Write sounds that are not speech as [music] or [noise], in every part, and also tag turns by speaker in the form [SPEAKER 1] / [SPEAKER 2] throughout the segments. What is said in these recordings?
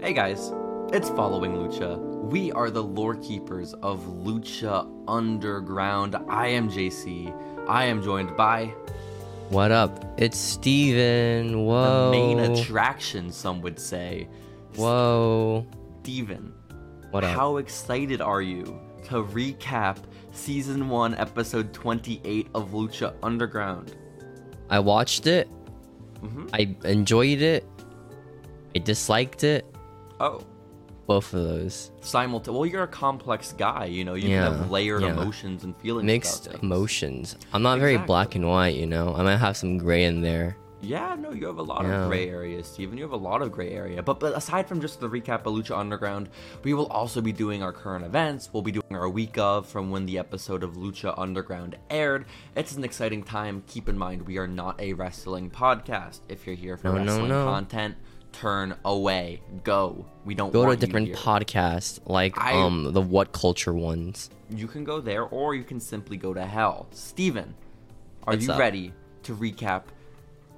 [SPEAKER 1] Hey guys, it's Following Lucha. We are the lore keepers of Lucha Underground. I am JC. I am joined by
[SPEAKER 2] What up? It's Steven. Whoa.
[SPEAKER 1] the main attraction, some would say,
[SPEAKER 2] Whoa.
[SPEAKER 1] Steven.
[SPEAKER 2] What up?
[SPEAKER 1] How excited are you to recap season 1, episode 28 of Lucha Underground?
[SPEAKER 2] I watched it.
[SPEAKER 1] Mm-hmm.
[SPEAKER 2] I enjoyed it. I disliked it.
[SPEAKER 1] Oh,
[SPEAKER 2] Both of those.
[SPEAKER 1] simultaneous. Well, you're a complex guy, you know, you
[SPEAKER 2] Yeah,
[SPEAKER 1] can have layered
[SPEAKER 2] yeah.
[SPEAKER 1] emotions and feelings. about
[SPEAKER 2] Mixed
[SPEAKER 1] things.
[SPEAKER 2] emotions. I'm not very
[SPEAKER 1] Exactly.
[SPEAKER 2] black and white, you know? I might have some gray in there.
[SPEAKER 1] Yeah, no, you have a lot
[SPEAKER 2] Yeah.
[SPEAKER 1] of gray area, Steven. You have a lot of gray area. But but aside from just the recap of Lucha Underground, we will also be doing our current events. We'll be doing our week of from when the episode of Lucha Underground aired. It's an exciting time. Keep in mind we are not a wrestling podcast. If you're here for
[SPEAKER 2] No, no,
[SPEAKER 1] wrestling
[SPEAKER 2] no.
[SPEAKER 1] content, turn away. Go. We don't
[SPEAKER 2] Go to a
[SPEAKER 1] want you
[SPEAKER 2] different
[SPEAKER 1] here.
[SPEAKER 2] podcast, like
[SPEAKER 1] I-
[SPEAKER 2] um the What Culture ones.
[SPEAKER 1] You can go there or you can simply go to hell. Steven, are
[SPEAKER 2] What's
[SPEAKER 1] you
[SPEAKER 2] up?
[SPEAKER 1] ready to recap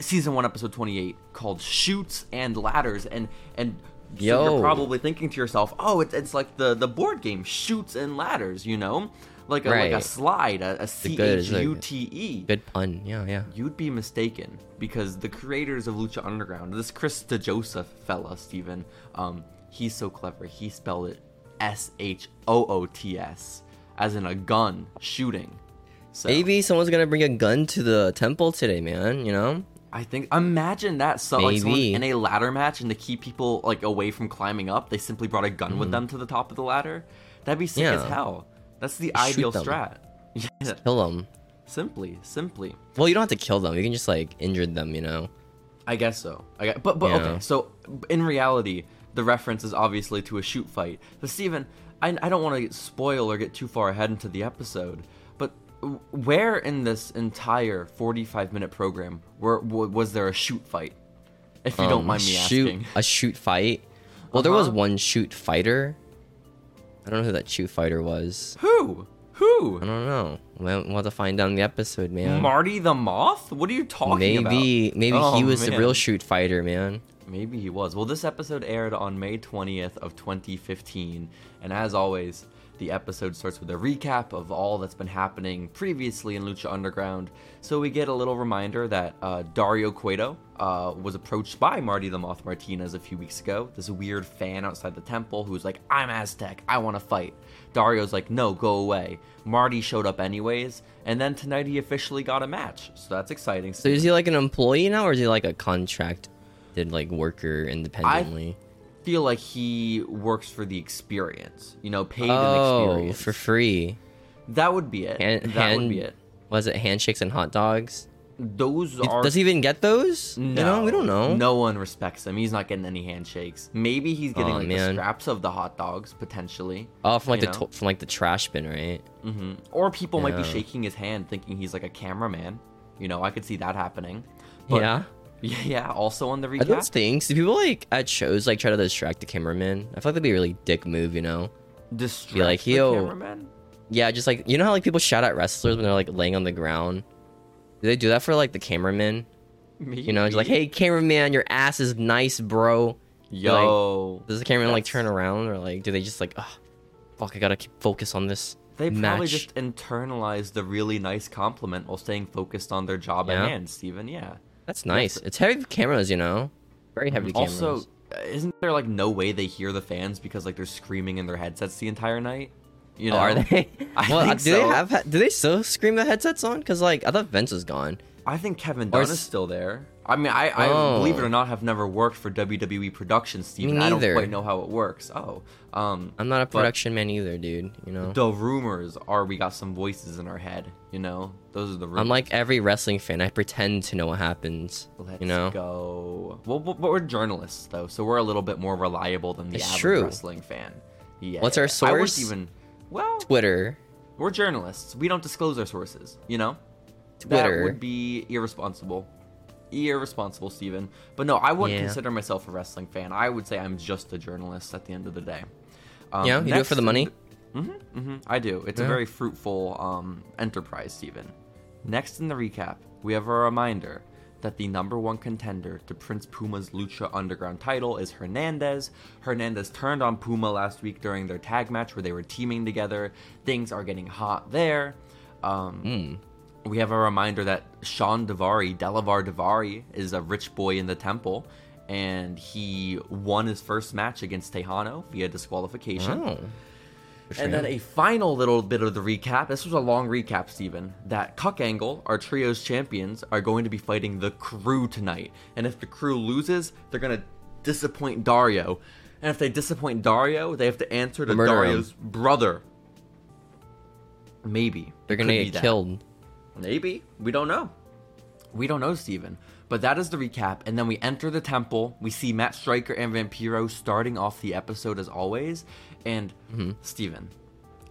[SPEAKER 1] season 1 episode 28 called Shoots and Ladders and and so
[SPEAKER 2] Yo.
[SPEAKER 1] you're probably thinking to yourself, "Oh, it's, it's like the the board game Shoots and Ladders, you know? Like a like
[SPEAKER 2] Right.
[SPEAKER 1] a slide, a, a C
[SPEAKER 2] good-
[SPEAKER 1] H
[SPEAKER 2] it's like-
[SPEAKER 1] U T E."
[SPEAKER 2] Good pun. Yeah, yeah.
[SPEAKER 1] You'd be mistaken because the creators of Lucha Underground, this Chris Joseph fella, Steven, um, he's so clever. He spelled it S H O O T S, as in a gun shooting. So
[SPEAKER 2] Maybe someone's gonna bring a gun to the temple today, man, you know?
[SPEAKER 1] I think imagine that. So like someone
[SPEAKER 2] Maybe.
[SPEAKER 1] in a ladder match, and to keep people like away from climbing up, they simply brought a gun with them to the top of the ladder. That'd be sick as
[SPEAKER 2] Mm-hmm. Yeah.
[SPEAKER 1] hell. That's the
[SPEAKER 2] Shoot
[SPEAKER 1] ideal
[SPEAKER 2] them.
[SPEAKER 1] strat. [laughs] Yeah,
[SPEAKER 2] Kill them.
[SPEAKER 1] simply, simply.
[SPEAKER 2] Well, you don't have to kill them. You can just like injure them, you know?
[SPEAKER 1] I guess so. I guess, but but
[SPEAKER 2] Yeah.
[SPEAKER 1] okay. So in reality, the reference is obviously to a shoot fight. But Steven, I, I don't want to spoil or get too far ahead into the episode, but w- where in this entire 45 minute program where w- was there a shoot fight? If you don't
[SPEAKER 2] Um,
[SPEAKER 1] mind me
[SPEAKER 2] shoot,
[SPEAKER 1] asking.
[SPEAKER 2] A shoot fight. Well, there was
[SPEAKER 1] Uh-huh.
[SPEAKER 2] one shoot fighter. I don't know who that shoot fighter was.
[SPEAKER 1] Who? Who?
[SPEAKER 2] I don't know. We'll, we'll have to find out in the episode, man.
[SPEAKER 1] Marty the Moth? What are you talking about?
[SPEAKER 2] maybe maybe he
[SPEAKER 1] Oh,
[SPEAKER 2] was the real
[SPEAKER 1] man.
[SPEAKER 2] shoot fighter, man.
[SPEAKER 1] Maybe he was. Well, this episode aired on May 20th of 2015, and as always, the episode starts with a recap of all that's been happening previously in Lucha Underground. So we get a little reminder that uh, Dario Cueto uh, was approached by Marty the Moth Martinez a few weeks ago. This weird fan outside the temple who's like, "I'm Aztec. I want to fight." Dario's like, "No, go away." Marty showed up anyways, and then tonight he officially got a match. So that's exciting.
[SPEAKER 2] So is he like an employee now, or is he like a contract? Did like worker independently?
[SPEAKER 1] feel like he works for the experience, you know, paid an
[SPEAKER 2] oh,
[SPEAKER 1] experience.
[SPEAKER 2] for free.
[SPEAKER 1] that would be it.
[SPEAKER 2] And
[SPEAKER 1] that
[SPEAKER 2] hand,
[SPEAKER 1] would be it.
[SPEAKER 2] Was it handshakes and hot dogs?
[SPEAKER 1] Those are.
[SPEAKER 2] Does he even get those?
[SPEAKER 1] No,
[SPEAKER 2] You know, we don't know.
[SPEAKER 1] No one respects him. He's not getting any handshakes. Maybe he's getting
[SPEAKER 2] Aw,
[SPEAKER 1] like the
[SPEAKER 2] man.
[SPEAKER 1] scraps of the hot dogs potentially.
[SPEAKER 2] Oh, from like
[SPEAKER 1] you
[SPEAKER 2] the
[SPEAKER 1] know?
[SPEAKER 2] to- from like the trash bin, right?
[SPEAKER 1] hmm Or people might be
[SPEAKER 2] Yeah.
[SPEAKER 1] shaking his hand, thinking he's like a cameraman. You know, I could see that happening.
[SPEAKER 2] yeah.
[SPEAKER 1] But- Yeah. [laughs] Yeah. Also on the
[SPEAKER 2] Are those
[SPEAKER 1] recap.
[SPEAKER 2] things? Do people like at shows like try to distract the cameraman? I feel like that'd be a really dick move, you know?
[SPEAKER 1] Distract
[SPEAKER 2] Be like,
[SPEAKER 1] the
[SPEAKER 2] "Yo."
[SPEAKER 1] cameraman.
[SPEAKER 2] Yeah, just like you know how like people shout at wrestlers when they're like laying on the ground. Do they do that for like the cameraman? You know, just like,
[SPEAKER 1] Maybe.
[SPEAKER 2] hey cameraman, your ass is nice, bro. You're like-
[SPEAKER 1] yo.
[SPEAKER 2] does the cameraman like
[SPEAKER 1] That's-
[SPEAKER 2] turn around or like do they just like, oh, fuck, I gotta keep focus on this
[SPEAKER 1] They probably
[SPEAKER 2] match?
[SPEAKER 1] just internalized the really nice compliment while staying focused on their job
[SPEAKER 2] Yeah.
[SPEAKER 1] at hand, Steven. Yeah.
[SPEAKER 2] That's nice. It's heavy cameras, you know, very heavy cameras.
[SPEAKER 1] Also, isn't there like no way they hear the fans because like they're screaming in their headsets the entire night? You
[SPEAKER 2] Oh,
[SPEAKER 1] know?
[SPEAKER 2] are they?
[SPEAKER 1] [laughs] I
[SPEAKER 2] well,
[SPEAKER 1] think
[SPEAKER 2] do
[SPEAKER 1] so.
[SPEAKER 2] they have? he- Do they still scream the headsets on? Cause like I thought Vince was gone.
[SPEAKER 1] I think Kevin
[SPEAKER 2] Or
[SPEAKER 1] Dunn is
[SPEAKER 2] s-
[SPEAKER 1] still there. I mean, I, I
[SPEAKER 2] Oh.
[SPEAKER 1] believe it or not, have never worked for WWE Productions, Steven.
[SPEAKER 2] Me
[SPEAKER 1] I don't
[SPEAKER 2] neither.
[SPEAKER 1] quite know how it works. Oh, um,
[SPEAKER 2] I'm not a
[SPEAKER 1] But-
[SPEAKER 2] production man either, dude. You know,
[SPEAKER 1] the rumors are we got some voices in our head. You know, those are the rumors.
[SPEAKER 2] I'm like every wrestling fan. I pretend to know what happens.
[SPEAKER 1] Let's
[SPEAKER 2] you know,
[SPEAKER 1] go. Well, but but we're journalists though, so we're a little bit more reliable than the
[SPEAKER 2] It's
[SPEAKER 1] average
[SPEAKER 2] true.
[SPEAKER 1] wrestling fan. Yeah.
[SPEAKER 2] What's our
[SPEAKER 1] I wouldn't
[SPEAKER 2] source?
[SPEAKER 1] even. Well,
[SPEAKER 2] Twitter.
[SPEAKER 1] we're journalists. We don't disclose our sources. You know, that
[SPEAKER 2] Twitter.
[SPEAKER 1] would be irresponsible. Irresponsible, Steven. But no, I wouldn't
[SPEAKER 2] Yeah.
[SPEAKER 1] consider myself a wrestling fan. I would say I'm just a journalist at the end of the day. Um,
[SPEAKER 2] yeah, you do it for the
[SPEAKER 1] next-
[SPEAKER 2] money.
[SPEAKER 1] hmm I do. It's a
[SPEAKER 2] Yeah.
[SPEAKER 1] very fruitful um, enterprise, Steven. Next in the recap, we have a reminder that the number one contender to Prince Puma's Lucha Underground title is Hernandez. Hernandez turned on Puma last week during their tag match where they were teaming together. Things are getting hot there. Um,
[SPEAKER 2] Hmm.
[SPEAKER 1] We have a reminder that Sean Devari, Delavar Devari, is a rich boy in the temple, and he won his first match against Tejano via disqualification.
[SPEAKER 2] Oh. Good for
[SPEAKER 1] And
[SPEAKER 2] him.
[SPEAKER 1] then a final little bit of the recap. This was a long recap, Steven. That Cuck Angle, our trio's champions, are going to be fighting the crew tonight. And if the crew loses, they're going to disappoint Dario. And if they disappoint Dario, they have to answer to
[SPEAKER 2] Murder him.
[SPEAKER 1] Dario's brother. Maybe.
[SPEAKER 2] They're gonna
[SPEAKER 1] Could be
[SPEAKER 2] get
[SPEAKER 1] that.
[SPEAKER 2] killed.
[SPEAKER 1] Maybe. We don't know. We don't know, Steven. But that is the recap. And then we enter the temple. We see Matt Stryker and Vampiro starting off the episode as always. And, Steven,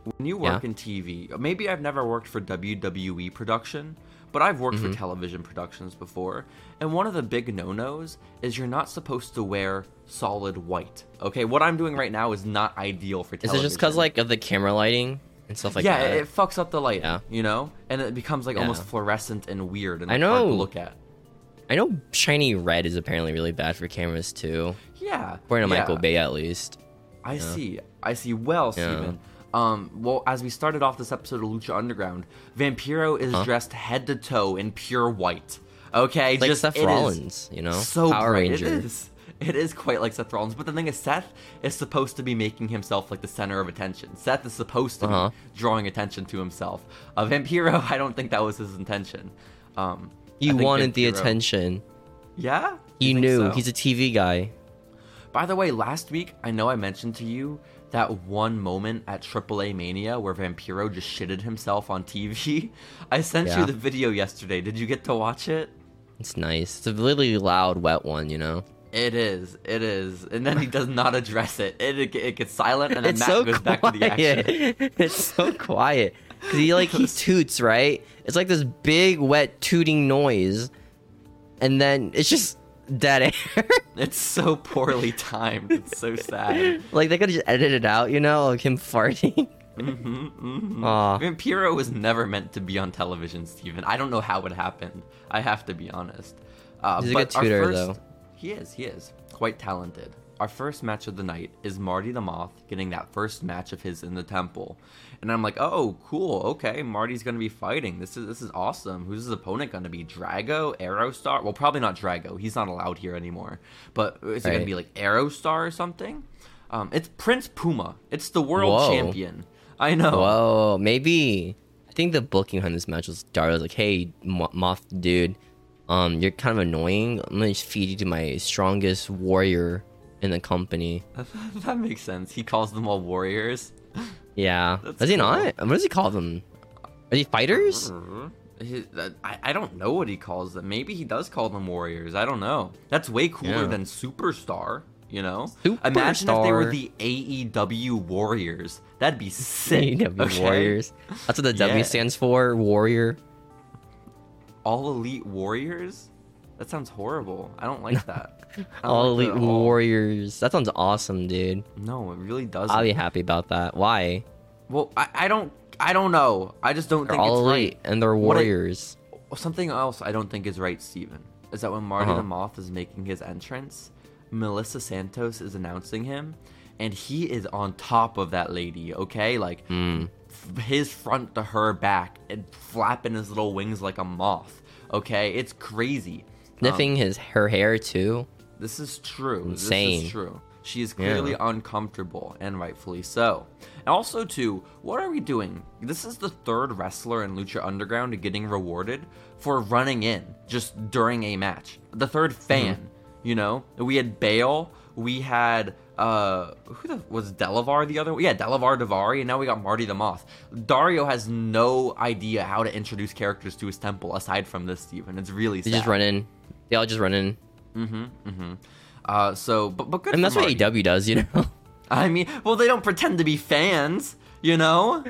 [SPEAKER 1] when you work
[SPEAKER 2] Yeah.
[SPEAKER 1] in TV, maybe I've never worked for WWE production, but I've worked for television productions before. And one of the big no nos is you're not supposed to wear solid white. Okay, what I'm doing right now is not ideal for
[SPEAKER 2] Is
[SPEAKER 1] television
[SPEAKER 2] it just because like of the camera lighting and stuff like
[SPEAKER 1] yeah,
[SPEAKER 2] that?
[SPEAKER 1] it, it fucks up the light,
[SPEAKER 2] Yeah.
[SPEAKER 1] you know, and it becomes like almost
[SPEAKER 2] Yeah.
[SPEAKER 1] fluorescent and weird and
[SPEAKER 2] I
[SPEAKER 1] like, hard to
[SPEAKER 2] know.
[SPEAKER 1] look at.
[SPEAKER 2] I know shiny red is apparently really bad for cameras too.
[SPEAKER 1] Yeah,
[SPEAKER 2] According to
[SPEAKER 1] yeah,
[SPEAKER 2] Michael Bay, at least.
[SPEAKER 1] I see, I see. Well,
[SPEAKER 2] Yeah.
[SPEAKER 1] Steven. Um, well, as we started off this episode of Lucha Underground, Vampiro is dressed head to toe in pure white. Okay,
[SPEAKER 2] Like
[SPEAKER 1] just
[SPEAKER 2] Seth
[SPEAKER 1] it is
[SPEAKER 2] Rollins, you know,
[SPEAKER 1] so
[SPEAKER 2] Power
[SPEAKER 1] great.
[SPEAKER 2] Ranger.
[SPEAKER 1] It is. It is quite like Seth Rollins, but the thing is, Seth is supposed to be making himself like the center of attention. Seth is supposed to
[SPEAKER 2] Uh-huh.
[SPEAKER 1] be drawing attention to himself. Uh, Vampiro, [laughs] I don't think that was his intention. Um, I
[SPEAKER 2] He
[SPEAKER 1] think
[SPEAKER 2] wanted the
[SPEAKER 1] Vampiro-
[SPEAKER 2] attention.
[SPEAKER 1] Yeah,
[SPEAKER 2] He
[SPEAKER 1] You think
[SPEAKER 2] knew.
[SPEAKER 1] so?
[SPEAKER 2] He's a TV guy.
[SPEAKER 1] By the way, last week I know I mentioned to you that one moment at AAA Mania where Vampiro just shitted himself on TV. [laughs] I sent you
[SPEAKER 2] Yeah.
[SPEAKER 1] the video yesterday. Did you get to watch it?
[SPEAKER 2] It's nice. It's a really loud, wet one, you know.
[SPEAKER 1] It is. It is. And then he does not address it. It, it, it gets silent and then
[SPEAKER 2] it's
[SPEAKER 1] Matt
[SPEAKER 2] so
[SPEAKER 1] goes
[SPEAKER 2] quiet.
[SPEAKER 1] back to the action.
[SPEAKER 2] [laughs] it's so quiet. Cause he like
[SPEAKER 1] [laughs]
[SPEAKER 2] he toots, right? It's like this big, wet tooting noise, and then it's just dead air.
[SPEAKER 1] It's so poorly timed. It's so sad.
[SPEAKER 2] [laughs] like they could have just edited it out, you know, like him farting. [laughs] Mm-hmm,
[SPEAKER 1] Vampiro was never meant to be on television, Steven. I don't know how it happened. I have to be honest. Uh,
[SPEAKER 2] He's a
[SPEAKER 1] but
[SPEAKER 2] good
[SPEAKER 1] our
[SPEAKER 2] tutor,
[SPEAKER 1] first-
[SPEAKER 2] though.
[SPEAKER 1] He is, he is. Quite talented. Our first match of the night is Marty the Moth getting that first match of his in the temple. And I'm like, oh, cool, okay, Marty's gonna be fighting. This is this is awesome. Who's his opponent gonna be? Drago? Aerostar? Well, probably not Drago. He's not allowed here anymore. But is it gonna
[SPEAKER 2] Right.
[SPEAKER 1] be like Aerostar or something? Um, it's Prince Puma. It's the world
[SPEAKER 2] Whoa.
[SPEAKER 1] champion. I know.
[SPEAKER 2] Whoa, maybe. I think the booking on this match was Dario's like, hey, Mo- Moth dude, um, you're kind of annoying. I'm gonna just feed you to my strongest warrior in the company.
[SPEAKER 1] [laughs] that makes sense. He calls them all warriors.
[SPEAKER 2] Yeah.
[SPEAKER 1] That's
[SPEAKER 2] Does he
[SPEAKER 1] cool.
[SPEAKER 2] not? What does he call them? Are they fighters?
[SPEAKER 1] He- that- I, I don't know what he calls them. Maybe he does call them warriors. I don't know. That's way cooler
[SPEAKER 2] Yeah.
[SPEAKER 1] than superstar. You know, imagine if they were the AEW warriors. That'd
[SPEAKER 2] [laughs]
[SPEAKER 1] be sick.
[SPEAKER 2] AEW
[SPEAKER 1] okay?
[SPEAKER 2] E Warriors. That's what the
[SPEAKER 1] Yeah.
[SPEAKER 2] W stands for, warrior.
[SPEAKER 1] all elite warriors. That sounds horrible. I
[SPEAKER 2] [laughs]
[SPEAKER 1] don't like that. I don't
[SPEAKER 2] All elite
[SPEAKER 1] like
[SPEAKER 2] Oh,
[SPEAKER 1] that at all.
[SPEAKER 2] warriors. That sounds awesome, dude.
[SPEAKER 1] No, it really doesn't.
[SPEAKER 2] I'll be happy about that. Why?
[SPEAKER 1] well, I, I don't. I don't know. I just don't
[SPEAKER 2] They're
[SPEAKER 1] think it's
[SPEAKER 2] all elite
[SPEAKER 1] right.
[SPEAKER 2] and they're
[SPEAKER 1] What I-
[SPEAKER 2] warriors.
[SPEAKER 1] Something else I don't think is right, Steven, is that when Marty
[SPEAKER 2] Uh-huh.
[SPEAKER 1] the Moth is making his entrance, Melissa Santos is announcing him, and he is on top of that lady, okay? Like, f- his front to her back, and flapping his little wings like a moth, okay? It's crazy. Um,
[SPEAKER 2] Sniffing his her hair too.
[SPEAKER 1] this is true. This
[SPEAKER 2] Insane.
[SPEAKER 1] is true. She is clearly uncomfortable, and rightfully so. And also, too, what are we doing? This is the third wrestler in Lucha Underground getting rewarded for running in just during a match. The third
[SPEAKER 2] Mm-hmm.
[SPEAKER 1] fan, you know? We had Bale, we had, uh, who the, was Delavar the other? Yeah, Delavar Davari, and now we got Marty the Moth. Dario has no idea how to introduce characters to his temple aside from this, Steven. It's really
[SPEAKER 2] They
[SPEAKER 1] sad.
[SPEAKER 2] just run in. They all just run in.
[SPEAKER 1] Uh, so, but, but good
[SPEAKER 2] And
[SPEAKER 1] for
[SPEAKER 2] that's
[SPEAKER 1] Marty.
[SPEAKER 2] what AW does,
[SPEAKER 1] [laughs]
[SPEAKER 2] you know?
[SPEAKER 1] I mean, well, they don't pretend to be fans, you know?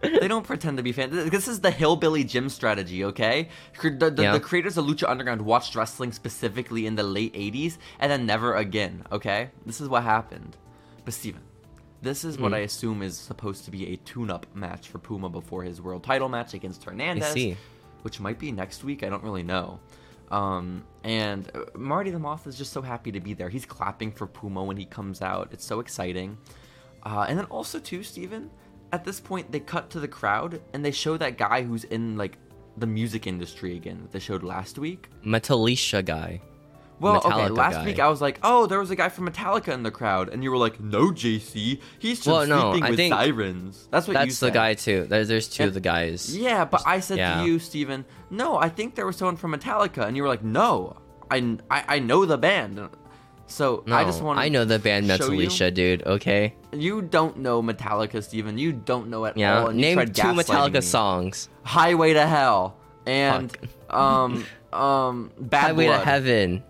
[SPEAKER 1] they don't pretend to be fans. This is the hillbilly gym strategy, okay? Cre- The, the,
[SPEAKER 2] Yeah.
[SPEAKER 1] the creators of Lucha Underground watched wrestling specifically in the late 80s and then never again, okay? This is what happened. But, Steven, this is what I assume is supposed to be a tune up match for Puma before his world title match against Hernandez.
[SPEAKER 2] see.
[SPEAKER 1] which might be next week. I don't really know. Um, and uh, Marty the Moth is just so happy to be there. He's clapping for Puma when he comes out. It's so exciting. Uh, and then also too, Steven, at this point they cut to the crowd and they show that guy who's in like the music industry again that they showed last week.
[SPEAKER 2] Metalisha guy.
[SPEAKER 1] Well, okay,
[SPEAKER 2] Metallica
[SPEAKER 1] last
[SPEAKER 2] guy.
[SPEAKER 1] week I was like, oh, there was a guy from Metallica in the crowd, and you were like, no, JC, he's just
[SPEAKER 2] Well, no,
[SPEAKER 1] sleeping
[SPEAKER 2] I
[SPEAKER 1] with
[SPEAKER 2] think
[SPEAKER 1] sirens. That's what you
[SPEAKER 2] That's the
[SPEAKER 1] said.
[SPEAKER 2] guy too. There's there's two of
[SPEAKER 1] And-
[SPEAKER 2] the guys.
[SPEAKER 1] Yeah, but I said
[SPEAKER 2] yeah.
[SPEAKER 1] to you, Steven, no, I think there was someone from Metallica, and you were like, no, I, I, I know the band. So
[SPEAKER 2] No,
[SPEAKER 1] I just want
[SPEAKER 2] I know the band
[SPEAKER 1] show you-
[SPEAKER 2] Metalisha, dude. Okay.
[SPEAKER 1] You don't know Metallica, Steven. You don't know at
[SPEAKER 2] Yeah.
[SPEAKER 1] all. Oh, and you
[SPEAKER 2] Name
[SPEAKER 1] tried
[SPEAKER 2] two
[SPEAKER 1] gaslighting
[SPEAKER 2] Metallica
[SPEAKER 1] me.
[SPEAKER 2] songs.
[SPEAKER 1] Highway to Hell and um um Bad
[SPEAKER 2] Highway
[SPEAKER 1] Blood.
[SPEAKER 2] to Heaven.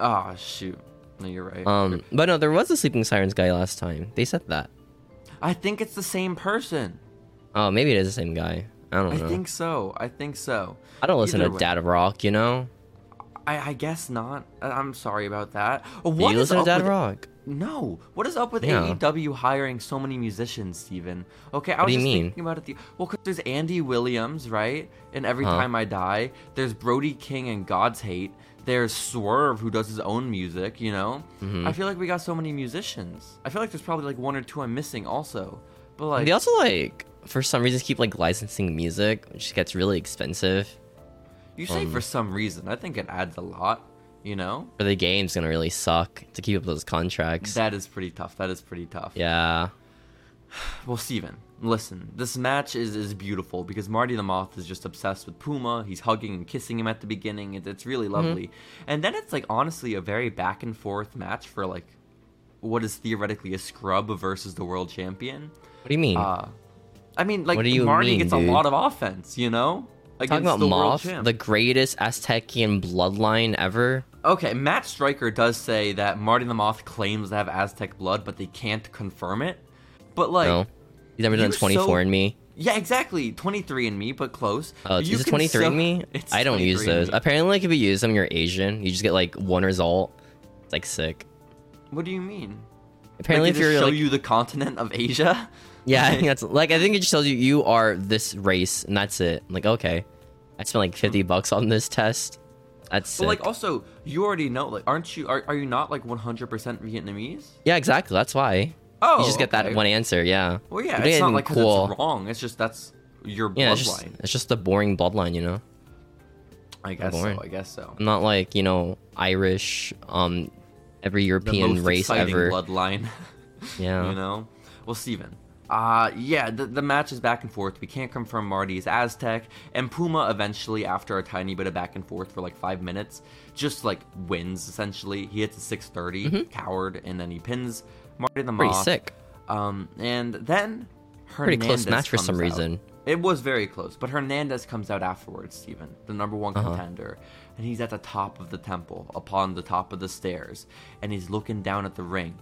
[SPEAKER 1] Oh shoot. No, you're right.
[SPEAKER 2] Um, but no, there was a Sleeping Sirens guy last time. They said that.
[SPEAKER 1] I think it's the same person.
[SPEAKER 2] Oh, maybe it is the same guy. I don't
[SPEAKER 1] I
[SPEAKER 2] know.
[SPEAKER 1] think so. I think so.
[SPEAKER 2] I don't listen
[SPEAKER 1] Either
[SPEAKER 2] to
[SPEAKER 1] way.
[SPEAKER 2] Dad Rock, you know.
[SPEAKER 1] I, I guess not. I- I'm sorry about that.
[SPEAKER 2] Do
[SPEAKER 1] What
[SPEAKER 2] you
[SPEAKER 1] is
[SPEAKER 2] listen to
[SPEAKER 1] up
[SPEAKER 2] Dad
[SPEAKER 1] with-
[SPEAKER 2] Rock?
[SPEAKER 1] No. What is up with
[SPEAKER 2] Yeah.
[SPEAKER 1] AEW hiring so many musicians, Steven? Okay, I
[SPEAKER 2] What
[SPEAKER 1] was
[SPEAKER 2] do you
[SPEAKER 1] just
[SPEAKER 2] mean?
[SPEAKER 1] thinking about it. The, well, 'cause there's Andy Williams, right? And Every
[SPEAKER 2] Huh.
[SPEAKER 1] Time I Die. There's Brody King and God's Hate. There's Swerve, who does his own music, you know?
[SPEAKER 2] Mm-hmm.
[SPEAKER 1] I feel like we got so many musicians. I feel like there's probably like one or two I'm missing also. But like,
[SPEAKER 2] They also like for some reason keep like licensing music, which gets really expensive.
[SPEAKER 1] you
[SPEAKER 2] Um,
[SPEAKER 1] say for some reason, I think it adds a lot, you know?
[SPEAKER 2] Or the game's gonna really suck to keep up those contracts.
[SPEAKER 1] That is pretty tough. That is pretty tough.
[SPEAKER 2] yeah.
[SPEAKER 1] Well, Steven, listen, this match is, is beautiful because Marty the Moth is just obsessed with Puma. He's hugging and kissing him at the beginning. It, it's really
[SPEAKER 2] Mm-hmm.
[SPEAKER 1] lovely. And then it's like honestly a very back and forth match for like what is theoretically a scrub versus the world champion.
[SPEAKER 2] What do you mean?
[SPEAKER 1] Uh, I mean, like
[SPEAKER 2] Hmm. What do you
[SPEAKER 1] Marty
[SPEAKER 2] mean,
[SPEAKER 1] gets
[SPEAKER 2] dude?
[SPEAKER 1] a lot of offense, you know?
[SPEAKER 2] Talking
[SPEAKER 1] Against
[SPEAKER 2] about
[SPEAKER 1] the world
[SPEAKER 2] Moth,
[SPEAKER 1] champ.
[SPEAKER 2] the greatest Aztecian bloodline ever.
[SPEAKER 1] Okay, Matt Stryker does say that Marty the Moth claims to have Aztec blood, but they can't confirm it. But like,
[SPEAKER 2] No, he's never done
[SPEAKER 1] you're so-
[SPEAKER 2] 24 in me.
[SPEAKER 1] Yeah, exactly. 23 and me, but close.
[SPEAKER 2] Oh,
[SPEAKER 1] You
[SPEAKER 2] is it
[SPEAKER 1] can
[SPEAKER 2] 23
[SPEAKER 1] still-
[SPEAKER 2] in me?
[SPEAKER 1] [laughs] It's
[SPEAKER 2] I don't use
[SPEAKER 1] 23andMe.
[SPEAKER 2] those. Apparently, like if you use them, you're Asian. You just get like one result. It's like sick.
[SPEAKER 1] What do you mean?
[SPEAKER 2] Apparently,
[SPEAKER 1] like,
[SPEAKER 2] if
[SPEAKER 1] they just
[SPEAKER 2] you're
[SPEAKER 1] show
[SPEAKER 2] like,
[SPEAKER 1] you the continent of Asia. [laughs]
[SPEAKER 2] yeah, I
[SPEAKER 1] Like,
[SPEAKER 2] think that's like I think it just tells you you are this race and that's it. I'm like okay, I spent like 50 bucks on this test. That's sick.
[SPEAKER 1] but Mm-hmm. like also, you already know. Like, aren't you? Are, are you not like 100% Vietnamese?
[SPEAKER 2] yeah, exactly. That's why.
[SPEAKER 1] Oh,
[SPEAKER 2] you just get that
[SPEAKER 1] okay.
[SPEAKER 2] one answer. Yeah.
[SPEAKER 1] Well,
[SPEAKER 2] You
[SPEAKER 1] yeah,
[SPEAKER 2] did
[SPEAKER 1] it's not
[SPEAKER 2] anything
[SPEAKER 1] like 'cause it's wrong. It's just that's your
[SPEAKER 2] Yeah,
[SPEAKER 1] bloodline.
[SPEAKER 2] it's just it's just a boring bloodline, you know.
[SPEAKER 1] I guess
[SPEAKER 2] boring.
[SPEAKER 1] so. I guess so.
[SPEAKER 2] I'm not like you know Irish, um, every
[SPEAKER 1] The
[SPEAKER 2] European
[SPEAKER 1] most
[SPEAKER 2] race
[SPEAKER 1] exciting
[SPEAKER 2] ever.
[SPEAKER 1] bloodline. [laughs]
[SPEAKER 2] Yeah.
[SPEAKER 1] you know well steven uh yeah the, the match is back and forth we can't confirm marty's aztec and puma eventually after a tiny bit of back and forth for like five minutes just like wins essentially he hits a 630 coward and then he pins marty the
[SPEAKER 2] Mm-hmm. Pretty
[SPEAKER 1] Moth.
[SPEAKER 2] sick. [gasps]
[SPEAKER 1] um and then
[SPEAKER 2] Pretty close
[SPEAKER 1] Hernandez
[SPEAKER 2] match for
[SPEAKER 1] comes
[SPEAKER 2] some
[SPEAKER 1] out.
[SPEAKER 2] reason.
[SPEAKER 1] It was very close, but Hernandez comes out afterwards, Steven, the number one
[SPEAKER 2] Uh-huh.
[SPEAKER 1] contender, and he's at the top of the temple, upon the top of the stairs, and he's looking down at the ring.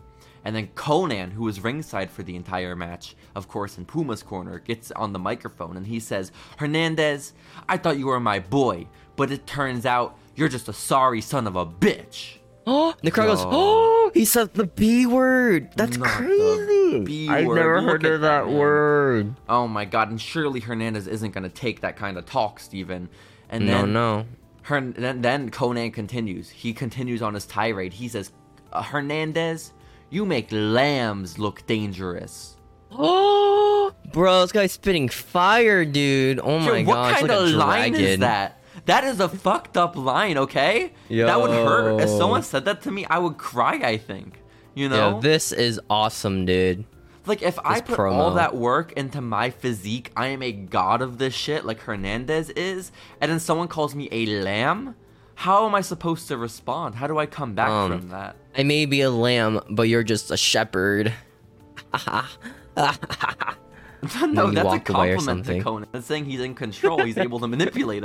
[SPEAKER 1] And then Conan, who was ringside for the entire match, of course, in Puma's corner, gets on the microphone and he says, Hernandez, I thought you were my boy, but it turns out you're just a sorry son of a bitch.
[SPEAKER 2] Oh, the crowd goes.
[SPEAKER 1] No.
[SPEAKER 2] Oh, he said the B word. That's
[SPEAKER 1] Not the
[SPEAKER 2] crazy.
[SPEAKER 1] B
[SPEAKER 2] I've
[SPEAKER 1] word.
[SPEAKER 2] never
[SPEAKER 1] Look
[SPEAKER 2] heard
[SPEAKER 1] at
[SPEAKER 2] of
[SPEAKER 1] that
[SPEAKER 2] that
[SPEAKER 1] man.
[SPEAKER 2] word.
[SPEAKER 1] Oh my god, and surely Hernandez isn't going to take that kind of talk, Steven. And
[SPEAKER 2] No,
[SPEAKER 1] then
[SPEAKER 2] no.
[SPEAKER 1] Hern- then, then Conan continues. He continues on his tirade. He says, "Uh, Hernandez, you make lambs look dangerous. [gasps]
[SPEAKER 2] Oh, bro, this guy's spitting fire, dude. Oh my
[SPEAKER 1] Yo, what
[SPEAKER 2] god, it's
[SPEAKER 1] kind
[SPEAKER 2] like
[SPEAKER 1] of
[SPEAKER 2] a
[SPEAKER 1] line is
[SPEAKER 2] dragon.
[SPEAKER 1] that? That is a fucked up line, okay? That would hurt. If
[SPEAKER 2] Yo.
[SPEAKER 1] someone said that to me, I would cry, I think.
[SPEAKER 2] Yo,
[SPEAKER 1] You know?
[SPEAKER 2] this is awesome, dude.
[SPEAKER 1] like, if I
[SPEAKER 2] this
[SPEAKER 1] put all
[SPEAKER 2] promo.
[SPEAKER 1] that work into my physique, I am a god of this shit, like Hernandez is, and then someone calls me a lamb? How am I supposed to respond? How do I come back
[SPEAKER 2] Um,
[SPEAKER 1] from that? [laughs]
[SPEAKER 2] I may be a lamb, but you're just a shepherd.
[SPEAKER 1] no,
[SPEAKER 2] you
[SPEAKER 1] that's a
[SPEAKER 2] walk away or
[SPEAKER 1] compliment to
[SPEAKER 2] something.
[SPEAKER 1] Conan. That's saying he's in control. He's able to manipulate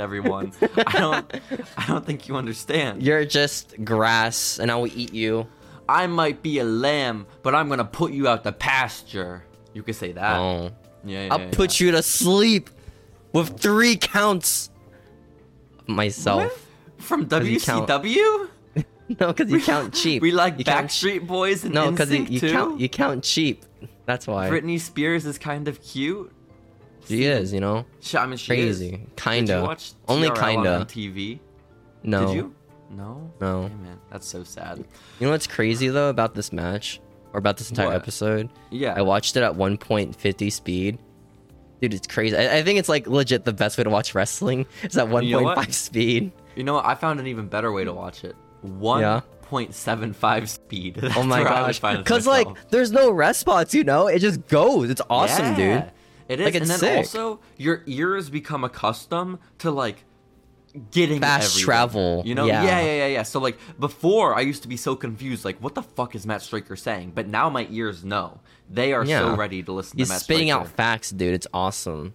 [SPEAKER 2] [laughs]
[SPEAKER 1] everyone. I don't, I don't think you understand.
[SPEAKER 2] You're just grass, and I will eat you.
[SPEAKER 1] I might be a lamb, but I'm gonna put you out the pasture. You could say that.
[SPEAKER 2] oh,
[SPEAKER 1] Yeah, yeah,
[SPEAKER 2] I'll
[SPEAKER 1] yeah.
[SPEAKER 2] put you to sleep with three counts.
[SPEAKER 1] What?
[SPEAKER 2] Myself.
[SPEAKER 1] from
[SPEAKER 2] you count-
[SPEAKER 1] WCW.
[SPEAKER 2] No, because
[SPEAKER 1] [laughs]
[SPEAKER 2] you count cheap.
[SPEAKER 1] We like
[SPEAKER 2] you count cheap.
[SPEAKER 1] Backstreet Boys and
[SPEAKER 2] No, because you,
[SPEAKER 1] NSYNC
[SPEAKER 2] you
[SPEAKER 1] too.
[SPEAKER 2] count you count cheap. That's why.
[SPEAKER 1] Britney Spears is kind of cute.
[SPEAKER 2] She is, you know?
[SPEAKER 1] Sh- I mean, she
[SPEAKER 2] Crazy.
[SPEAKER 1] Is. Did
[SPEAKER 2] Kinda.
[SPEAKER 1] you watch
[SPEAKER 2] Only
[SPEAKER 1] TRL
[SPEAKER 2] kinda.
[SPEAKER 1] on TV?
[SPEAKER 2] No.
[SPEAKER 1] Did you? No.
[SPEAKER 2] No.
[SPEAKER 1] Hey, man, that's so sad.
[SPEAKER 2] You know what's crazy though about this match or about this entire
[SPEAKER 1] What?
[SPEAKER 2] episode?
[SPEAKER 1] Yeah.
[SPEAKER 2] I watched it at 1.50 speed. Dude, it's crazy. I, I think it's like legit the best way to watch wrestling is at
[SPEAKER 1] You know what?
[SPEAKER 2] 1.5 speed.
[SPEAKER 1] You know what? I found an even better way to watch it.
[SPEAKER 2] Yeah.
[SPEAKER 1] 1.75 speed. [laughs] [laughs] That's
[SPEAKER 2] Oh my
[SPEAKER 1] where I would
[SPEAKER 2] gosh.
[SPEAKER 1] find it
[SPEAKER 2] Cuz like
[SPEAKER 1] myself.
[SPEAKER 2] there's no rest spots, you know? It just goes. It's awesome,
[SPEAKER 1] Yeah,
[SPEAKER 2] dude.
[SPEAKER 1] It is.
[SPEAKER 2] Like,
[SPEAKER 1] and
[SPEAKER 2] it's
[SPEAKER 1] then
[SPEAKER 2] sick.
[SPEAKER 1] also, your ears become accustomed to like getting
[SPEAKER 2] Fast
[SPEAKER 1] everywhere,
[SPEAKER 2] travel,
[SPEAKER 1] You know?
[SPEAKER 2] yeah.
[SPEAKER 1] yeah, yeah, yeah, yeah. So like before, I used to be so confused. Like, what the fuck is Matt Striker saying? But now my ears know. They are
[SPEAKER 2] Yeah.
[SPEAKER 1] so ready to listen.
[SPEAKER 2] He's
[SPEAKER 1] to Matt
[SPEAKER 2] spitting out
[SPEAKER 1] Stryker.
[SPEAKER 2] facts, dude. It's awesome.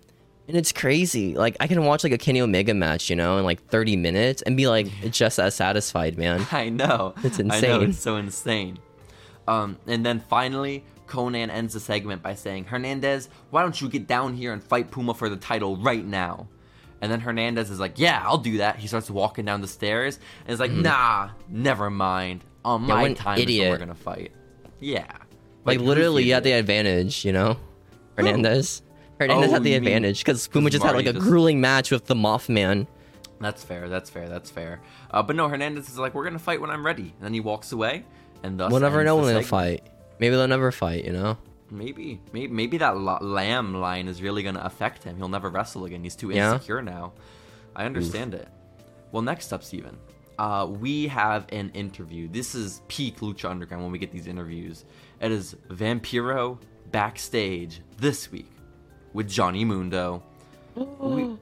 [SPEAKER 2] And it's crazy. Like I can watch like a Kenny Omega match, you know, in like 30 minutes and be like just as satisfied, man.
[SPEAKER 1] [laughs] I know.
[SPEAKER 2] It's
[SPEAKER 1] I know,
[SPEAKER 2] insane.
[SPEAKER 1] it's so insane. Um, and then finally, Conan ends the segment by saying, Hernandez, why don't you get down here and fight Puma for the title right now? And then Hernandez is like, Yeah, I'll do that. He starts walking down the stairs and is like, Nah, never mind. On
[SPEAKER 2] Mm-hmm. Yeah, what
[SPEAKER 1] my
[SPEAKER 2] an
[SPEAKER 1] time is when we're
[SPEAKER 2] idiot.
[SPEAKER 1] gonna fight. Yeah.
[SPEAKER 2] Like,
[SPEAKER 1] who's
[SPEAKER 2] literally,
[SPEAKER 1] the
[SPEAKER 2] you had the
[SPEAKER 1] idiot?
[SPEAKER 2] advantage, you know? Hernandez. Hernandez
[SPEAKER 1] Oh,
[SPEAKER 2] had the
[SPEAKER 1] you mean-
[SPEAKER 2] advantage because Puma just had like a
[SPEAKER 1] Marty just-
[SPEAKER 2] grueling match with the Mothman.
[SPEAKER 1] That's fair. That's fair. That's fair. Uh, but no, Hernandez is like, We're gonna fight when I'm ready. And then he walks away. And thus
[SPEAKER 2] We'll never
[SPEAKER 1] ends
[SPEAKER 2] know
[SPEAKER 1] the
[SPEAKER 2] when they'll
[SPEAKER 1] segment.
[SPEAKER 2] fight. Maybe they'll never fight, you know?
[SPEAKER 1] Maybe, maybe, maybe that lo- lamb line is really going to affect him. He'll never wrestle again. He's too
[SPEAKER 2] Yeah.
[SPEAKER 1] insecure now. I understand it. Well, next up, Steven, uh, we have an interview. This is peak Lucha Underground when we get these interviews. It is Vampiro backstage this week with Johnny Mundo. we,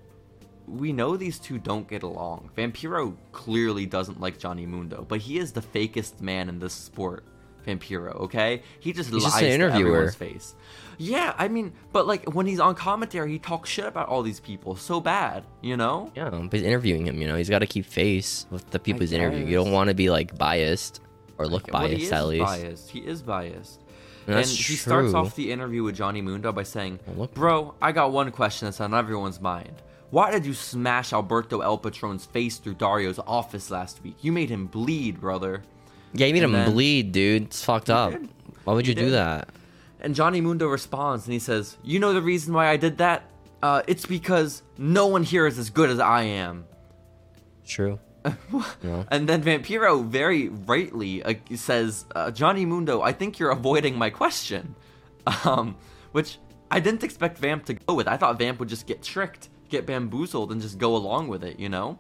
[SPEAKER 1] we know these two don't get along. Vampiro clearly doesn't like Johnny Mundo, but he is the fakest man in this sport. Vampiro, okay? He just
[SPEAKER 2] He's
[SPEAKER 1] lies
[SPEAKER 2] just
[SPEAKER 1] to
[SPEAKER 2] an interviewer.
[SPEAKER 1] everyone's face. Yeah, I mean, but like when he's on commentary, he talks shit about all these people so bad, you know?
[SPEAKER 2] Yeah, but he's interviewing him, you know? He's got to keep face with the people he's interviewing. You
[SPEAKER 1] guess.
[SPEAKER 2] don't want to be like biased or look
[SPEAKER 1] Well,
[SPEAKER 2] biased,
[SPEAKER 1] he is
[SPEAKER 2] at least.
[SPEAKER 1] biased. He is biased.
[SPEAKER 2] And that's
[SPEAKER 1] and he starts
[SPEAKER 2] true.
[SPEAKER 1] off the interview with Johnny Mundo by saying,
[SPEAKER 2] Well, look-
[SPEAKER 1] "Bro, I got one question that's on everyone's mind. Why did you smash Alberto El Patron's face through Dario's office last week? You made him bleed, brother."
[SPEAKER 2] Yeah, you made him
[SPEAKER 1] And then-
[SPEAKER 2] bleed, dude. It's fucked up.
[SPEAKER 1] did.
[SPEAKER 2] Why would
[SPEAKER 1] He
[SPEAKER 2] you do
[SPEAKER 1] did.
[SPEAKER 2] that?
[SPEAKER 1] And Johnny Mundo responds and he says, You know the reason why I did that? Uh, it's because no one here is as good as I am.
[SPEAKER 2] True. Yeah.
[SPEAKER 1] And then Vampiro very rightly uh, says, uh, Johnny Mundo, I think you're avoiding my question. [laughs] Um, which I didn't expect Vamp to go with. I thought Vamp would just get tricked, get bamboozled, and just go along with it, you know?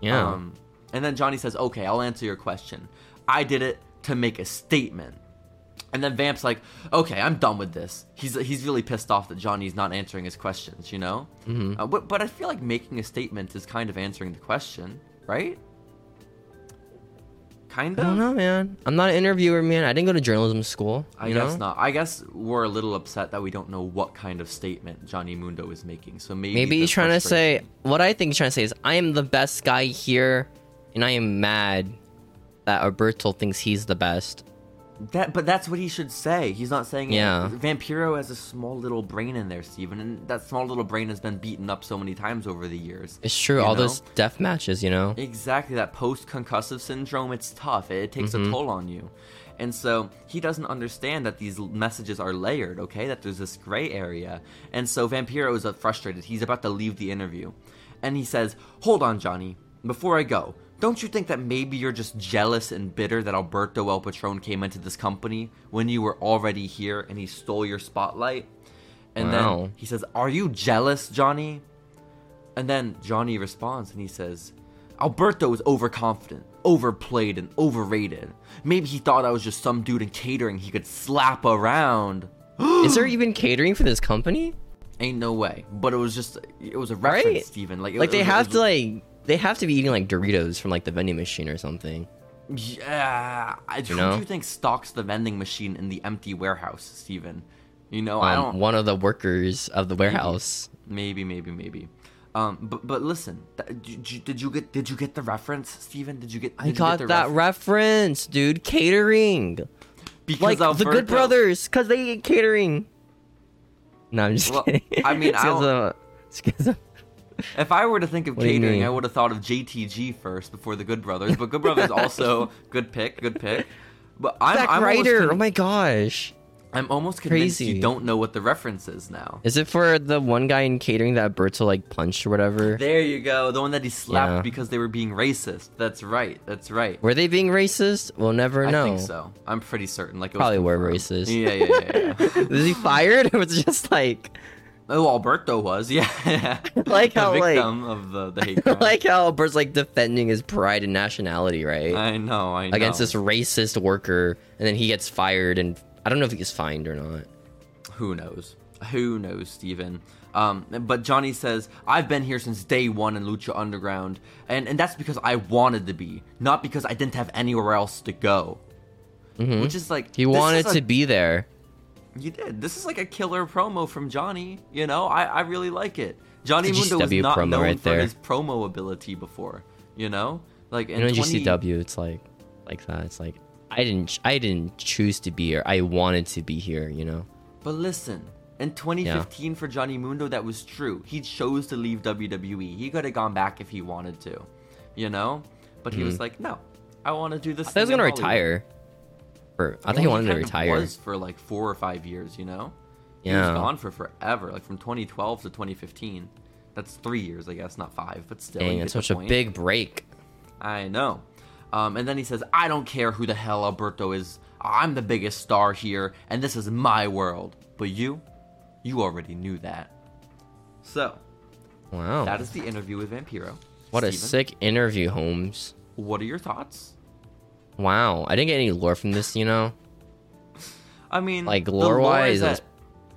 [SPEAKER 2] Yeah.
[SPEAKER 1] Um, and then Johnny says, Okay, I'll answer your question. I did it to make a statement. And then Vamp's like, okay, I'm done with this. He's he's really pissed off that Johnny's not answering his questions, you know. Mm-hmm. Uh, but but I feel like making a statement is kind of answering the question, right? Kind
[SPEAKER 2] I
[SPEAKER 1] of.
[SPEAKER 2] don't know, man. I'm not an interviewer, man. I didn't go to journalism school.
[SPEAKER 1] I
[SPEAKER 2] you
[SPEAKER 1] guess
[SPEAKER 2] know?
[SPEAKER 1] not. I guess we're a little upset that we don't know what kind of statement Johnny Mundo is making. So maybe
[SPEAKER 2] Maybe
[SPEAKER 1] the
[SPEAKER 2] he's trying to say
[SPEAKER 1] frustration-
[SPEAKER 2] what I think he's trying to say is I am the best guy here, and I am mad that Alberto thinks he's the best.
[SPEAKER 1] that, but that's what he should say. He's not saying. it.
[SPEAKER 2] Yeah.
[SPEAKER 1] Vampiro has a small little brain in there, Steven, and that small little brain has been beaten up so many times over the years.
[SPEAKER 2] It's true.
[SPEAKER 1] you
[SPEAKER 2] all
[SPEAKER 1] know?
[SPEAKER 2] those death matches, you know.
[SPEAKER 1] Exactly, that post concussive syndrome, it's tough. It, it takes a toll on you. And so he doesn't understand that these l- messages are layered, okay? That there's this gray area. And so Vampiro is uh, frustrated. He's about to leave the interview. And he says, Hold on, Johnny. Before I go, don't you think that maybe you're just jealous and bitter that Alberto El Patron came into this company when you were already here and he stole your spotlight? And
[SPEAKER 2] Wow.
[SPEAKER 1] then he says, Are you jealous, Johnny? And then Johnny responds and he says, Alberto is overconfident, overplayed, and overrated. Maybe he thought I was just some dude in catering he could slap around.
[SPEAKER 2] Is there even catering for this company?
[SPEAKER 1] Ain't no way. But it was just, it was a reference,
[SPEAKER 2] Right.
[SPEAKER 1] Steven. Like, it,
[SPEAKER 2] Like
[SPEAKER 1] it
[SPEAKER 2] they
[SPEAKER 1] was-
[SPEAKER 2] have
[SPEAKER 1] it
[SPEAKER 2] to
[SPEAKER 1] was-
[SPEAKER 2] like they have to be eating like Doritos from like the vending machine or something.
[SPEAKER 1] Yeah. I, who
[SPEAKER 2] know?
[SPEAKER 1] do you think stocks the vending machine in the empty warehouse, Steven? You know, I don't.
[SPEAKER 2] Um, one of the workers of the warehouse.
[SPEAKER 1] Maybe, maybe, maybe. Um, but but listen, th- did you, did you get did you get the reference, Steven? Did you get?
[SPEAKER 2] I
[SPEAKER 1] did you get
[SPEAKER 2] got
[SPEAKER 1] the
[SPEAKER 2] that
[SPEAKER 1] ref-
[SPEAKER 2] reference, dude. Catering,
[SPEAKER 1] because
[SPEAKER 2] like the Good
[SPEAKER 1] Alberto-
[SPEAKER 2] Brothers, cause they eat catering. No, I'm just
[SPEAKER 1] Well,
[SPEAKER 2] kidding.
[SPEAKER 1] I
[SPEAKER 2] [laughs]
[SPEAKER 1] mean,
[SPEAKER 2] It's
[SPEAKER 1] I
[SPEAKER 2] 'cause
[SPEAKER 1] don't-
[SPEAKER 2] of- it's 'cause of-
[SPEAKER 1] If I were to think of
[SPEAKER 2] do you
[SPEAKER 1] catering,
[SPEAKER 2] mean?
[SPEAKER 1] I would have thought of JTG first before the Good Brothers. But
[SPEAKER 2] [laughs]
[SPEAKER 1] Good Brothers also good pick, good pick. But I'm,
[SPEAKER 2] Zack
[SPEAKER 1] I'm almost
[SPEAKER 2] Ryder.
[SPEAKER 1] con-
[SPEAKER 2] oh my gosh.
[SPEAKER 1] I'm almost convinced
[SPEAKER 2] Crazy.
[SPEAKER 1] you don't know what the reference is now.
[SPEAKER 2] Is it for the one guy in catering that Berto like punched or whatever?
[SPEAKER 1] There you go. The one that he slapped
[SPEAKER 2] Yeah.
[SPEAKER 1] because they were being racist. That's right. That's right.
[SPEAKER 2] Were they being racist? We'll never
[SPEAKER 1] I
[SPEAKER 2] know.
[SPEAKER 1] think so. I'm pretty certain. Like it
[SPEAKER 2] Probably
[SPEAKER 1] was
[SPEAKER 2] were
[SPEAKER 1] confirmed.
[SPEAKER 2] racist.
[SPEAKER 1] Yeah, yeah,
[SPEAKER 2] [laughs]
[SPEAKER 1] yeah. [laughs] yeah.
[SPEAKER 2] [laughs] Was he fired or was it just like [laughs]
[SPEAKER 1] oh, Alberto was. [laughs] Yeah.
[SPEAKER 2] Like
[SPEAKER 1] the
[SPEAKER 2] how, like-
[SPEAKER 1] victim of the, the hate crime.
[SPEAKER 2] [laughs] like how Bert's like defending his pride and nationality, right?
[SPEAKER 1] I know. I know.
[SPEAKER 2] Against this racist worker, and then he gets fired, and I don't know if he gets fined or not.
[SPEAKER 1] Who knows? Who knows, Steven? Um, but Johnny says, I've been here since day one in Lucha Underground, and, and that's because I wanted to be, not because I didn't have anywhere else to go. Which is like
[SPEAKER 2] Mm-hmm. He
[SPEAKER 1] this is
[SPEAKER 2] wanted
[SPEAKER 1] a-
[SPEAKER 2] to be there.
[SPEAKER 1] You did. This is like a killer promo from Johnny. You know, I, I really like it. Johnny
[SPEAKER 2] It's a
[SPEAKER 1] Mundo was
[SPEAKER 2] GCW
[SPEAKER 1] not
[SPEAKER 2] promo
[SPEAKER 1] known
[SPEAKER 2] right
[SPEAKER 1] for
[SPEAKER 2] there.
[SPEAKER 1] his promo ability before. You know, like in
[SPEAKER 2] You know, in
[SPEAKER 1] 20
[SPEAKER 2] GCW, it's like like that. It's like I didn't, I didn't choose to be here. I wanted to be here. You know.
[SPEAKER 1] But listen, in 2015 for Johnny Mundo, that was true. He chose to leave WWE. He could have gone back if he wanted to, you know. But he was like, no, I want to do this.
[SPEAKER 2] Mm-hmm. I was
[SPEAKER 1] thing in
[SPEAKER 2] gonna
[SPEAKER 1] Hollywood."
[SPEAKER 2] retire. Or I
[SPEAKER 1] Yeah,
[SPEAKER 2] think he wanted to
[SPEAKER 1] kind of
[SPEAKER 2] retire.
[SPEAKER 1] Was for like four or five years, you know. He
[SPEAKER 2] Yeah.
[SPEAKER 1] was gone for forever, like from 2012 to 2015. That's three years, I guess, not five, but still. you
[SPEAKER 2] Dang,
[SPEAKER 1] get
[SPEAKER 2] that's
[SPEAKER 1] the
[SPEAKER 2] such a
[SPEAKER 1] point.
[SPEAKER 2] big break.
[SPEAKER 1] I know. Um, and then he says, I don't care who the hell Alberto is. I'm the biggest star here, and this is my world. But you, you already knew that. So,
[SPEAKER 2] Wow,
[SPEAKER 1] that is the interview with Vampiro.
[SPEAKER 2] what a
[SPEAKER 1] Steven,
[SPEAKER 2] sick interview, Holmes.
[SPEAKER 1] What are your thoughts?
[SPEAKER 2] Wow, I didn't get any lore from this. You know,
[SPEAKER 1] I mean,
[SPEAKER 2] like
[SPEAKER 1] the lore
[SPEAKER 2] lore wise,
[SPEAKER 1] is
[SPEAKER 2] it was
[SPEAKER 1] that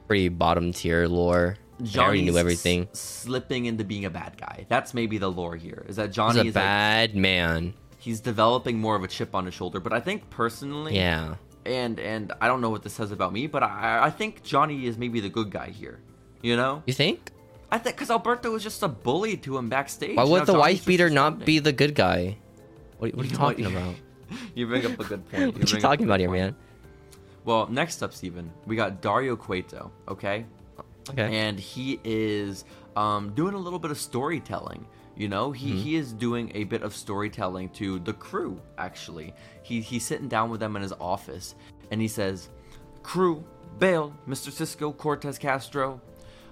[SPEAKER 2] pretty bottom tier lore. I already
[SPEAKER 1] Johnny's
[SPEAKER 2] knew everything.
[SPEAKER 1] s- slipping into being a bad guy. That's maybe the lore here. Is that
[SPEAKER 2] He's
[SPEAKER 1] Johnny
[SPEAKER 2] a
[SPEAKER 1] is like,
[SPEAKER 2] bad man.
[SPEAKER 1] he's developing more of a chip on his shoulder. But I think personally,
[SPEAKER 2] Yeah.
[SPEAKER 1] and and I don't know what this says about me, but I I think Johnny is maybe the good guy here. You know,
[SPEAKER 2] You think?
[SPEAKER 1] I think because Alberto was just a bully to him backstage.
[SPEAKER 2] Why
[SPEAKER 1] Now
[SPEAKER 2] would the
[SPEAKER 1] Johnny's
[SPEAKER 2] wife
[SPEAKER 1] just
[SPEAKER 2] beater not
[SPEAKER 1] responding.
[SPEAKER 2] be the good guy? What, what are you
[SPEAKER 1] know
[SPEAKER 2] talking
[SPEAKER 1] what? [laughs]
[SPEAKER 2] about?
[SPEAKER 1] you bring up
[SPEAKER 2] [laughs]
[SPEAKER 1] a good point.
[SPEAKER 2] What are you
[SPEAKER 1] bring up a
[SPEAKER 2] talking
[SPEAKER 1] good
[SPEAKER 2] about here,
[SPEAKER 1] point.
[SPEAKER 2] man?
[SPEAKER 1] Well, next up, Steven, we got Dario Cueto. Okay,
[SPEAKER 2] Okay.
[SPEAKER 1] and he is um, doing a little bit of storytelling. You know, he, he is doing a bit of storytelling to the crew, actually. He, he's sitting down with them in his office and he says, Crew, bail, Mr. Cisco, Cortez Castro.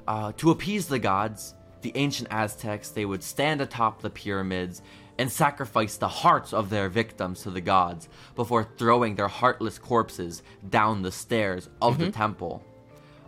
[SPEAKER 1] Uh, to appease the gods, the ancient Aztecs, they would stand atop the pyramids and sacrifice the hearts of their victims to the gods before throwing their heartless corpses down the stairs of the temple.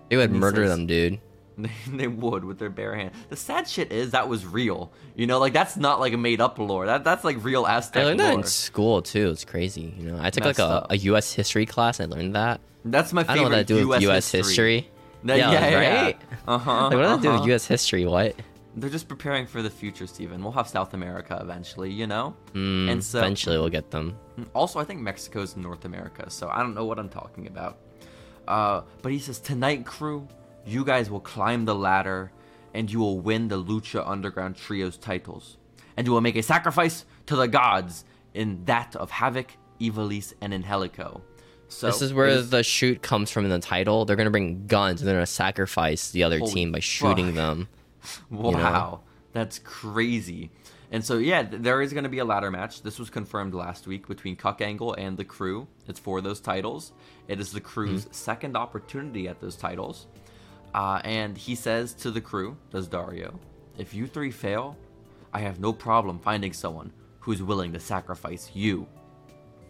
[SPEAKER 2] They would
[SPEAKER 1] he
[SPEAKER 2] murder
[SPEAKER 1] says-
[SPEAKER 2] them, dude.
[SPEAKER 1] [laughs] They, they would with their bare hand. The sad shit is that was real. You know, like that's not like a made up lore. That that's like real
[SPEAKER 2] I
[SPEAKER 1] Aztec
[SPEAKER 2] learned that
[SPEAKER 1] lore.
[SPEAKER 2] in school too. It's crazy. You know, I took like
[SPEAKER 1] Messed
[SPEAKER 2] a,
[SPEAKER 1] up.
[SPEAKER 2] a U.S. history class. and I learned that.
[SPEAKER 1] That's my
[SPEAKER 2] I don't know
[SPEAKER 1] favorite
[SPEAKER 2] what that do with U.S.
[SPEAKER 1] US,
[SPEAKER 2] history.
[SPEAKER 1] That- yeah, yeah,
[SPEAKER 2] right.
[SPEAKER 1] Uh huh.
[SPEAKER 2] [laughs] Like, what does that do with U.S. history? What?
[SPEAKER 1] They're just preparing for the future, Steven. We'll have South America eventually, you know.
[SPEAKER 2] Mm,
[SPEAKER 1] and so, Oh,
[SPEAKER 2] eventually, we'll get them.
[SPEAKER 1] also, I think Mexico's North America, so I don't know what I'm talking about. Uh, but he says, Tonight, crew, you guys will climb the ladder and you will win the Lucha Underground Trio's titles. And you will make a sacrifice to the gods in that of Havoc, Evilis, and Inhelico. So
[SPEAKER 2] This is where
[SPEAKER 1] it
[SPEAKER 2] the shoot comes from in the title. They're gonna bring guns and they're gonna sacrifice the other
[SPEAKER 1] Holy
[SPEAKER 2] team by shooting
[SPEAKER 1] fuck.
[SPEAKER 2] them.
[SPEAKER 1] Wow, that's crazy. And so, yeah, th- there is going to be a ladder match. This was confirmed last week between Cuck Angle and the crew. It's for those titles. It is the crew's
[SPEAKER 2] Mm-hmm.
[SPEAKER 1] second opportunity at those titles. Uh, and he says to the crew, does Dario, if you three fail, I have no problem finding someone who's willing to sacrifice you.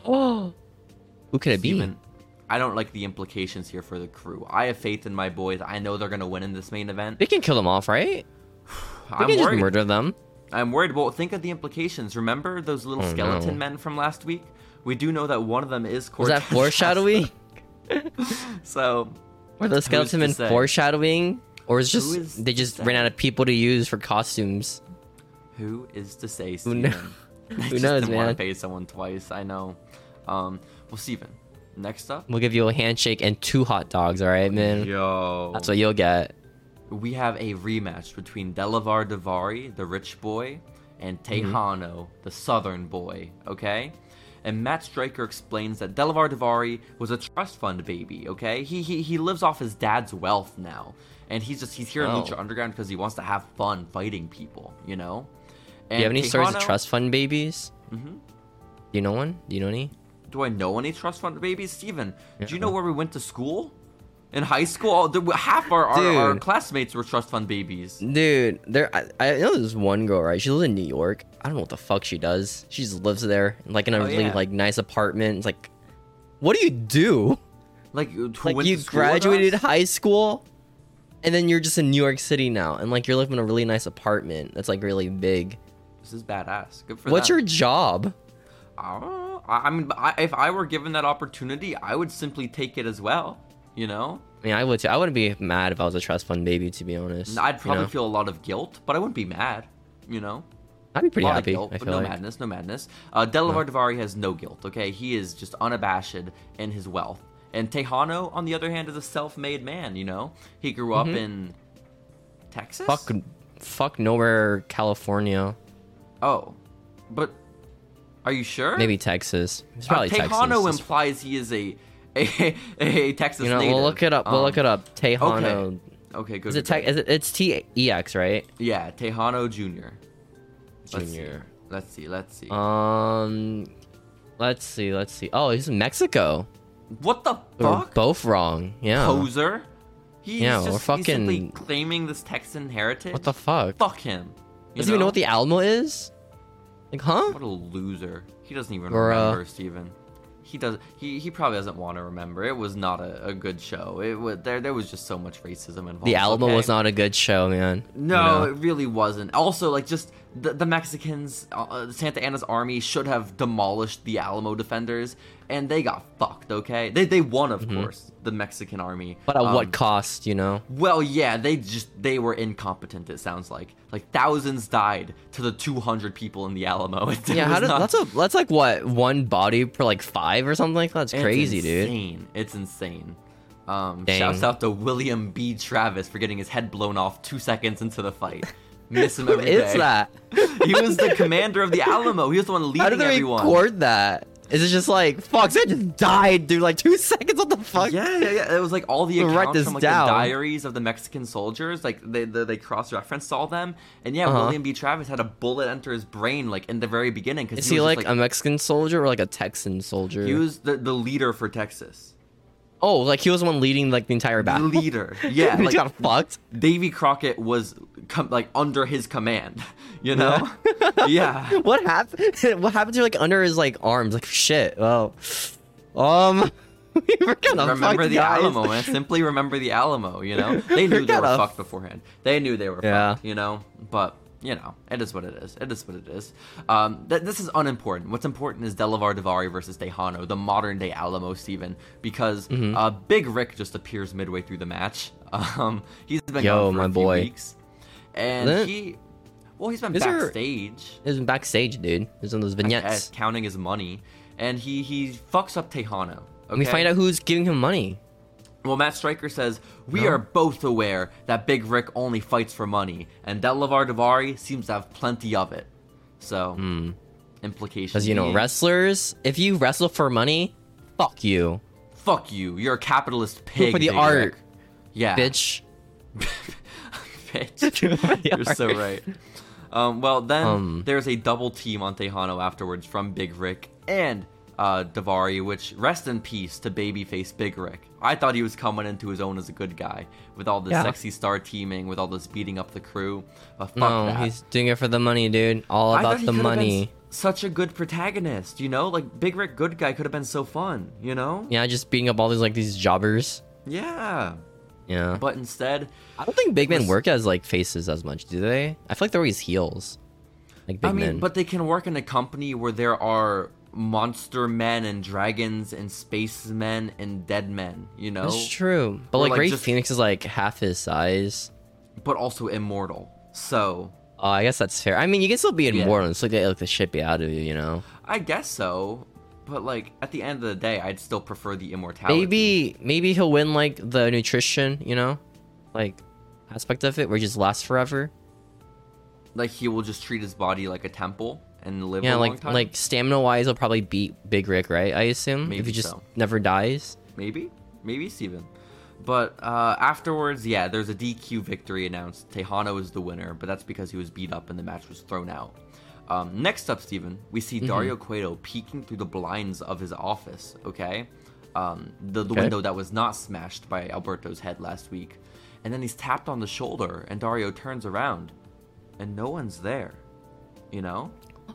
[SPEAKER 2] Oh, who could it be?
[SPEAKER 1] Even, I don't like the implications here for the crew. I have faith in my boys. I know they're going to win in this main event.
[SPEAKER 2] They can kill them off, right? They
[SPEAKER 1] I'm
[SPEAKER 2] can just
[SPEAKER 1] worried.
[SPEAKER 2] murder them.
[SPEAKER 1] I'm worried. Well, think of the implications. Remember those little
[SPEAKER 2] Oh,
[SPEAKER 1] skeleton
[SPEAKER 2] no.
[SPEAKER 1] men from last week? We do know that one of them is
[SPEAKER 2] Was
[SPEAKER 1] Cortez.
[SPEAKER 2] that foreshadowing?
[SPEAKER 1] [laughs] So,
[SPEAKER 2] Were those skeleton
[SPEAKER 1] to
[SPEAKER 2] men
[SPEAKER 1] say?
[SPEAKER 2] foreshadowing, or is
[SPEAKER 1] Who is
[SPEAKER 2] just they
[SPEAKER 1] to
[SPEAKER 2] just
[SPEAKER 1] say?
[SPEAKER 2] ran out of people to use for costumes?
[SPEAKER 1] who is to say, Steven?
[SPEAKER 2] kno- [laughs]
[SPEAKER 1] I
[SPEAKER 2] who
[SPEAKER 1] just
[SPEAKER 2] knows,
[SPEAKER 1] didn't want to
[SPEAKER 2] man?
[SPEAKER 1] pay someone twice. I know. Um, well, Steven, next up.
[SPEAKER 2] We'll give you a handshake and two hot dogs. All right, man.
[SPEAKER 1] Yo.
[SPEAKER 2] That's what you'll get.
[SPEAKER 1] we have a rematch between Delavar Davari, the rich boy, and
[SPEAKER 2] Mm-hmm.
[SPEAKER 1] Tejano, the southern boy, okay? And Matt Stryker explains that Delavar Davari was a trust fund baby, okay? He he, he lives off his dad's wealth now. And he's just he's here in
[SPEAKER 2] Oh.
[SPEAKER 1] Lucha Underground because he wants to have fun fighting people, you know?
[SPEAKER 2] Do
[SPEAKER 1] And
[SPEAKER 2] you have any stories of
[SPEAKER 1] Tejano-
[SPEAKER 2] trust fund babies? Mm-hmm. Do you know one? Do you know any?
[SPEAKER 1] Do I know any trust fund babies? Steven, do you know where we went to school? In high school, all, the, half our, our, our
[SPEAKER 2] Dude.
[SPEAKER 1] classmates were trust fund babies.
[SPEAKER 2] Dude, there. I, I know there's one girl, right? She lives in New York. I don't know what the fuck she does. She just lives there, like in a
[SPEAKER 1] Oh,
[SPEAKER 2] really
[SPEAKER 1] yeah.
[SPEAKER 2] like nice apartment. It's like, what do you do?
[SPEAKER 1] Like, who went
[SPEAKER 2] Like
[SPEAKER 1] to
[SPEAKER 2] you
[SPEAKER 1] school with us?
[SPEAKER 2] graduated high school, and then you're just in New York City now, and like you're living in a really nice apartment that's like really big.
[SPEAKER 1] This is badass. Good for
[SPEAKER 2] What's
[SPEAKER 1] them.
[SPEAKER 2] your job?
[SPEAKER 1] I don't know. I, I mean, I, if I were given that opportunity, I would simply take it as well. You know,
[SPEAKER 2] I mean, I would. Too. I wouldn't be mad if I was a trust fund baby, to be honest.
[SPEAKER 1] And I'd
[SPEAKER 2] you
[SPEAKER 1] probably
[SPEAKER 2] know?
[SPEAKER 1] feel a lot of guilt, but I wouldn't be mad. You know,
[SPEAKER 2] I'd be pretty
[SPEAKER 1] lot of
[SPEAKER 2] happy.
[SPEAKER 1] guilt,
[SPEAKER 2] I
[SPEAKER 1] but
[SPEAKER 2] feel
[SPEAKER 1] no
[SPEAKER 2] like.
[SPEAKER 1] madness, no madness. Uh, Delavar Davari has no guilt. Okay, he is just unabashed in his wealth. And Tejano, on the other hand, is a self-made man. You know, he grew
[SPEAKER 2] Mm-hmm.
[SPEAKER 1] up in Texas.
[SPEAKER 2] Fuck, fuck nowhere, California,
[SPEAKER 1] Oh, but are you sure?
[SPEAKER 2] maybe Texas. It's
[SPEAKER 1] Uh,
[SPEAKER 2] probably Texas.
[SPEAKER 1] Tejano
[SPEAKER 2] It's-
[SPEAKER 1] implies he is a a, [laughs] a Texas.
[SPEAKER 2] You know, we'll
[SPEAKER 1] native.
[SPEAKER 2] look it up. We'll
[SPEAKER 1] Um,
[SPEAKER 2] look it up. Tejano.
[SPEAKER 1] Okay. Okay. Good.
[SPEAKER 2] Is it,
[SPEAKER 1] good,
[SPEAKER 2] te-
[SPEAKER 1] good.
[SPEAKER 2] is it it's T E X, right?
[SPEAKER 1] Yeah, Tejano Jr. Let's
[SPEAKER 2] Junior. Uh,
[SPEAKER 1] See. Let's see. Let's see.
[SPEAKER 2] Um let's see, let's see. Oh, he's in Mexico.
[SPEAKER 1] what the
[SPEAKER 2] We We're
[SPEAKER 1] fuck?
[SPEAKER 2] both wrong. Yeah.
[SPEAKER 1] Poser. He's
[SPEAKER 2] Yeah,
[SPEAKER 1] just
[SPEAKER 2] we're
[SPEAKER 1] he's simply
[SPEAKER 2] fucking-
[SPEAKER 1] claiming this Texan heritage.
[SPEAKER 2] What the fuck?
[SPEAKER 1] fuck him? You
[SPEAKER 2] Does he even
[SPEAKER 1] know?
[SPEAKER 2] know what the Alamo is? Like, huh?
[SPEAKER 1] What a loser. He doesn't even
[SPEAKER 2] Bruh.
[SPEAKER 1] remember Steven. He does. He, he probably doesn't want to remember. It was not a, a good show. It was there. There was just so much racism involved.
[SPEAKER 2] The Alamo
[SPEAKER 1] okay?
[SPEAKER 2] was not a good show, man. You
[SPEAKER 1] No,
[SPEAKER 2] know?
[SPEAKER 1] it really wasn't. Also, like just the, the Mexicans, uh, Santa Anna's army should have demolished the Alamo defenders, and they got fucked. Okay, they they won, of course, the Mexican army.
[SPEAKER 2] Mm-hmm. But at
[SPEAKER 1] Um,
[SPEAKER 2] what cost, you know?
[SPEAKER 1] Well, yeah, they just they were incompetent. It sounds like like thousands died to the two hundred people in the Alamo. [laughs] It
[SPEAKER 2] Yeah, how
[SPEAKER 1] was
[SPEAKER 2] does
[SPEAKER 1] not-
[SPEAKER 2] that's a that's like what one body per like five or something like that? That's crazy,
[SPEAKER 1] it's
[SPEAKER 2] dude.
[SPEAKER 1] insane. It's insane. Um,
[SPEAKER 2] Dang.
[SPEAKER 1] shouts out to William B. Travis for getting his head blown off two seconds into the fight. Miss him
[SPEAKER 2] Who
[SPEAKER 1] every day.
[SPEAKER 2] is that?
[SPEAKER 1] [laughs] he was the commander of the Alamo. He was the one leading
[SPEAKER 2] How do they
[SPEAKER 1] everyone.
[SPEAKER 2] record that? Is it just like Fox? I just died, dude. Like two [laughs] seconds. What the fuck?
[SPEAKER 1] Yeah, yeah, yeah. It was like all the
[SPEAKER 2] Write
[SPEAKER 1] accounts
[SPEAKER 2] this
[SPEAKER 1] from like
[SPEAKER 2] down.
[SPEAKER 1] the diaries of the Mexican soldiers. Like they they, they cross referenced all them, and yeah,
[SPEAKER 2] Uh-huh.
[SPEAKER 1] William B. Travis had a bullet enter his brain like in the very beginning because
[SPEAKER 2] Is
[SPEAKER 1] he,
[SPEAKER 2] he
[SPEAKER 1] was
[SPEAKER 2] like,
[SPEAKER 1] just,
[SPEAKER 2] a Mexican soldier or like a Texan soldier?
[SPEAKER 1] he was the, the leader for Texas.
[SPEAKER 2] oh, like he was the one leading like the entire
[SPEAKER 1] The
[SPEAKER 2] battle. [laughs]
[SPEAKER 1] leader, yeah.
[SPEAKER 2] he
[SPEAKER 1] Like,
[SPEAKER 2] got fucked.
[SPEAKER 1] [laughs] Davy Crockett was com- like under his command, [laughs] you know?
[SPEAKER 2] [laughs]
[SPEAKER 1] yeah.
[SPEAKER 2] What happened? [laughs] What happened to like under his like arms? Like shit. Well, um, [laughs] we were kind of
[SPEAKER 1] remember
[SPEAKER 2] fucked,
[SPEAKER 1] the
[SPEAKER 2] guys.
[SPEAKER 1] Alamo, eh? man. Simply remember the Alamo, you
[SPEAKER 2] [laughs]
[SPEAKER 1] know? They knew they
[SPEAKER 2] Got
[SPEAKER 1] were
[SPEAKER 2] a-
[SPEAKER 1] fucked beforehand. They knew they were
[SPEAKER 2] Yeah.
[SPEAKER 1] fucked, you know? But, you know, it is what it is. It is what it is. Um, th- this is unimportant. What's important is Delavar Davari versus Tejano, the modern day Alamo Steven, because
[SPEAKER 2] Mm-hmm.
[SPEAKER 1] uh, Big Rick just appears midway through the match. [laughs] Um, he's been
[SPEAKER 2] Yo,
[SPEAKER 1] gone for
[SPEAKER 2] my
[SPEAKER 1] a few
[SPEAKER 2] boy.
[SPEAKER 1] weeks. And
[SPEAKER 2] Isn't it-
[SPEAKER 1] he. Well, he's been
[SPEAKER 2] Is there-
[SPEAKER 1] backstage.
[SPEAKER 2] [laughs] It was backstage, dude. It was on those
[SPEAKER 1] at
[SPEAKER 2] vignettes.
[SPEAKER 1] counting his money, and he he fucks up Tejano. Okay?
[SPEAKER 2] And We find out who's giving him money.
[SPEAKER 1] Well, Matt Stryker says we
[SPEAKER 2] No.
[SPEAKER 1] are both aware that Big Rick only fights for money, and Delavar Davari seems to have plenty of it. So, implication.
[SPEAKER 2] Because you Hmm. know,
[SPEAKER 1] being,
[SPEAKER 2] wrestlers. If you wrestle for money, fuck you,
[SPEAKER 1] Fuck you. You're a capitalist pig.
[SPEAKER 2] for the
[SPEAKER 1] Big
[SPEAKER 2] art,
[SPEAKER 1] Rick. Yeah.
[SPEAKER 2] bitch.
[SPEAKER 1] [laughs] Bitch.
[SPEAKER 2] [laughs]
[SPEAKER 1] You're so right. Um, well, then
[SPEAKER 2] Um.
[SPEAKER 1] there's a double team on Tejano afterwards from Big Rick and uh, Davari, which rest in peace to babyface Big Rick. I thought he was coming into his own as a good guy with all this
[SPEAKER 2] Yeah.
[SPEAKER 1] sexy star teaming, with all this beating up the crew. But fuck
[SPEAKER 2] No,
[SPEAKER 1] that.
[SPEAKER 2] he's doing it for the money, dude. All
[SPEAKER 1] I thought
[SPEAKER 2] about
[SPEAKER 1] he
[SPEAKER 2] the
[SPEAKER 1] could've been
[SPEAKER 2] money.
[SPEAKER 1] s- such a good protagonist, you know? Like, Big Rick, good guy, could have been so fun, you know?
[SPEAKER 2] Yeah, just beating up all these like these jobbers.
[SPEAKER 1] Yeah.
[SPEAKER 2] Yeah.
[SPEAKER 1] But instead,
[SPEAKER 2] I don't think big men
[SPEAKER 1] Res-
[SPEAKER 2] work as like faces as much, do they? I feel like they're always heels. Like big
[SPEAKER 1] I mean,
[SPEAKER 2] men.
[SPEAKER 1] but they can work in a company where there are monster men and dragons and spacemen and dead men, you know,
[SPEAKER 2] That's true. But Oh.
[SPEAKER 1] Or,
[SPEAKER 2] like,
[SPEAKER 1] like,
[SPEAKER 2] Ray
[SPEAKER 1] just-
[SPEAKER 2] Phoenix is like half his size.
[SPEAKER 1] but also immortal. So
[SPEAKER 2] Oh, I guess that's fair. I mean, you can still be
[SPEAKER 1] Yeah.
[SPEAKER 2] immortal. It's like they like the shit be out of you, you know.
[SPEAKER 1] I guess so. But like at the end of the day, I'd still prefer the immortality.
[SPEAKER 2] Maybe maybe he'll win like the nutrition, you know, like aspect of it where he just lasts forever.
[SPEAKER 1] like he will just treat his body like a temple and live
[SPEAKER 2] Yeah,
[SPEAKER 1] a long
[SPEAKER 2] like
[SPEAKER 1] time.
[SPEAKER 2] like stamina wise, he'll probably beat Big Rick, right? I assume if
[SPEAKER 1] Maybe
[SPEAKER 2] he just
[SPEAKER 1] so.
[SPEAKER 2] never dies.
[SPEAKER 1] maybe, maybe Steven. But uh, afterwards, yeah, there's a DQ victory announced. Tejano is the winner, but that's because he was beat up and the match was thrown out. Um, next up, Steven, we see Dario Cueto peeking through the blinds of his office, okay? um, the, the
[SPEAKER 2] Okay.
[SPEAKER 1] window that was not smashed by Alberto's head last week. And then he's tapped on the shoulder, and Dario turns around, and no one's there. You know,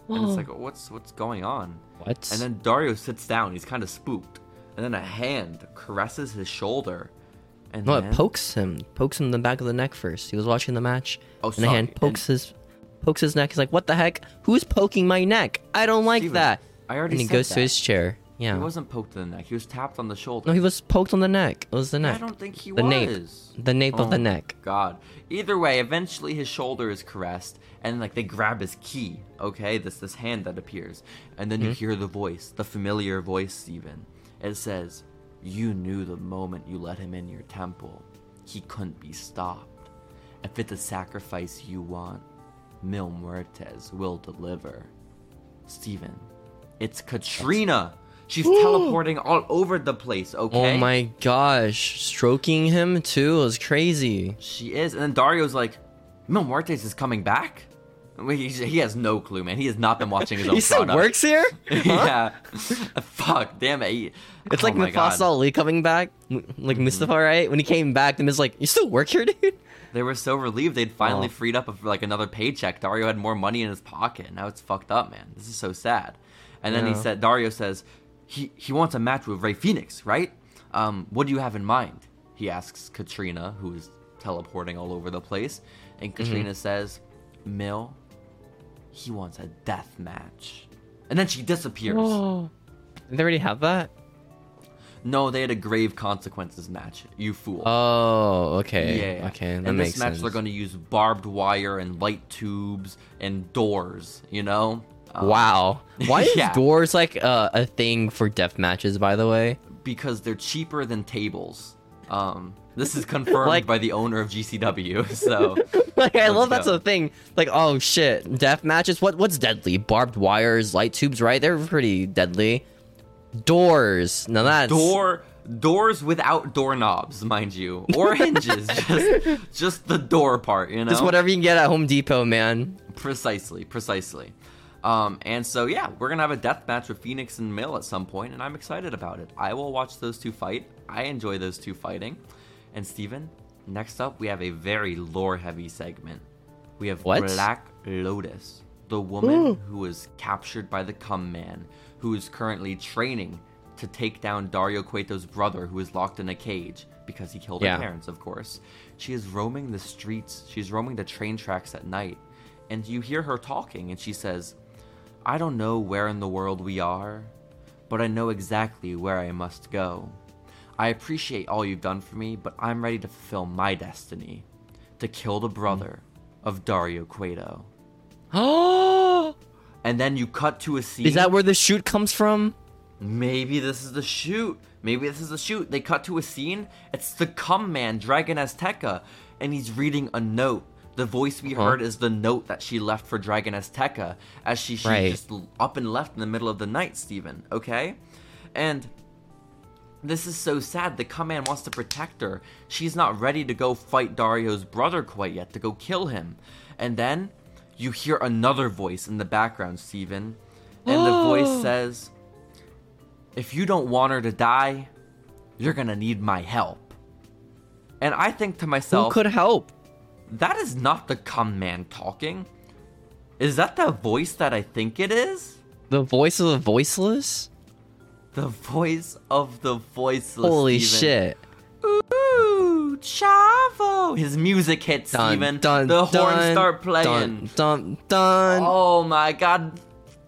[SPEAKER 1] and it's like, what's what's going on?
[SPEAKER 2] What?
[SPEAKER 1] And then Dario sits down. He's kind of spooked, and then a hand caresses his shoulder, and
[SPEAKER 2] no,
[SPEAKER 1] then,
[SPEAKER 2] it pokes him. Pokes him in the back of the neck first. He was watching the match.
[SPEAKER 1] Oh,
[SPEAKER 2] and the hand
[SPEAKER 1] sorry,
[SPEAKER 2] pokes his pokes his neck. He's like, "What the heck? Who's poking my neck? I don't like
[SPEAKER 1] Steven,
[SPEAKER 2] that."
[SPEAKER 1] I already
[SPEAKER 2] And he
[SPEAKER 1] said
[SPEAKER 2] goes
[SPEAKER 1] that.
[SPEAKER 2] to his chair. Yeah.
[SPEAKER 1] He wasn't poked in the neck. He was tapped on the shoulder.
[SPEAKER 2] no, he was poked on the neck. It was the neck.
[SPEAKER 1] I don't think he
[SPEAKER 2] the
[SPEAKER 1] was.
[SPEAKER 2] nape. The nape of the
[SPEAKER 1] Oh,
[SPEAKER 2] neck.
[SPEAKER 1] God. Either way, eventually his shoulder is caressed, and like they grab his key. Okay, this this hand that appears, and then you
[SPEAKER 2] Mm-hmm.
[SPEAKER 1] hear the voice, the familiar voice, even. It says, "You knew the moment you let him in your temple, he couldn't be stopped. If it's a sacrifice you want, Mil Muertes will deliver." Steven, it's Katrina. She's
[SPEAKER 2] [gasps]
[SPEAKER 1] teleporting all over the place. Okay.
[SPEAKER 2] Oh my gosh, stroking him too was crazy.
[SPEAKER 1] She is, and then Dario's like, "Mil Muertes is coming back." And we- He he has no clue, man. He has not been
[SPEAKER 2] [laughs]
[SPEAKER 1] watching his own
[SPEAKER 2] He still
[SPEAKER 1] product.
[SPEAKER 2] works here.
[SPEAKER 1] [laughs] yeah. [laughs] Fuck, damn it. He-
[SPEAKER 2] It's
[SPEAKER 1] oh
[SPEAKER 2] like
[SPEAKER 1] my God. Mm-hmm.
[SPEAKER 2] Mufasa Ali coming back, m- like Mustafa, right? When he came back, then it's like, "You still work here, [laughs]
[SPEAKER 1] [gasps]
[SPEAKER 2] dude?"
[SPEAKER 1] They were so relieved they'd finally
[SPEAKER 2] Oh.
[SPEAKER 1] freed up of, like another paycheck. Dario had more money in his pocket. Now it's fucked up, man. This is so sad. And then he
[SPEAKER 2] Yeah.
[SPEAKER 1] said, Dario says, he he wants a match with Ray Phoenix, right? Um, what do you have in mind? He asks Katrina, who is teleporting all over the place, and
[SPEAKER 2] Mm-hmm.
[SPEAKER 1] Katrina says, Mill, he wants a death match. And then she
[SPEAKER 2] [gasps]
[SPEAKER 1] disappears.
[SPEAKER 2] Did they already have that?
[SPEAKER 1] No, they had a grave consequences match. You fool.
[SPEAKER 2] Oh, okay.
[SPEAKER 1] Yeah.
[SPEAKER 2] Okay, that
[SPEAKER 1] In
[SPEAKER 2] makes
[SPEAKER 1] this match,
[SPEAKER 2] sense.
[SPEAKER 1] they're going to use barbed wire and light tubes and doors. You know. Um,
[SPEAKER 2] wow.
[SPEAKER 1] [laughs]
[SPEAKER 2] Why is
[SPEAKER 1] Yeah.
[SPEAKER 2] doors like uh, a thing for death matches? By the way, [laughs]
[SPEAKER 1] Because they're cheaper than tables. Um, this is confirmed
[SPEAKER 2] Like-
[SPEAKER 1] by the owner of GCW. [laughs] So.
[SPEAKER 2] like I
[SPEAKER 1] Let's
[SPEAKER 2] love that's
[SPEAKER 1] go.
[SPEAKER 2] a thing. Like oh shit, death matches. What what's deadly? Barbed wires, light tubes, right? They're pretty deadly. Doors. Now that's
[SPEAKER 1] door doors without doorknobs, mind you, or hinges, [laughs] just just the door part, you know.
[SPEAKER 2] just whatever you can get at Home Depot,
[SPEAKER 1] [gasps]
[SPEAKER 2] man. [gasps]
[SPEAKER 1] Precisely, precisely. Um, and so yeah, we're gonna have a death match with Phoenix and Mill at some point, and I'm excited about it. I will watch those two fight. I enjoy those two fighting. And Steven, next up we have a very lore heavy segment. We have
[SPEAKER 2] What?
[SPEAKER 1] Black Lotus, the woman who was captured by the cum man, who is currently training to take down Dario Cueto's brother, who is locked in a cage because he killed
[SPEAKER 2] Yeah.
[SPEAKER 1] her parents, of course. She is roaming the streets, she's roaming the train tracks at night, and you hear her talking, and she says, I don't know where in the world we are, but I know exactly where I must go. I appreciate all you've done for me, but I'm ready to fulfill my destiny to kill the brother of Dario Cueto.
[SPEAKER 2] Oh.
[SPEAKER 1] And then you cut to a scene.
[SPEAKER 2] Is that where the shoot comes from?
[SPEAKER 1] Maybe this is the shoot. Maybe this is the shoot. They cut to a scene. It's the cum man, Dragon Azteca, and he's reading a note. The voice we
[SPEAKER 2] Uh-huh.
[SPEAKER 1] heard is the note that she left for Dragon Azteca as she, she
[SPEAKER 2] Right.
[SPEAKER 1] just l- up and left in the middle of the night, Steven, okay? And this is so sad. The cum man wants to protect her. She's not ready to go fight Dario's brother quite yet, to go kill him. And then you hear another voice in the background, Steven. And the
[SPEAKER 2] [gasps]
[SPEAKER 1] voice says, If you don't want her to die, you're gonna need my help. And I think to
[SPEAKER 2] Who
[SPEAKER 1] myself,
[SPEAKER 2] could help?
[SPEAKER 1] that is not the cum man talking. Is that the voice that I think it is?
[SPEAKER 2] The voice of the voiceless?
[SPEAKER 1] The voice of the voiceless.
[SPEAKER 2] Holy
[SPEAKER 1] Steven.
[SPEAKER 2] shit.
[SPEAKER 1] Ooh, Chavo! His music hits,
[SPEAKER 2] Dun,
[SPEAKER 1] Steven.
[SPEAKER 2] dun,
[SPEAKER 1] the horns
[SPEAKER 2] dun,
[SPEAKER 1] start playing.
[SPEAKER 2] Dun, dun, dun.
[SPEAKER 1] Oh my god,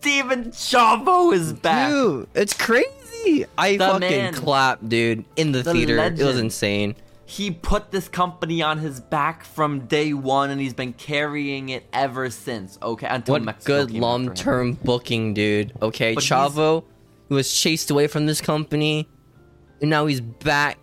[SPEAKER 1] Steven Chavo is back.
[SPEAKER 2] Dude, it's crazy. I
[SPEAKER 1] The
[SPEAKER 2] fucking
[SPEAKER 1] man.
[SPEAKER 2] clapped, dude, in the,
[SPEAKER 1] The
[SPEAKER 2] theater. It was
[SPEAKER 1] legend.
[SPEAKER 2] insane.
[SPEAKER 1] He put this company on his back from day one, and he's been carrying it ever since. Okay, until
[SPEAKER 2] What
[SPEAKER 1] Mexico
[SPEAKER 2] good
[SPEAKER 1] came after him.
[SPEAKER 2] long term booking, dude. Okay,
[SPEAKER 1] But he's-
[SPEAKER 2] Chavo he was chased away from this company, and now he's back.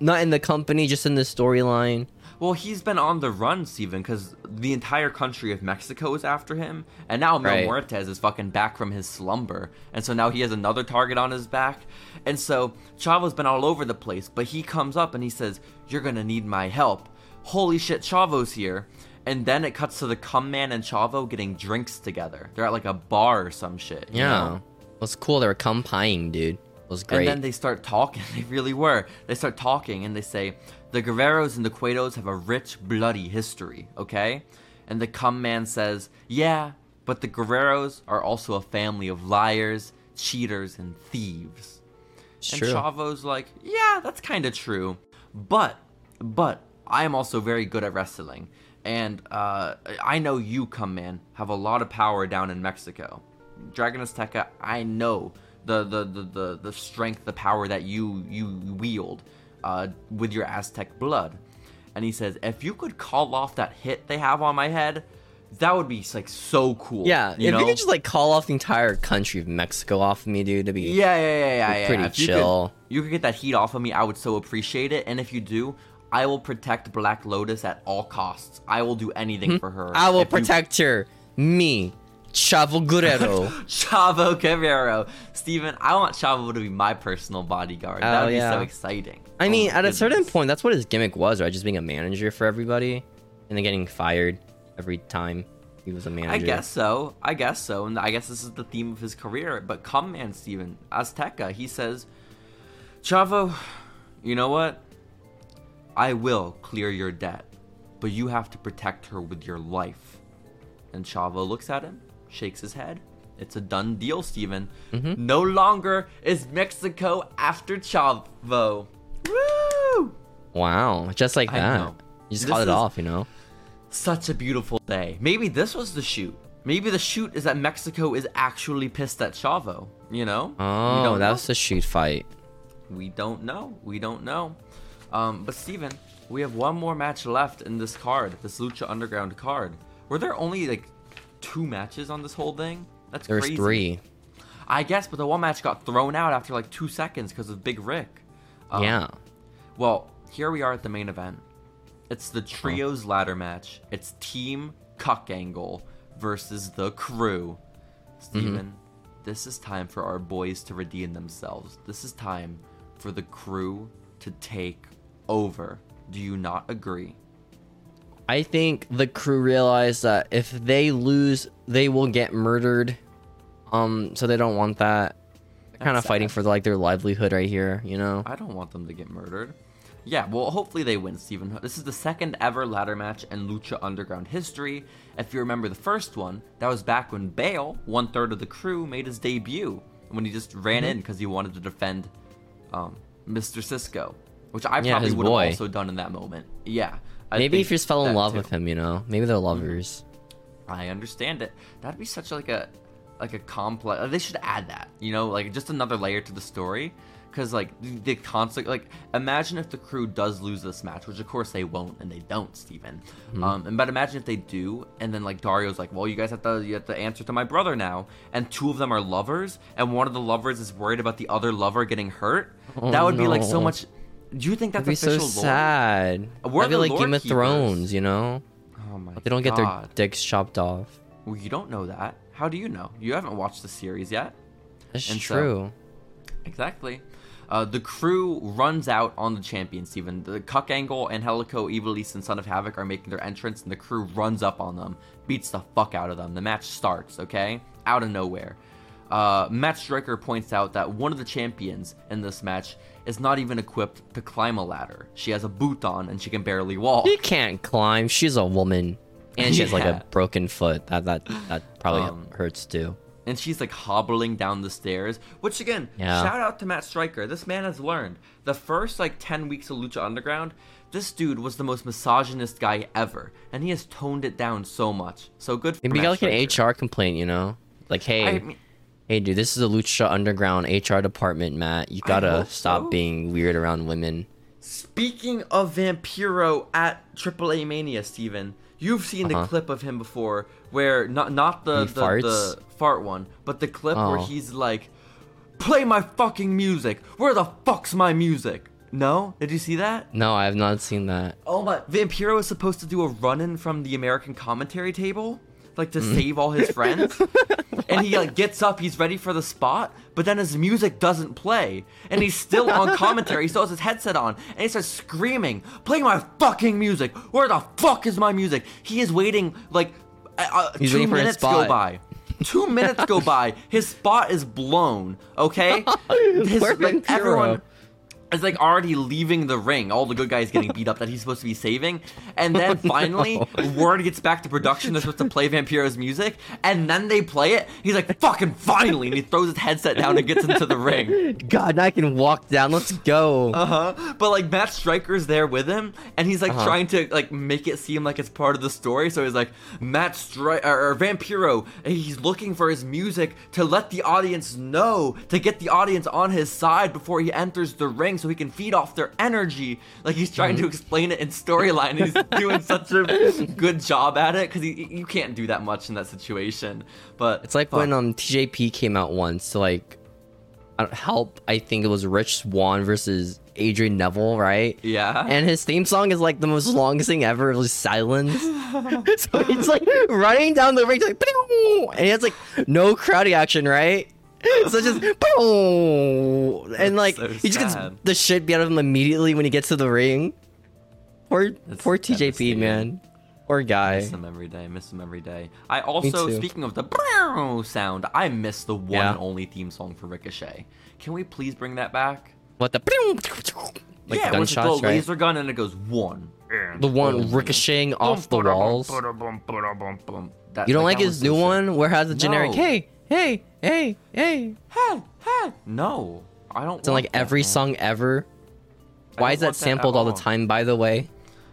[SPEAKER 2] Not in the company, just in the storyline.
[SPEAKER 1] Well, he's been on the run, Steven, because the entire country of Mexico is after him, and now Mil
[SPEAKER 2] Right.
[SPEAKER 1] Muertes is fucking back from his slumber, and so now he has another target on his back, and so Chavo's been all over the place, but he comes up and he says, "You're gonna need my help." Holy shit, Chavo's here! And then it cuts to the cum man and Chavo getting drinks together. They're at like a bar or some shit. you
[SPEAKER 2] Yeah.
[SPEAKER 1] know?
[SPEAKER 2] What's cool? They were compying, dude. was great.
[SPEAKER 1] And then they start talking. [laughs] They really were. They start talking and they say, The Guerreros and the Cuetos have a rich, bloody history, okay? And the cum man says, Yeah, but the Guerreros are also a family of liars, cheaters, and thieves.
[SPEAKER 2] It's
[SPEAKER 1] And
[SPEAKER 2] true.
[SPEAKER 1] Chavo's like, Yeah, that's kind of true. But, but, I am also very good at wrestling. And uh, I know you, cum man, have a lot of power down in Mexico. Dragon Azteca, I know the the, the, the, the strength, the power that you you wield uh, with your Aztec blood. And he says, if you could call off that hit they have on my head, that would be like so cool.
[SPEAKER 2] yeah,
[SPEAKER 1] you
[SPEAKER 2] if
[SPEAKER 1] know?
[SPEAKER 2] you could just like call off the entire country of Mexico off of me, dude, to be
[SPEAKER 1] yeah, yeah, yeah, yeah, yeah.
[SPEAKER 2] pretty
[SPEAKER 1] If you could-
[SPEAKER 2] chill.
[SPEAKER 1] You could, get that heat off of me. I would so appreciate it. And if you do, I will protect Black Lotus at all costs. I will do anything for her.
[SPEAKER 2] Hmm. I will
[SPEAKER 1] if you
[SPEAKER 2] protect her, me, Chavo [laughs] Guerrero.
[SPEAKER 1] [laughs] Chavo Guerrero. Steven, I want Chavo to be my personal bodyguard. that
[SPEAKER 2] Oh,
[SPEAKER 1] would be
[SPEAKER 2] yeah.
[SPEAKER 1] so exciting.
[SPEAKER 2] I
[SPEAKER 1] Oh,
[SPEAKER 2] mean, at a certain
[SPEAKER 1] goodness.
[SPEAKER 2] point, that's what his gimmick was, right? Just being a manager for everybody, and then getting fired every time he was a manager.
[SPEAKER 1] I guess so. I guess so. And I guess this is the theme of his career. But come man, Steven, Azteca, he says, Chavo, you know what? I will clear your debt, but you have to protect her with your life. And Chavo looks at him, shakes his head. It's a done deal, Steven. No longer is Mexico after Chavo. Woo!
[SPEAKER 2] Wow, just like
[SPEAKER 1] I
[SPEAKER 2] that.
[SPEAKER 1] know.
[SPEAKER 2] You just
[SPEAKER 1] This
[SPEAKER 2] called it
[SPEAKER 1] is-
[SPEAKER 2] off, you know?
[SPEAKER 1] Such a beautiful day. Maybe this was the shoot. Maybe the shoot is that Mexico is actually pissed at Chavo. You know? we
[SPEAKER 2] Oh,
[SPEAKER 1] don't
[SPEAKER 2] that
[SPEAKER 1] know.
[SPEAKER 2] was the shoot fight.
[SPEAKER 1] we don't know. We don't know. Um, but Steven, we have one more match left in this card, this Lucha Underground card. Were there only like two matches on this whole thing? That's
[SPEAKER 2] There was
[SPEAKER 1] crazy.
[SPEAKER 2] three.
[SPEAKER 1] I guess, but the one match got thrown out after like two seconds because of Big Rick. Um,
[SPEAKER 2] yeah.
[SPEAKER 1] well, here we are at the main event. It's the trios ladder match. It's Team Cuck Angle versus the crew. Steven, this is time for our boys to redeem themselves. This is time for the crew to take over. Do you not agree?
[SPEAKER 2] I think the crew realized that if they lose, they will get murdered. Um, so they don't want that. They're kind of
[SPEAKER 1] That's
[SPEAKER 2] fighting
[SPEAKER 1] sad.
[SPEAKER 2] for like their livelihood right here, you know?
[SPEAKER 1] I don't want them to get murdered. Yeah, well, hopefully they win, Steven. This is the second ever ladder match in Lucha Underground history. If you remember the first one, that was back when Bale, one third of the crew, made his debut when he just ran
[SPEAKER 2] Mm-hmm.
[SPEAKER 1] in because he wanted to defend um, Mr. Cisco, which I
[SPEAKER 2] Yeah,
[SPEAKER 1] probably
[SPEAKER 2] his
[SPEAKER 1] would have
[SPEAKER 2] boy.
[SPEAKER 1] also done in that moment. Yeah. I
[SPEAKER 2] Maybe
[SPEAKER 1] think
[SPEAKER 2] if you just fell in
[SPEAKER 1] that
[SPEAKER 2] love
[SPEAKER 1] too. Mm-hmm.
[SPEAKER 2] with him, you know? Maybe they're lovers.
[SPEAKER 1] I understand it. That'd be such like a like a complex. They should add that, you know, like just another layer to the story. Because like the, the constant, like imagine if the crew does lose this match, which of course they won't, and they don't, Steven.
[SPEAKER 2] Mm-hmm.
[SPEAKER 1] Um, and but imagine if they do, and then like Dario's like, well, you guys have to you have to answer to my brother now, and two of them are lovers, and one of the lovers is worried about the other lover getting hurt. that
[SPEAKER 2] Oh,
[SPEAKER 1] would be like so
[SPEAKER 2] no.
[SPEAKER 1] much. Do you think that's
[SPEAKER 2] That'd be so
[SPEAKER 1] official lore? Uh,
[SPEAKER 2] sad.
[SPEAKER 1] We're
[SPEAKER 2] That'd be
[SPEAKER 1] the
[SPEAKER 2] like
[SPEAKER 1] lore
[SPEAKER 2] Game of
[SPEAKER 1] keepers.
[SPEAKER 2] Thrones, you know?
[SPEAKER 1] Oh my!
[SPEAKER 2] They don't get
[SPEAKER 1] God.
[SPEAKER 2] their dicks chopped off.
[SPEAKER 1] Well, you don't know that. How do you know? You haven't watched the series yet.
[SPEAKER 2] That's
[SPEAKER 1] And so-
[SPEAKER 2] true.
[SPEAKER 1] Exactly. Uh, the crew runs out on the champion, Steven. The Cuck Angle, Angelico, Evilise, and Son of Havoc are making their entrance, and the crew runs up on them, beats the fuck out of them. The match starts, okay? Out of nowhere. Uh, Matt Striker points out that one of the champions in this match is not even equipped to climb a ladder. She has a boot on and she can barely walk.
[SPEAKER 2] She can't climb. She's a woman, and she has like
[SPEAKER 1] Yeah.
[SPEAKER 2] a broken foot. That that that probably
[SPEAKER 1] Um,
[SPEAKER 2] hurts too.
[SPEAKER 1] and she's like hobbling down the stairs. Which again,
[SPEAKER 2] Yeah.
[SPEAKER 1] shout out to Matt Stryker. This man has learned. The first like ten weeks of Lucha Underground, this dude was the most misogynist guy ever, and he has toned it down so much. So good. For
[SPEAKER 2] Maybe
[SPEAKER 1] Matt
[SPEAKER 2] got like
[SPEAKER 1] Stryker.
[SPEAKER 2] an HR complaint, you know? Like, hey,
[SPEAKER 1] I mean,
[SPEAKER 2] hey, dude, this is a Lucha Underground HR department, Matt. You gotta
[SPEAKER 1] hope
[SPEAKER 2] stop
[SPEAKER 1] so.
[SPEAKER 2] being weird around women.
[SPEAKER 1] speaking of Vampiro at AAA Mania, Steven, you've seen the
[SPEAKER 2] Uh-huh.
[SPEAKER 1] clip of him before, where not not the
[SPEAKER 2] He
[SPEAKER 1] the,
[SPEAKER 2] farts?
[SPEAKER 1] the fart one, but the clip where
[SPEAKER 2] Oh.
[SPEAKER 1] he's like, "Play my fucking music. Where the fuck's my music?" No, did you see that?
[SPEAKER 2] No, I have not seen that.
[SPEAKER 1] Oh my! Vampiro is supposed to do a run-in from the American commentary table, like
[SPEAKER 2] Mm.
[SPEAKER 1] to save all his
[SPEAKER 2] [laughs]
[SPEAKER 1] friends. and he like gets up, he's ready for the spot, but then his music doesn't play, and he's still
[SPEAKER 2] [laughs]
[SPEAKER 1] on commentary. He still has his headset on, and he starts screaming, "Play my fucking music! Where the fuck is my music?" He is waiting like uh, uh,
[SPEAKER 2] He's
[SPEAKER 1] two
[SPEAKER 2] waiting for his
[SPEAKER 1] minutes go
[SPEAKER 2] spot.
[SPEAKER 1] by. Two minutes
[SPEAKER 2] [laughs]
[SPEAKER 1] go by. His spot is blown. Okay, [laughs] His-
[SPEAKER 2] Poor
[SPEAKER 1] like,
[SPEAKER 2] Vampiro.
[SPEAKER 1] everyone is like already leaving the ring. All the good guys getting beat up that he's supposed to be saving, and then finally word gets back to production. They're supposed to play Vampiro's music, and then they play it. He's like, "Fucking finally!" And he throws his headset down and gets into the ring.
[SPEAKER 2] God, now I can walk down. Let's go.
[SPEAKER 1] Uh huh. But like Matt Stryker's there with him, and he's like
[SPEAKER 2] Uh-huh.
[SPEAKER 1] trying to like make it seem like it's part of the story. So he's like Matt Stryker or, or Vampiro. He's looking for his music to let the audience know to get the audience on his side before he enters the ring, so he can feed off their energy. Like he's trying
[SPEAKER 2] Mm-hmm.
[SPEAKER 1] to explain it in storyline. and He's doing such a good job at it because you can't do that much in that situation.
[SPEAKER 2] [laughs]
[SPEAKER 1] But
[SPEAKER 2] It's like when um TJP came out once to like I don't- help. I think it was Rich Swan versus Adrian Neville, right?
[SPEAKER 1] yeah.
[SPEAKER 2] And his theme song is like the most longest thing ever. It was
[SPEAKER 1] [laughs]
[SPEAKER 2] silence. [laughs] so it's like running down the ring, like, "Pew!" and he has like no crowd action, right? So it's just,
[SPEAKER 1] [laughs]
[SPEAKER 2] "Pew!" and like
[SPEAKER 1] so
[SPEAKER 2] he just gets
[SPEAKER 1] sad.
[SPEAKER 2] the shit beat out of him immediately when he gets to the ring. Poor,
[SPEAKER 1] That's
[SPEAKER 2] poor TJP,
[SPEAKER 1] devastating.
[SPEAKER 2] man. Poor guy.
[SPEAKER 1] miss them every day. Miss them every day. I also,
[SPEAKER 2] too.
[SPEAKER 1] speaking of the brow sound, I miss the one
[SPEAKER 2] Yeah.
[SPEAKER 1] and only theme song for Ricochet. Can we please bring that back?
[SPEAKER 2] What the? Like
[SPEAKER 1] yeah, with the
[SPEAKER 2] gunshots,
[SPEAKER 1] little
[SPEAKER 2] right?
[SPEAKER 1] laser gun and it goes one. and
[SPEAKER 2] The one
[SPEAKER 1] boom,
[SPEAKER 2] ricocheting
[SPEAKER 1] boom,
[SPEAKER 2] off the
[SPEAKER 1] ba-da-bum,
[SPEAKER 2] walls.
[SPEAKER 1] ba-da-bum, ba-da-bum, boom. That-
[SPEAKER 2] You don't
[SPEAKER 1] that
[SPEAKER 2] like his
[SPEAKER 1] was
[SPEAKER 2] new
[SPEAKER 1] so sick.
[SPEAKER 2] one where it has a generic
[SPEAKER 1] No.
[SPEAKER 2] hey, hey, hey, hey.
[SPEAKER 1] Hey, hey. No, I don't.
[SPEAKER 2] It's in like every song ever. Why
[SPEAKER 1] don't
[SPEAKER 2] is that
[SPEAKER 1] want that at
[SPEAKER 2] sampled all the
[SPEAKER 1] all.
[SPEAKER 2] time, by the way?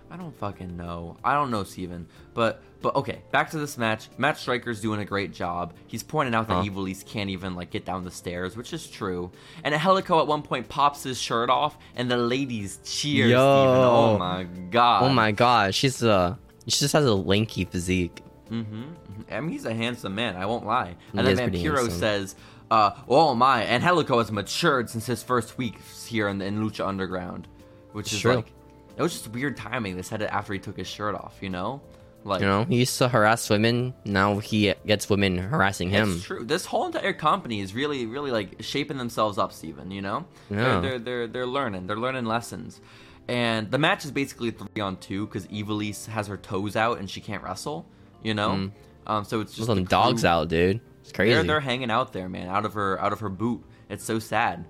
[SPEAKER 1] I don't fucking know. I don't know, Steven. But but okay, back to this match. Matt Striker's doing a great job. He's pointing out that
[SPEAKER 2] Huh.
[SPEAKER 1] Evil East can't even like get down the stairs, which is true. And Helico at one point pops his shirt off and the ladies cheer Steven. Oh
[SPEAKER 2] Yo.
[SPEAKER 1] my god.
[SPEAKER 2] Oh my gosh, she's uh she just has a lanky physique.
[SPEAKER 1] Mm-hmm. I mean, he's a handsome man. I won't lie. And
[SPEAKER 2] He
[SPEAKER 1] then
[SPEAKER 2] is pretty
[SPEAKER 1] Vampiro
[SPEAKER 2] handsome.
[SPEAKER 1] says, uh, "Oh my, and Helico has matured since his first weeks here in, in Lucha Underground, which is
[SPEAKER 2] Sure.
[SPEAKER 1] like, it was just weird timing. They said it after he took his shirt off, you know, like."
[SPEAKER 2] You know, he used to harass women. Now he gets women harassing him.
[SPEAKER 1] It's true. This whole entire company is really, really like shaping themselves up, Steven, you know?
[SPEAKER 2] Yeah.
[SPEAKER 1] They're, they're, they're, they're learning. They're learning lessons. And the match is basically three on two because Evilise has her toes out and she can't wrestle, you know?
[SPEAKER 2] Mm.
[SPEAKER 1] Um, so it's just
[SPEAKER 2] Just some
[SPEAKER 1] the
[SPEAKER 2] dogs
[SPEAKER 1] crew-
[SPEAKER 2] out, dude. It's crazy.
[SPEAKER 1] They're, they're hanging out there, man, out of her out of her boot. It's so sad.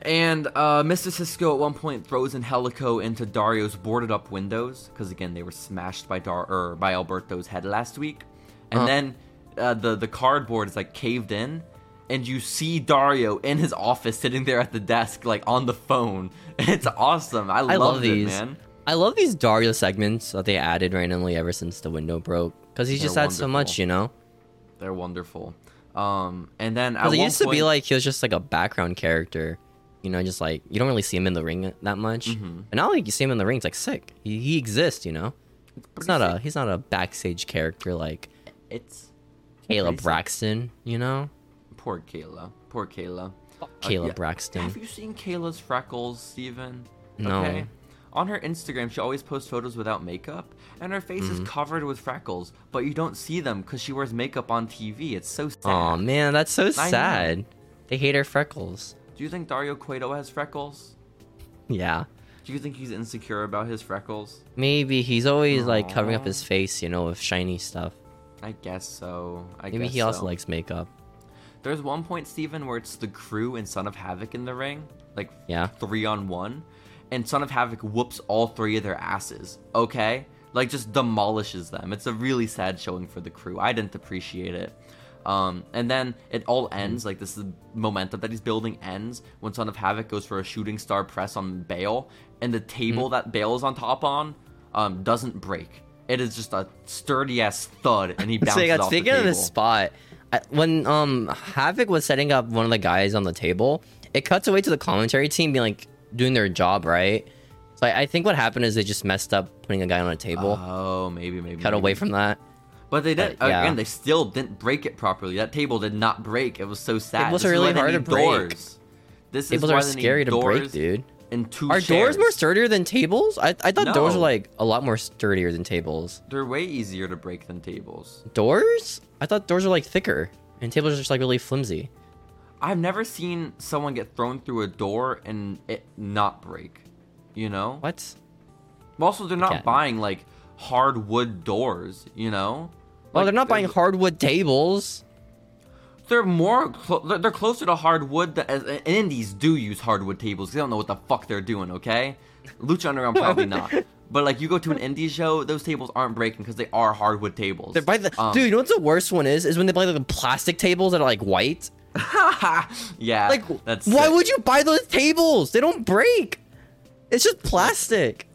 [SPEAKER 1] And uh, Mr. Cisco at one point throws in Helico into Dario's boarded up windows because again they were smashed by Dar or by Alberto's head last week. And
[SPEAKER 2] Uh.
[SPEAKER 1] then uh, the the cardboard is like caved in, and you see Dario in his office sitting there at the desk like on the phone. [laughs] It's awesome. I,
[SPEAKER 2] I love
[SPEAKER 1] loved
[SPEAKER 2] these.
[SPEAKER 1] it, man.
[SPEAKER 2] I love these Dario segments that they added randomly ever since the window broke. Because he
[SPEAKER 1] They're
[SPEAKER 2] just had so much,
[SPEAKER 1] wonderful.
[SPEAKER 2] you know?
[SPEAKER 1] They're wonderful. Um, and then at
[SPEAKER 2] Because it
[SPEAKER 1] one
[SPEAKER 2] used to
[SPEAKER 1] point,
[SPEAKER 2] be like he was just like a background character, you know, just like you don't really see him in the ring that much.
[SPEAKER 1] Mm-hmm.
[SPEAKER 2] And now like you see him in the ring, it's like sick. He, he exists, you know. It's not a he's not a backstage character like
[SPEAKER 1] it's
[SPEAKER 2] Kayla
[SPEAKER 1] Pretty sick.
[SPEAKER 2] Braxton, you know.
[SPEAKER 1] Poor Kayla. Poor Kayla. Uh,
[SPEAKER 2] Kayla
[SPEAKER 1] yeah. Have
[SPEAKER 2] Braxton.
[SPEAKER 1] you seen Kayla's freckles, Steven?
[SPEAKER 2] No.
[SPEAKER 1] On her Instagram, she always posts photos without makeup, and her face
[SPEAKER 2] Mm-hmm.
[SPEAKER 1] is covered with freckles, but you don't see them because she wears makeup on TV. It's so sad.
[SPEAKER 2] Oh man, that's so
[SPEAKER 1] know.
[SPEAKER 2] sad. They hate her freckles.
[SPEAKER 1] Do you think Dario Cueto has freckles?
[SPEAKER 2] Yeah,
[SPEAKER 1] Do you think he's insecure about his freckles?
[SPEAKER 2] maybe he's always like covering up
[SPEAKER 1] Aw.
[SPEAKER 2] his face, you know, with shiny stuff.
[SPEAKER 1] I guess so. I
[SPEAKER 2] Maybe
[SPEAKER 1] guess
[SPEAKER 2] he also
[SPEAKER 1] so.
[SPEAKER 2] likes makeup.
[SPEAKER 1] There's one point, Steven, where it's the crew and Son of Havoc in the ring, like
[SPEAKER 2] Yeah.
[SPEAKER 1] three on one, and Son of Havoc whoops all three of their asses. Okay, like just demolishes them. It's a really sad showing for the crew. I didn't appreciate it. Um, and then it all ends like this is momentum that he's building ends when Son of Havoc goes for a shooting star press on Bale, and the table
[SPEAKER 2] Hmm.
[SPEAKER 1] that Bale is on top on um, doesn't break. It is just a sturdy ass thud,
[SPEAKER 2] [laughs]
[SPEAKER 1] and he bounces
[SPEAKER 2] Speaking,
[SPEAKER 1] off
[SPEAKER 2] speaking
[SPEAKER 1] the
[SPEAKER 2] of
[SPEAKER 1] table.
[SPEAKER 2] the spot, I, when um Havoc was setting up one of the guys on the table, it cuts away to the commentary team being like doing their job right. So I, I think what happened is they just messed up putting a guy on a table.
[SPEAKER 1] Oh, maybe, maybe.
[SPEAKER 2] cut
[SPEAKER 1] maybe.
[SPEAKER 2] away from that.
[SPEAKER 1] But they did
[SPEAKER 2] But, yeah.
[SPEAKER 1] again. They still didn't break it properly. That table did not break. It was so sad.
[SPEAKER 2] Tables
[SPEAKER 1] This
[SPEAKER 2] are
[SPEAKER 1] is why
[SPEAKER 2] really
[SPEAKER 1] they
[SPEAKER 2] hard to
[SPEAKER 1] need
[SPEAKER 2] break.
[SPEAKER 1] Doors. This
[SPEAKER 2] Tables
[SPEAKER 1] is why
[SPEAKER 2] are
[SPEAKER 1] they need
[SPEAKER 2] scary to break,
[SPEAKER 1] doors
[SPEAKER 2] dude.
[SPEAKER 1] And two
[SPEAKER 2] Are
[SPEAKER 1] chairs.
[SPEAKER 2] doors more sturdier than tables? I, I thought doors
[SPEAKER 1] No.
[SPEAKER 2] were like a lot more sturdier than tables.
[SPEAKER 1] They're way easier to break than tables.
[SPEAKER 2] Doors? I thought doors were like thicker, and tables are just like really flimsy.
[SPEAKER 1] I've never seen someone get thrown through a door and it not break. You know.
[SPEAKER 2] What?
[SPEAKER 1] Also, they're not
[SPEAKER 2] Okay.
[SPEAKER 1] buying like hardwood doors. You know.
[SPEAKER 2] Well,
[SPEAKER 1] Like,
[SPEAKER 2] Oh,
[SPEAKER 1] uh,
[SPEAKER 2] they're not buying hardwood tables.
[SPEAKER 1] they're more clo- they're- they're closer to hardwood than, and and indies do use hardwood tables 'cause they don't know what the fuck they're doing okay lucha underground probably
[SPEAKER 2] [laughs]
[SPEAKER 1] not but like you go to an indie show those tables aren't breaking because they are hardwood tables
[SPEAKER 2] They're by the
[SPEAKER 1] Um,
[SPEAKER 2] dude. You know what's the worst one is? Is when they buy like, the plastic tables that are like white.
[SPEAKER 1] [laughs] yeah
[SPEAKER 2] Like,
[SPEAKER 1] that's
[SPEAKER 2] why
[SPEAKER 1] sick.
[SPEAKER 2] would you buy those tables? They don't break. It's just plastic.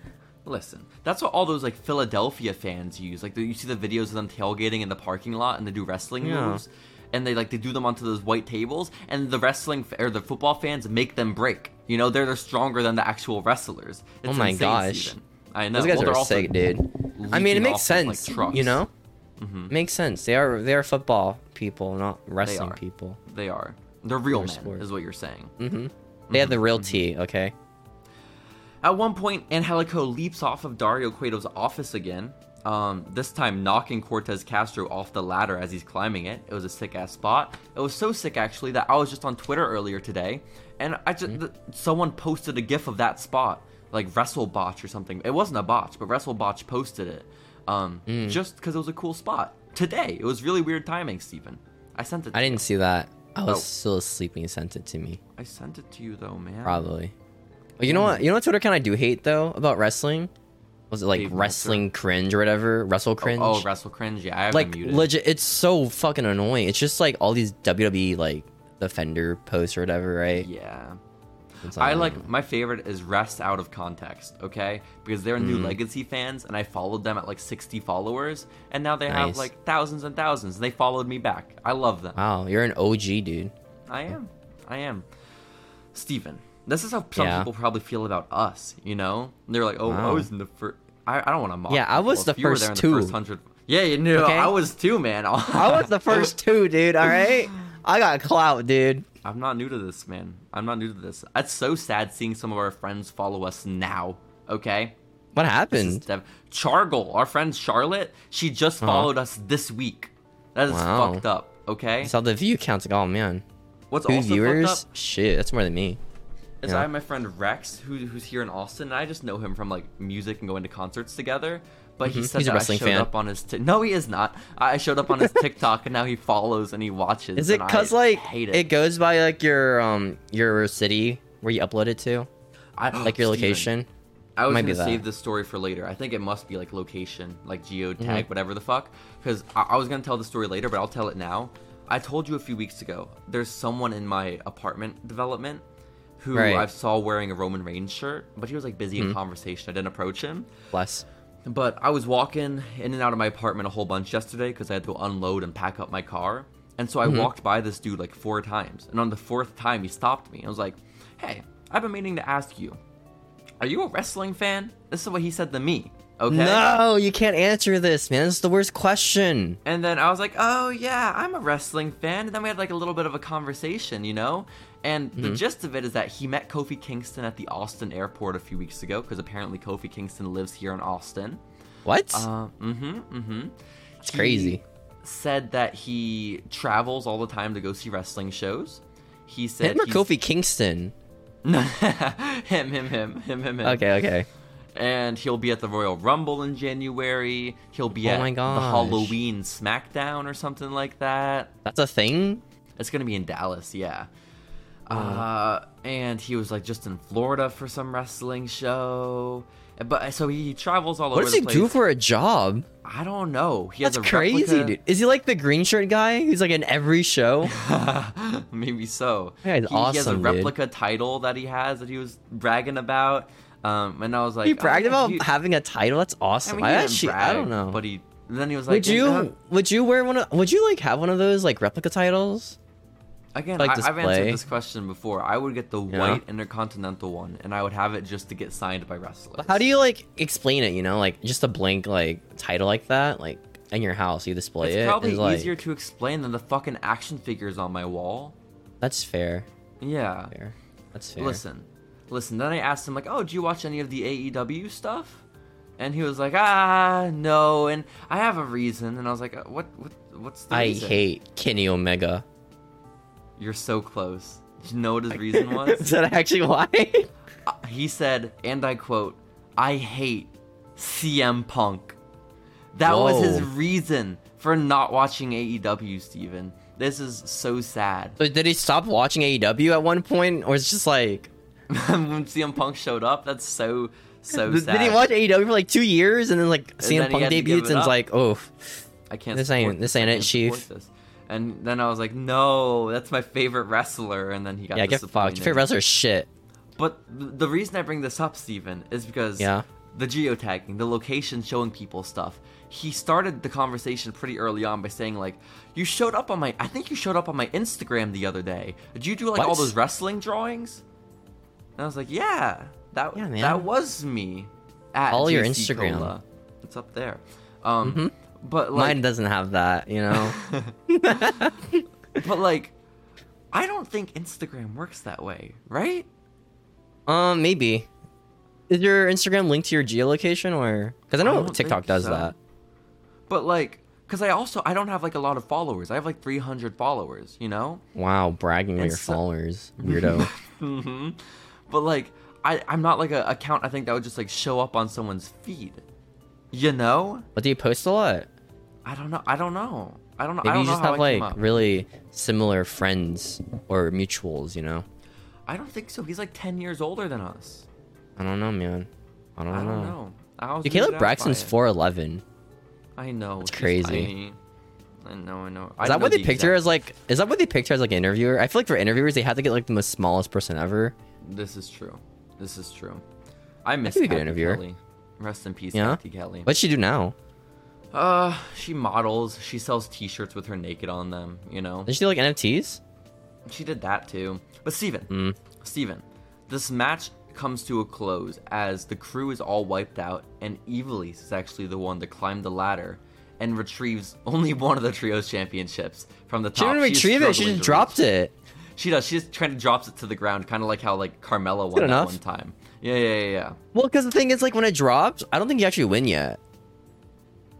[SPEAKER 1] Listen, that's what all those like Philadelphia fans use. Like you see the videos of them tailgating in the parking lot, and they do wrestling
[SPEAKER 2] Yeah.
[SPEAKER 1] moves, and they like they do them onto those white tables, and the wrestling f- or the football fans make them break. You know, they're they're stronger than the actual wrestlers.
[SPEAKER 2] Oh
[SPEAKER 1] It's
[SPEAKER 2] my
[SPEAKER 1] insane,
[SPEAKER 2] gosh.
[SPEAKER 1] Steven. I know.
[SPEAKER 2] Those guys
[SPEAKER 1] Well, they're
[SPEAKER 2] are
[SPEAKER 1] also
[SPEAKER 2] sick, dude. I mean, it
[SPEAKER 1] leaping
[SPEAKER 2] makes
[SPEAKER 1] off of, like,
[SPEAKER 2] sense.
[SPEAKER 1] trucks. Mm-hmm.
[SPEAKER 2] you know, makes sense. They are they are football people, not wrestling
[SPEAKER 1] are.
[SPEAKER 2] people.
[SPEAKER 1] They are. They're real
[SPEAKER 2] Their
[SPEAKER 1] men,
[SPEAKER 2] sport.
[SPEAKER 1] is what you're saying. Mm-hmm.
[SPEAKER 2] They have the real tea. Okay.
[SPEAKER 1] At one point, Angelico leaps off of Dario Cueto's office again, um, this time knocking Cortez Castro off the ladder as he's climbing it. It was a sick ass spot. It was so sick, actually, that I was just on Twitter earlier today, and I
[SPEAKER 2] Hmm?
[SPEAKER 1] just th- someone posted a GIF of that spot, like WrestleBotch or something. It wasn't a botch, but WrestleBotch posted it, um,
[SPEAKER 2] Hmm.
[SPEAKER 1] just because it was a cool spot. Today, it was really weird timing, Stephen. I sent it.
[SPEAKER 2] I didn't see that. I was
[SPEAKER 1] Oh.
[SPEAKER 2] still asleep when you sent it to me.
[SPEAKER 1] I sent it to you though, man.
[SPEAKER 2] Probably. But
[SPEAKER 1] Mm.
[SPEAKER 2] you know what? You know what Twitter kind of do hate though about wrestling? Was it like
[SPEAKER 1] Dave Meltzer.
[SPEAKER 2] wrestling cringe or whatever? Wrestle cringe.
[SPEAKER 1] Oh, Wrestle Cringe. Yeah, I have
[SPEAKER 2] like
[SPEAKER 1] it muted.
[SPEAKER 2] legit. It's so fucking annoying. It's just like all these WWE like defender posts or whatever, right?
[SPEAKER 1] yeah.
[SPEAKER 2] It's
[SPEAKER 1] I like my favorite is rest out of context, okay? Because they're
[SPEAKER 2] Mm-hmm.
[SPEAKER 1] new legacy fans and I followed them at like 60 followers and now they have
[SPEAKER 2] Nice. Uh,
[SPEAKER 1] like thousands and thousands and they followed me back. I love them.
[SPEAKER 2] Wow, you're an OG dude.
[SPEAKER 1] I am. I am. Steven, this is how some
[SPEAKER 2] Yeah.
[SPEAKER 1] people probably feel about us, you know? They're like, "Oh, I
[SPEAKER 2] Wow.
[SPEAKER 1] was in the first I, I don't want to mock.
[SPEAKER 2] Yeah, I
[SPEAKER 1] people.
[SPEAKER 2] was the
[SPEAKER 1] If you were
[SPEAKER 2] first
[SPEAKER 1] there in
[SPEAKER 2] two.
[SPEAKER 1] The first 100... Yeah, you knew.
[SPEAKER 2] Okay?
[SPEAKER 1] I was too, man.
[SPEAKER 2] I was the [laughs] first two, dude. All right, I got clout, dude.
[SPEAKER 1] [laughs] I'm not new to this, man. I'm not new to this. It's so sad seeing some of our friends follow us now, okay?
[SPEAKER 2] What
[SPEAKER 1] This is
[SPEAKER 2] happened? Uh-huh.
[SPEAKER 1] dev- Chargle, our friend Charlotte, she just followed us this week. That is
[SPEAKER 2] Wow.
[SPEAKER 1] fucked up. Okay.
[SPEAKER 2] I saw the view counts. Like, oh man,
[SPEAKER 1] What's
[SPEAKER 2] two
[SPEAKER 1] also fucked
[SPEAKER 2] viewers.
[SPEAKER 1] up
[SPEAKER 2] Shit, that's more than me.
[SPEAKER 1] is
[SPEAKER 2] yeah.
[SPEAKER 1] I have my friend Rex, who, who's here in Austin, and I just know him from like music and going to concerts together. But he
[SPEAKER 2] Mhm.
[SPEAKER 1] said
[SPEAKER 2] He's a
[SPEAKER 1] that I
[SPEAKER 2] wrestling
[SPEAKER 1] showed
[SPEAKER 2] fan.
[SPEAKER 1] up on his. Ti- no, he is not. I I showed
[SPEAKER 2] [laughs]
[SPEAKER 1] up on his TikTok, and now he follows and he watches.
[SPEAKER 2] Is it
[SPEAKER 1] and I
[SPEAKER 2] cause like
[SPEAKER 1] hate
[SPEAKER 2] it.
[SPEAKER 1] it?
[SPEAKER 2] goes by like your um your city where you upload it to,
[SPEAKER 1] I-
[SPEAKER 2] like your
[SPEAKER 1] Oh, Steven,
[SPEAKER 2] location?
[SPEAKER 1] I was
[SPEAKER 2] Might
[SPEAKER 1] gonna
[SPEAKER 2] be that.
[SPEAKER 1] save this story for later. I think it must be like location, like geotag,
[SPEAKER 2] Mhm.
[SPEAKER 1] whatever the fuck. Because I-, I was gonna tell the story later, but I'll tell it now. I told you a few weeks ago. There's someone in my apartment development who
[SPEAKER 2] Right. Mm-hmm.
[SPEAKER 1] I saw wearing a Roman Reigns shirt, but he was like busy in conversation. I didn't approach him.
[SPEAKER 2] Bless.
[SPEAKER 1] But I was walking in and out of my apartment a whole bunch yesterday because I had to unload and pack up my car. And so I walked by this dude like four times. And on the fourth time, he stopped me. I was like, hey, I've been meaning to ask you, are you a wrestling fan? This is what he said to me. Okay.
[SPEAKER 2] No, you can't answer this, man. This is the worst question.
[SPEAKER 1] And then I was like, oh, yeah, I'm a wrestling fan. And then we had like a little bit of a conversation, you know? And the gist of it is that he met Kofi Kingston at the Austin airport a few weeks ago because apparently Kofi Kingston lives here in Austin.
[SPEAKER 2] What?
[SPEAKER 1] Uh, mm-hmm, mm-hmm.
[SPEAKER 2] it's crazy.
[SPEAKER 1] said that he travels all the time to go see wrestling shows. He said
[SPEAKER 2] Him or
[SPEAKER 1] he's- [laughs]
[SPEAKER 2] Kofi Kingston?
[SPEAKER 1] him, him, him, him, him, him.
[SPEAKER 2] Okay, okay.
[SPEAKER 1] And he'll be at the Royal Rumble in January. He'll be
[SPEAKER 2] Oh
[SPEAKER 1] at
[SPEAKER 2] my
[SPEAKER 1] the
[SPEAKER 2] gosh.
[SPEAKER 1] Halloween SmackDown or something like that.
[SPEAKER 2] That's a thing.
[SPEAKER 1] It's gonna be in Dallas, yeah. Uh, and he was like just in Florida for some wrestling show. But so he travels all
[SPEAKER 2] What
[SPEAKER 1] over
[SPEAKER 2] does
[SPEAKER 1] the
[SPEAKER 2] he do
[SPEAKER 1] place.
[SPEAKER 2] for a job?
[SPEAKER 1] I don't know. He
[SPEAKER 2] That's
[SPEAKER 1] has a
[SPEAKER 2] crazy,
[SPEAKER 1] replica-
[SPEAKER 2] dude. Is he like the green shirt guy who's like in every
[SPEAKER 1] [laughs]
[SPEAKER 2] show?
[SPEAKER 1] Maybe so.
[SPEAKER 2] Yeah,
[SPEAKER 1] he,
[SPEAKER 2] it's
[SPEAKER 1] he has a
[SPEAKER 2] awesome, dude.
[SPEAKER 1] replica title that he has that he was bragging about. Um, and I was like,
[SPEAKER 2] he
[SPEAKER 1] oh,
[SPEAKER 2] bragged
[SPEAKER 1] yeah,
[SPEAKER 2] about
[SPEAKER 1] he-
[SPEAKER 2] having a title. That's
[SPEAKER 1] I
[SPEAKER 2] awesome.
[SPEAKER 1] mean,
[SPEAKER 2] I
[SPEAKER 1] he didn't
[SPEAKER 2] actually, I
[SPEAKER 1] brag,
[SPEAKER 2] don't know.
[SPEAKER 1] But he then he was like,
[SPEAKER 2] would you would you wear one of would you like have one of those like replica titles?
[SPEAKER 1] again?
[SPEAKER 2] like,
[SPEAKER 1] I, I've answered
[SPEAKER 2] display?
[SPEAKER 1] this question before. I would get the
[SPEAKER 2] Yeah.
[SPEAKER 1] white intercontinental one, and I would have it just to get signed by wrestlers.
[SPEAKER 2] How do you like explain it? You know, like just a blank like title like that, like in your house, you display
[SPEAKER 1] It's
[SPEAKER 2] it.
[SPEAKER 1] probably
[SPEAKER 2] and, like,
[SPEAKER 1] easier to explain than the fucking action figures on my wall.
[SPEAKER 2] That's fair.
[SPEAKER 1] Yeah.
[SPEAKER 2] Fair. That's fair.
[SPEAKER 1] Listen, listen. Then I asked him like, "Oh, do you watch any of the AEW stuff?" And he was like, "Ah, no." And I have a reason. And I was like, "Uh, "What? What? What's the
[SPEAKER 2] I
[SPEAKER 1] reason?"
[SPEAKER 2] hate Kenny Omega.
[SPEAKER 1] You're so close. Do you know what his
[SPEAKER 2] [laughs]
[SPEAKER 1] reason
[SPEAKER 2] Is
[SPEAKER 1] was?
[SPEAKER 2] that actually why?
[SPEAKER 1] Uh, he said, and I quote, "I hate CM Punk." That was his
[SPEAKER 2] Whoa.
[SPEAKER 1] reason for not watching AEW, E Steven. This is so sad. [laughs]
[SPEAKER 2] But did he stop watching
[SPEAKER 1] E
[SPEAKER 2] AEW at one point, or it's just like
[SPEAKER 1] when CM Punk showed up, that's so so
[SPEAKER 2] did
[SPEAKER 1] sad.
[SPEAKER 2] did he watch AEW for like two years and then like CM
[SPEAKER 1] then he
[SPEAKER 2] Punk
[SPEAKER 1] had to give
[SPEAKER 2] debuts
[SPEAKER 1] it
[SPEAKER 2] and it's
[SPEAKER 1] up.
[SPEAKER 2] like, oh,
[SPEAKER 1] I can't.
[SPEAKER 2] This
[SPEAKER 1] support
[SPEAKER 2] ain't- this ain't
[SPEAKER 1] I
[SPEAKER 2] it,
[SPEAKER 1] can't support
[SPEAKER 2] Chief.
[SPEAKER 1] this. And then I was like, no, that's my favorite wrestler. And then he got
[SPEAKER 2] yeah, get fucked. Your favorite
[SPEAKER 1] disappointed.
[SPEAKER 2] wrestler is shit.
[SPEAKER 1] But th- the reason I bring this up, Steven, is because
[SPEAKER 2] Yeah.
[SPEAKER 1] the geotagging, the location showing people stuff. He started the conversation pretty early on by saying like, "You showed up on my. I think you showed up on my Instagram the other day. Did you do like all
[SPEAKER 2] What?
[SPEAKER 1] those wrestling drawings?" And I was like, "Yeah, that
[SPEAKER 2] Yeah, man.
[SPEAKER 1] that was me." At
[SPEAKER 2] Follow your
[SPEAKER 1] JC
[SPEAKER 2] Instagram. Mm-hmm.
[SPEAKER 1] Cola. It's up there. Um, But like,
[SPEAKER 2] Mine doesn't have that, you
[SPEAKER 1] [laughs]
[SPEAKER 2] know.
[SPEAKER 1] but like, I don't think Instagram works that way, right?
[SPEAKER 2] um, maybe. Is your Instagram linked to your geolocation, or because I
[SPEAKER 1] I
[SPEAKER 2] know
[SPEAKER 1] don't
[SPEAKER 2] TikTok
[SPEAKER 1] think
[SPEAKER 2] does
[SPEAKER 1] so.
[SPEAKER 2] that?
[SPEAKER 1] But like, cause I also I don't have like a lot of followers. I have like 300 followers, you know.
[SPEAKER 2] Wow, bragging on
[SPEAKER 1] It's
[SPEAKER 2] your
[SPEAKER 1] so- [laughs]
[SPEAKER 2] followers, weirdo.
[SPEAKER 1] hmm But like, I I'm not like a account. I think that would just like show up on someone's feed. You know?
[SPEAKER 2] but do you post a lot?
[SPEAKER 1] I don't know. I don't know. I don't know. I
[SPEAKER 2] Maybe you
[SPEAKER 1] don't know
[SPEAKER 2] just
[SPEAKER 1] how
[SPEAKER 2] have
[SPEAKER 1] I came
[SPEAKER 2] like
[SPEAKER 1] up.
[SPEAKER 2] really similar friends or mutuals, you know.
[SPEAKER 1] I don't think so. He's like 10 years older than us.
[SPEAKER 2] I don't know, man. I don't,
[SPEAKER 1] I
[SPEAKER 2] know.
[SPEAKER 1] don't know. I was
[SPEAKER 2] Dude,
[SPEAKER 1] weirded
[SPEAKER 2] Caleb
[SPEAKER 1] out
[SPEAKER 2] Braxton's
[SPEAKER 1] by it.
[SPEAKER 2] four eleven.
[SPEAKER 1] I know. It's
[SPEAKER 2] crazy.
[SPEAKER 1] I know. I know.
[SPEAKER 2] Is that what they picture as like? Is that what they picture as like an interviewer? I feel like for interviewers, they had to get like the most smallest person ever.
[SPEAKER 1] This is true. This is true. I miss
[SPEAKER 2] be a good
[SPEAKER 1] Kathy
[SPEAKER 2] interviewer.
[SPEAKER 1] Kelly. Rest in peace,
[SPEAKER 2] Yeah?
[SPEAKER 1] Kathy Kelly.
[SPEAKER 2] What'd she do now?
[SPEAKER 1] Uh, she models. She sells T-shirts with her naked on them. You know,
[SPEAKER 2] Did she do like NFTs?
[SPEAKER 1] she did that too. But Steven,
[SPEAKER 2] Mm.
[SPEAKER 1] Steven, this match comes to a close as the crew is all wiped out, and Evilis is actually the one that climbed the ladder and retrieves only [laughs] one of the trios championships from the top.
[SPEAKER 2] She didn't
[SPEAKER 1] is
[SPEAKER 2] retrieve it. She
[SPEAKER 1] struggling
[SPEAKER 2] just
[SPEAKER 1] to reach.
[SPEAKER 2] dropped it.
[SPEAKER 1] She does. She just kind of drops it to the ground, kind of like how like Carmella
[SPEAKER 2] Good
[SPEAKER 1] won that
[SPEAKER 2] enough.
[SPEAKER 1] one time. Yeah, yeah, yeah, yeah.
[SPEAKER 2] Well, because the thing is, like when it dropped, I don't think you actually win yet.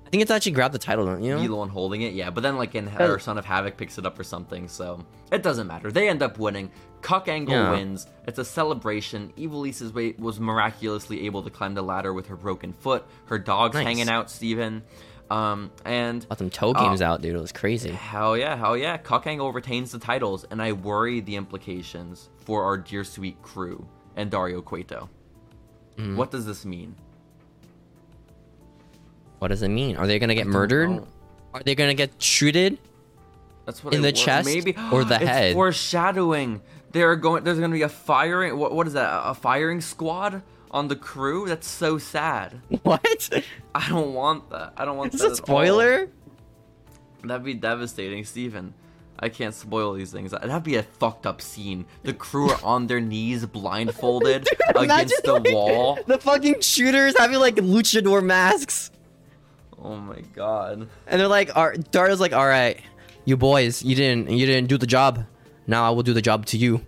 [SPEAKER 2] I think it's actually grabbed the title, don't you?
[SPEAKER 1] Be the one holding it, yeah. But then, like, in her son of havoc picks it up or something, so it doesn't matter. They end up winning. Cuck Angle
[SPEAKER 2] Yeah.
[SPEAKER 1] wins. It's a celebration. Evilise's weight was miraculously able to climb the ladder with her broken foot. Her dog's
[SPEAKER 2] Nice.
[SPEAKER 1] hanging out, Steven. Um, and
[SPEAKER 2] Got some toe
[SPEAKER 1] Oh.
[SPEAKER 2] games out, dude. It was crazy.
[SPEAKER 1] hell yeah, hell yeah, Cuck Angle retains the titles, and I worry the implications for our dear sweet crew and Dario Cueto.
[SPEAKER 2] Mm-hmm.
[SPEAKER 1] What does this mean?
[SPEAKER 2] What does it mean? Are they gonna get
[SPEAKER 1] don't
[SPEAKER 2] murdered?
[SPEAKER 1] know.
[SPEAKER 2] Are they gonna get shooted? [laughs]
[SPEAKER 1] That's what
[SPEAKER 2] In
[SPEAKER 1] I
[SPEAKER 2] the
[SPEAKER 1] wor-
[SPEAKER 2] chest
[SPEAKER 1] maybe
[SPEAKER 2] or the
[SPEAKER 1] It's
[SPEAKER 2] head?
[SPEAKER 1] Foreshadowing. They're going. There's going to be a firing. What, what is that? A firing squad on the crew. That's so sad.
[SPEAKER 2] What?
[SPEAKER 1] I don't want that. I don't want
[SPEAKER 2] Is
[SPEAKER 1] that.
[SPEAKER 2] this a
[SPEAKER 1] at all.
[SPEAKER 2] spoiler?
[SPEAKER 1] That'd be devastating, Steven. I can't spoil these things. That'd be a fucked up scene. The crew are on their knees, blindfolded
[SPEAKER 2] Dude, [laughs] imagine,
[SPEAKER 1] against the
[SPEAKER 2] like,
[SPEAKER 1] wall.
[SPEAKER 2] [laughs] The fucking shooters having like luchador masks.
[SPEAKER 1] Oh my god.
[SPEAKER 2] And they're like, "All right- Dario's like, all right, you boys, you didn't, you didn't do the job. Now I will do the job to you."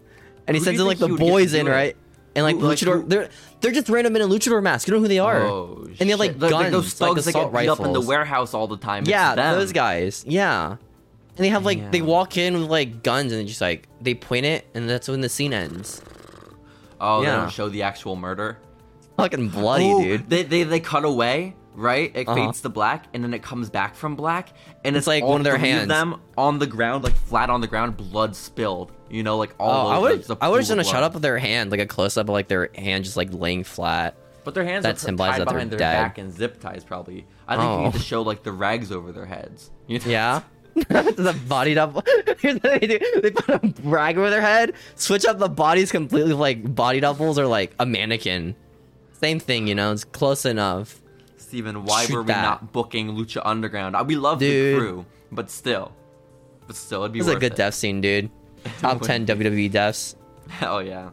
[SPEAKER 2] And he
[SPEAKER 1] Who do
[SPEAKER 2] sends
[SPEAKER 1] you
[SPEAKER 2] in like
[SPEAKER 1] think
[SPEAKER 2] the
[SPEAKER 1] he would get to
[SPEAKER 2] boys in,
[SPEAKER 1] do it?
[SPEAKER 2] right? And like
[SPEAKER 1] Who- like,
[SPEAKER 2] luchador,
[SPEAKER 1] who-
[SPEAKER 2] they're they're just random men in luchador masks. You know who they are?
[SPEAKER 1] Oh,
[SPEAKER 2] and they have like
[SPEAKER 1] shit.
[SPEAKER 2] guns,
[SPEAKER 1] those
[SPEAKER 2] like
[SPEAKER 1] thugs
[SPEAKER 2] assault
[SPEAKER 1] that get beat
[SPEAKER 2] rifles.
[SPEAKER 1] up in the warehouse all the time. It's
[SPEAKER 2] yeah,
[SPEAKER 1] them.
[SPEAKER 2] those guys. Yeah, and they have like they
[SPEAKER 1] Damn.
[SPEAKER 2] walk in with like guns and they just like they point it, and that's when the scene ends.
[SPEAKER 1] Oh, they
[SPEAKER 2] Yeah.
[SPEAKER 1] don't show the actual murder.
[SPEAKER 2] Fucking bloody,
[SPEAKER 1] Ooh,
[SPEAKER 2] dude.
[SPEAKER 1] They, they they cut away, right? It
[SPEAKER 2] Uh-huh.
[SPEAKER 1] fades to black, and then it comes back from black, and it's,
[SPEAKER 2] like
[SPEAKER 1] all
[SPEAKER 2] one of their
[SPEAKER 1] three
[SPEAKER 2] hands.
[SPEAKER 1] them on the ground, like flat on the ground, blood spilled. You know, like all.
[SPEAKER 2] Oh, I would
[SPEAKER 1] those, like, the
[SPEAKER 2] I would have
[SPEAKER 1] pool
[SPEAKER 2] done a
[SPEAKER 1] of
[SPEAKER 2] shot
[SPEAKER 1] blood.
[SPEAKER 2] up of their hand, like a close up of like their hand just like laying flat.
[SPEAKER 1] But their hands
[SPEAKER 2] that
[SPEAKER 1] are
[SPEAKER 2] symbolizes
[SPEAKER 1] tied
[SPEAKER 2] that they're
[SPEAKER 1] behind their
[SPEAKER 2] dead.
[SPEAKER 1] back and zip ties, probably. I think you
[SPEAKER 2] Oh.
[SPEAKER 1] need to show like the rags over their heads. [laughs] You know?
[SPEAKER 2] Yeah. [laughs] the bodied up. Here's what they do. [laughs] They put a rag over their head, switch up the bodies completely, with, like body doubles or like a mannequin. Same thing, you know. It's close enough.
[SPEAKER 1] Steven, why
[SPEAKER 2] Shoot
[SPEAKER 1] were we
[SPEAKER 2] that.
[SPEAKER 1] not booking Lucha Underground? Uh, We love
[SPEAKER 2] Dude.
[SPEAKER 1] the crew, but still, but still, it'd be
[SPEAKER 2] This is a
[SPEAKER 1] worth
[SPEAKER 2] good
[SPEAKER 1] it.
[SPEAKER 2] death scene,
[SPEAKER 1] [laughs]
[SPEAKER 2] dude. Top
[SPEAKER 1] would
[SPEAKER 2] ten WWE deaths.
[SPEAKER 1] [laughs] Hell Oh, yeah.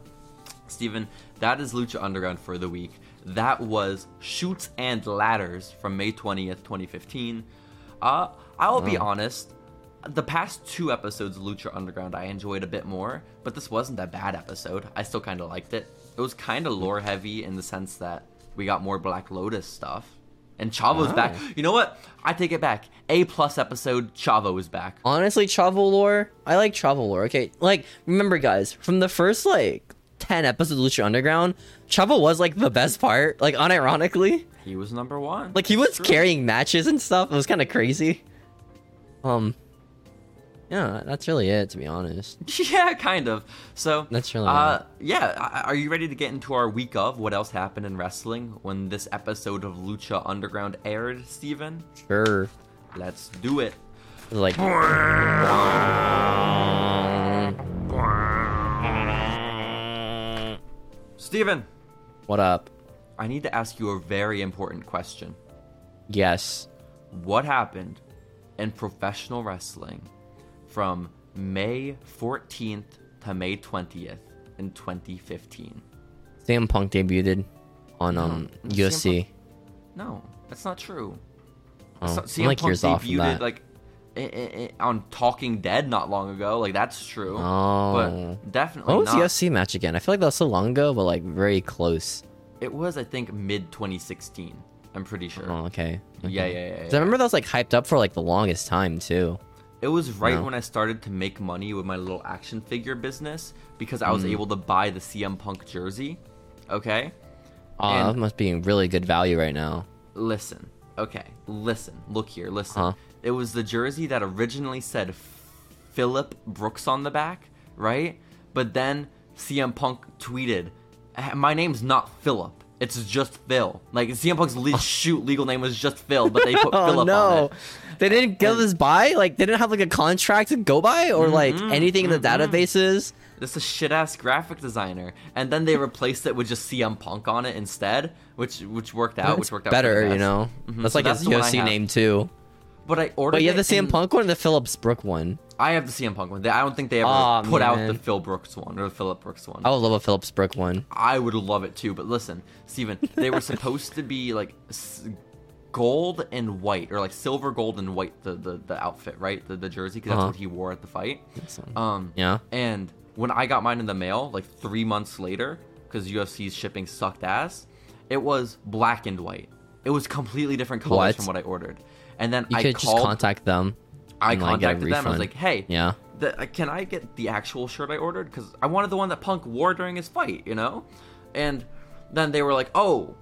[SPEAKER 1] Steven, that is Lucha Underground for the week. That was Shoots and Ladders from May 20th, 2015. Uh, I'll be honest, the past two episodes of Lucha Underground I enjoyed a bit more, but this wasn't a bad episode. I still kind of liked it. It was kind of
[SPEAKER 2] Hmm.
[SPEAKER 1] lore heavy in the sense that we got more Black Lotus stuff. And Chavo's
[SPEAKER 2] Oh.
[SPEAKER 1] back. You know what? I take it back. A plus episode, Chavo is back.
[SPEAKER 2] Honestly, travel lore. I like travel lore. Okay, like remember, guys, from the first like ten episodes of Lucha Underground, travel was like the best part. Like unironically.
[SPEAKER 1] He was number one.
[SPEAKER 2] Like he was
[SPEAKER 1] True.
[SPEAKER 2] carrying matches and stuff. It was kind of crazy. Um, Yeah, that's really it, to be honest.
[SPEAKER 1] [laughs] yeah, kind of. So
[SPEAKER 2] That's really
[SPEAKER 1] Uh, yeah, I- I- are you ready to get into our week of what else happened in wrestling when this episode of Lucha Underground aired, Steven?
[SPEAKER 2] Sure.
[SPEAKER 1] Let's do it.
[SPEAKER 2] Like.
[SPEAKER 1] Steven,
[SPEAKER 2] What up?
[SPEAKER 1] I need to ask you a very important question.
[SPEAKER 2] Yes.
[SPEAKER 1] What happened in professional wrestling from May 14th to May 20th in 2015?
[SPEAKER 2] CM Punk debuted on um
[SPEAKER 1] No, CM
[SPEAKER 2] UFC.
[SPEAKER 1] No, that's not true.
[SPEAKER 2] Oh,
[SPEAKER 1] So-
[SPEAKER 2] I'm like years off from that.
[SPEAKER 1] like i- i- i- on Talking Dead not long ago. Like that's true.
[SPEAKER 2] Oh.
[SPEAKER 1] But definitely
[SPEAKER 2] what was
[SPEAKER 1] not.
[SPEAKER 2] the UFC match again? I feel like that was so long ago, but like very close.
[SPEAKER 1] It was I think mid 2016. I'm pretty sure.
[SPEAKER 2] Oh, okay.
[SPEAKER 1] Yeah, yeah,
[SPEAKER 2] Okay.
[SPEAKER 1] yeah. yeah,
[SPEAKER 2] 'Cause I remember that was like hyped up for like the longest time too.
[SPEAKER 1] It was right
[SPEAKER 2] No.
[SPEAKER 1] when I started to make money with my little action figure business because I was
[SPEAKER 2] Mm.
[SPEAKER 1] able to buy the CM Punk jersey. Okay?
[SPEAKER 2] Oh,
[SPEAKER 1] And-
[SPEAKER 2] that must be in really good value right now.
[SPEAKER 1] Listen. Okay. Listen. Look here. Listen.
[SPEAKER 2] Huh?
[SPEAKER 1] It was the jersey that originally said Philip Brooks on the back, right? But then CM Punk tweeted, "Eh, "My name's not Philip. It's just Phil." Like CM Punk's
[SPEAKER 2] [laughs]
[SPEAKER 1] le- shoot legal name was just Phil, but they put
[SPEAKER 2] Oh
[SPEAKER 1] Philip on
[SPEAKER 2] no,
[SPEAKER 1] it.
[SPEAKER 2] they didn't go this by. Like they didn't have like a contract to go by
[SPEAKER 1] Mm-hmm.
[SPEAKER 2] or like anything in the databases.
[SPEAKER 1] This is shit ass graphic designer, and then they replaced it with just CM Punk on it instead, which which worked out,
[SPEAKER 2] That's
[SPEAKER 1] which worked out for the
[SPEAKER 2] better, you
[SPEAKER 1] best.
[SPEAKER 2] know.
[SPEAKER 1] Mhm,
[SPEAKER 2] That's
[SPEAKER 1] so
[SPEAKER 2] like
[SPEAKER 1] that's the
[SPEAKER 2] a
[SPEAKER 1] one I
[SPEAKER 2] UFC
[SPEAKER 1] have.
[SPEAKER 2] name too.
[SPEAKER 1] But I ordered.
[SPEAKER 2] But you
[SPEAKER 1] it
[SPEAKER 2] have the CM
[SPEAKER 1] and-
[SPEAKER 2] Punk one and the Phillips Brook one.
[SPEAKER 1] I have the CM Punk one. They- I don't think they ever
[SPEAKER 2] Aw,
[SPEAKER 1] put out
[SPEAKER 2] man.
[SPEAKER 1] the Phil Brooks one or the Philip Brooks one.
[SPEAKER 2] I would love a Phillips Brook one.
[SPEAKER 1] I would love it too. But listen, Steven, they were supposed to be like s- gold and white, or like silver, gold, and white. The the, the outfit, right? The the jersey, because that's
[SPEAKER 2] Uh-huh.
[SPEAKER 1] what he wore at the fight.
[SPEAKER 2] So,
[SPEAKER 1] Um,
[SPEAKER 2] yeah.
[SPEAKER 1] And when I got mine in the mail, like three months later, because UFC's shipping sucked ass, it was black and white. It was completely different colors
[SPEAKER 2] What?
[SPEAKER 1] from what I ordered. And then
[SPEAKER 2] You
[SPEAKER 1] I
[SPEAKER 2] could just
[SPEAKER 1] called
[SPEAKER 2] contact them.
[SPEAKER 1] I
[SPEAKER 2] and, like, get a
[SPEAKER 1] contacted them. I
[SPEAKER 2] refund.
[SPEAKER 1] was like, "Hey,
[SPEAKER 2] Yeah.
[SPEAKER 1] the, uh, can I get the actual shirt I ordered? Because I wanted the one that Punk wore during his fight, you know." And then they were like, "Oh,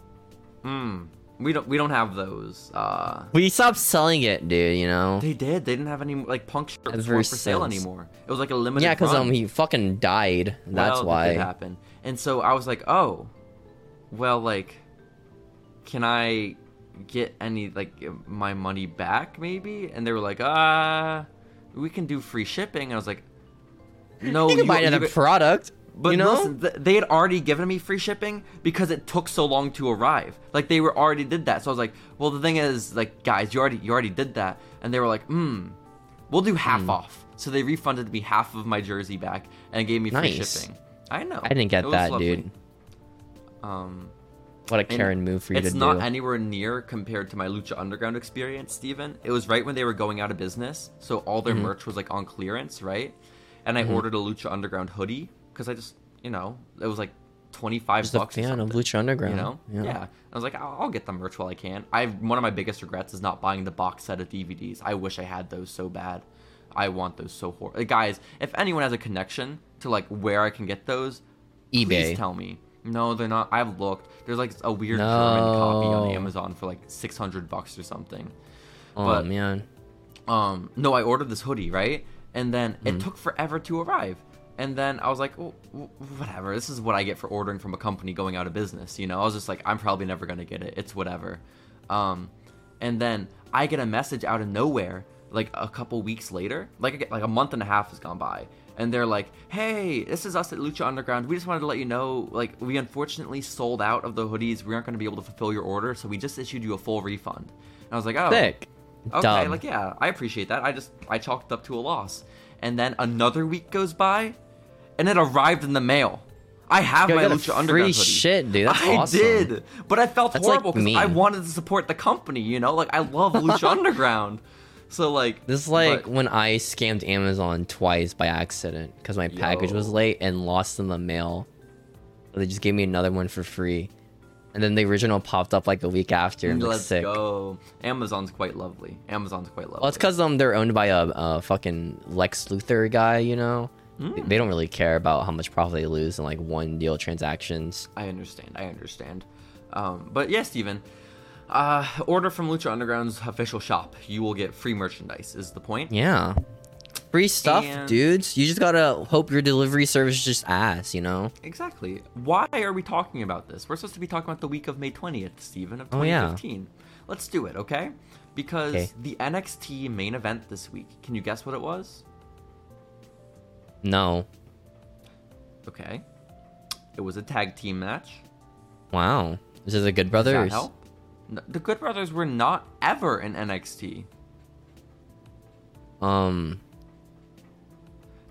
[SPEAKER 1] mm, we don't we don't have those." Uh,
[SPEAKER 2] We stopped selling it, dude. You know.
[SPEAKER 1] they did. They didn't have any like Punk shirts
[SPEAKER 2] Ever
[SPEAKER 1] weren't for sale
[SPEAKER 2] since.
[SPEAKER 1] anymore. It was like a limited.
[SPEAKER 2] Yeah, because
[SPEAKER 1] run.
[SPEAKER 2] um, he fucking died. That's
[SPEAKER 1] well, that did
[SPEAKER 2] why.
[SPEAKER 1] happen. And so I was like, "Oh, well, like, can I get any like my money back, maybe?" And they were like, "Ah, we can do free shipping." And I was like, "No,
[SPEAKER 2] You can buy another product.
[SPEAKER 1] but
[SPEAKER 2] you know,
[SPEAKER 1] listen, th- they had already given me free shipping because it took so long to arrive. Like they were already did that. So I was like, well, the thing is, like guys, you already you already did that, and they were like, hmm, we'll do half
[SPEAKER 2] Hmm.
[SPEAKER 1] off. So they refunded me half of my jersey back and gave me free
[SPEAKER 2] Nice.
[SPEAKER 1] shipping. I know.
[SPEAKER 2] I didn't get
[SPEAKER 1] It was
[SPEAKER 2] that,
[SPEAKER 1] lovely.
[SPEAKER 2] dude.
[SPEAKER 1] Um,
[SPEAKER 2] What a
[SPEAKER 1] and
[SPEAKER 2] Karen move for you
[SPEAKER 1] it's
[SPEAKER 2] to
[SPEAKER 1] not
[SPEAKER 2] do.
[SPEAKER 1] anywhere near compared to my Lucha Underground experience, Steven. It was right when they were going out of business, so all
[SPEAKER 2] Mm-hmm.
[SPEAKER 1] their merch was like on clearance, right? And I ordered a Lucha Underground hoodie because I just, you know, it was like twenty five
[SPEAKER 2] Just a
[SPEAKER 1] bucks. or
[SPEAKER 2] fan of
[SPEAKER 1] something,
[SPEAKER 2] Lucha Underground.
[SPEAKER 1] You know, yeah.
[SPEAKER 2] yeah.
[SPEAKER 1] I was like, I'll, I'll get the merch while I can. I have one of my biggest regrets is not buying the box set of DVDs. I wish I had those so bad. I want those so hor Guys, if anyone has a connection to like where I can get those, Please
[SPEAKER 2] eBay.
[SPEAKER 1] tell me. No, they're not. I've looked. There's like a weird German copy on
[SPEAKER 2] No.
[SPEAKER 1] Amazon for like 600 bucks or something.
[SPEAKER 2] Oh
[SPEAKER 1] but-
[SPEAKER 2] man.
[SPEAKER 1] Um, no, I ordered this hoodie, right? And then it took forever to arrive. And then I was like, well, w- whatever. This is what I get for ordering from a company going out of business. You know, I was just like, I'm probably never gonna get it. It's whatever. Um, and then I get a message out of nowhere, like a couple weeks later, like I get- like a month and a half has gone by, and they're like, "Hey, this is us at Lucha Underground. We just wanted to let you know, like, we unfortunately sold out of the hoodies. We aren't going to be able to fulfill your order, so we just issued you a full refund." And I was like, "Oh,
[SPEAKER 2] Thick.
[SPEAKER 1] Okay,
[SPEAKER 2] Dumb.
[SPEAKER 1] like yeah, I appreciate that. I just I chalked up to a loss. And then another week goes by, and it arrived in the mail. I have
[SPEAKER 2] Yo,
[SPEAKER 1] my
[SPEAKER 2] you got a
[SPEAKER 1] Lucha
[SPEAKER 2] free
[SPEAKER 1] Underground hoodie.
[SPEAKER 2] shit, dude. That's
[SPEAKER 1] I
[SPEAKER 2] awesome.
[SPEAKER 1] did, but I felt
[SPEAKER 2] That's, like,
[SPEAKER 1] horrible because I
[SPEAKER 2] mean.
[SPEAKER 1] wanted to support the company. You know, like I love
[SPEAKER 2] [laughs]
[SPEAKER 1] Lucha Underground. So like
[SPEAKER 2] This is like
[SPEAKER 1] but-
[SPEAKER 2] when I scammed Amazon twice by accident because my package was
[SPEAKER 1] Yo.
[SPEAKER 2] late and lost in the mail. They just gave me another one for free, and then the original popped up like a week after. I'm like,
[SPEAKER 1] let's
[SPEAKER 2] sick.
[SPEAKER 1] go. Amazon's quite lovely. Amazon's quite lovely.
[SPEAKER 2] Well, it's because um they're owned by a, a fucking Lex Luthor guy, you know. They-
[SPEAKER 1] Hmm.
[SPEAKER 2] They don't really care about how much profit they lose in like one deal transactions.
[SPEAKER 1] I understand. I understand. Um, but yeah, Steven, uh, order from Lucha Underground's official shop. You will get free merchandise. Is the point?
[SPEAKER 2] Yeah, free stuff,
[SPEAKER 1] And-
[SPEAKER 2] dudes. You just gotta hope your delivery service is just ass, you know?
[SPEAKER 1] Exactly. Why are we talking about this? We're supposed to be talking about the week of May 20th, Stephen, of
[SPEAKER 2] Oh, yeah.
[SPEAKER 1] 2015. Let's do it, okay? Because
[SPEAKER 2] Okay.
[SPEAKER 1] the NXT main event this week, can you guess what it was?
[SPEAKER 2] No.
[SPEAKER 1] Okay. It was a tag team match.
[SPEAKER 2] Wow. This is a good
[SPEAKER 1] Does that
[SPEAKER 2] brothers.
[SPEAKER 1] help? No, the Good Brothers were not ever in NXT.
[SPEAKER 2] Um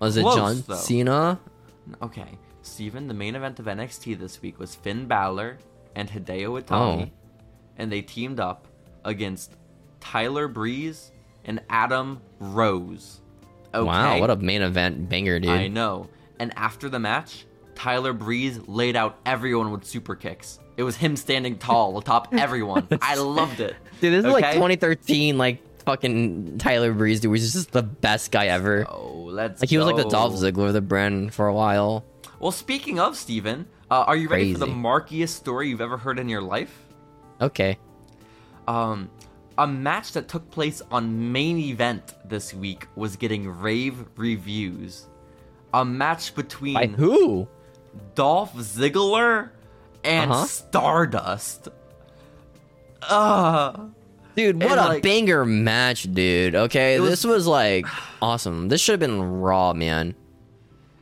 [SPEAKER 2] Was it
[SPEAKER 1] Close,
[SPEAKER 2] John
[SPEAKER 1] though.
[SPEAKER 2] Cena?
[SPEAKER 1] Okay. Stephen, the main event of NXT this week was Finn Balor and Hideo Itami.
[SPEAKER 2] Oh.
[SPEAKER 1] And they teamed up against Tyler Breeze and Adam Rose. Okay.
[SPEAKER 2] Wow, what a main event banger, dude.
[SPEAKER 1] I know. And after the match, Tyler Breeze laid out everyone with super kicks. It was him standing
[SPEAKER 2] [laughs]
[SPEAKER 1] tall atop everyone. I loved it.
[SPEAKER 2] Dude, this is like
[SPEAKER 1] Okay?
[SPEAKER 2] 2013, like fucking Tyler Breeze, dude, was just the best guy ever.
[SPEAKER 1] Oh, let's
[SPEAKER 2] Like he was like the
[SPEAKER 1] go.
[SPEAKER 2] Dolph Ziggler of the brand for a while.
[SPEAKER 1] Well, speaking of Steven, uh, are you ready for the
[SPEAKER 2] Crazy.
[SPEAKER 1] markiest story you've ever heard in your life?
[SPEAKER 2] Okay.
[SPEAKER 1] Um, a match that took place on main event this week was getting rave reviews. A match between
[SPEAKER 2] By who?
[SPEAKER 1] Dolph Ziggler and
[SPEAKER 2] Uh-huh.
[SPEAKER 1] Stardust. Ugh.
[SPEAKER 2] Dude, what
[SPEAKER 1] And,
[SPEAKER 2] a
[SPEAKER 1] like-
[SPEAKER 2] banger match, dude. Okay,
[SPEAKER 1] was-
[SPEAKER 2] this was like awesome. This should have been raw, man.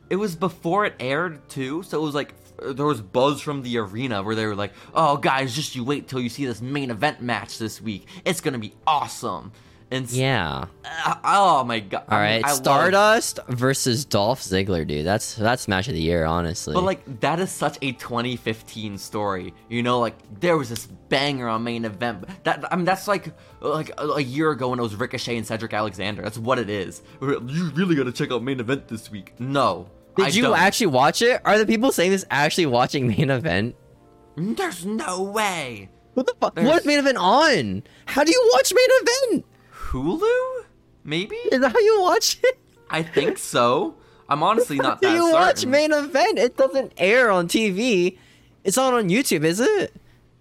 [SPEAKER 1] It was before it aired too, so it was like f- there was buzz from the arena where they were like, "Oh, guys, just you wait till you see this main event match this week. It's gonna be awesome." And s-
[SPEAKER 2] Yeah.
[SPEAKER 1] uh, oh my god!
[SPEAKER 2] All right,
[SPEAKER 1] love-
[SPEAKER 2] Stardust versus Dolph Ziggler, dude. That's that's match of the year, honestly.
[SPEAKER 1] But like that is such a 2015 story, you know. Like there was this banger on main event. but That I mean, that's like like a, a year ago when it was Ricochet and Cedric Alexander. That's what it is. You really gotta check out main event this week. No,
[SPEAKER 2] did
[SPEAKER 1] I
[SPEAKER 2] you
[SPEAKER 1] don't.
[SPEAKER 2] actually watch it? Are the people saying this actually watching [laughs] main event?
[SPEAKER 1] There's no way.
[SPEAKER 2] What the fuck?
[SPEAKER 1] There's-
[SPEAKER 2] What is main event on? How do you watch main event?
[SPEAKER 1] Hulu? Maybe?
[SPEAKER 2] Is that how you watch it?
[SPEAKER 1] I think so. I'm honestly not
[SPEAKER 2] [laughs] do
[SPEAKER 1] that
[SPEAKER 2] you
[SPEAKER 1] certain.
[SPEAKER 2] watch main event? It doesn't air on TV. It's not on YouTube, is it?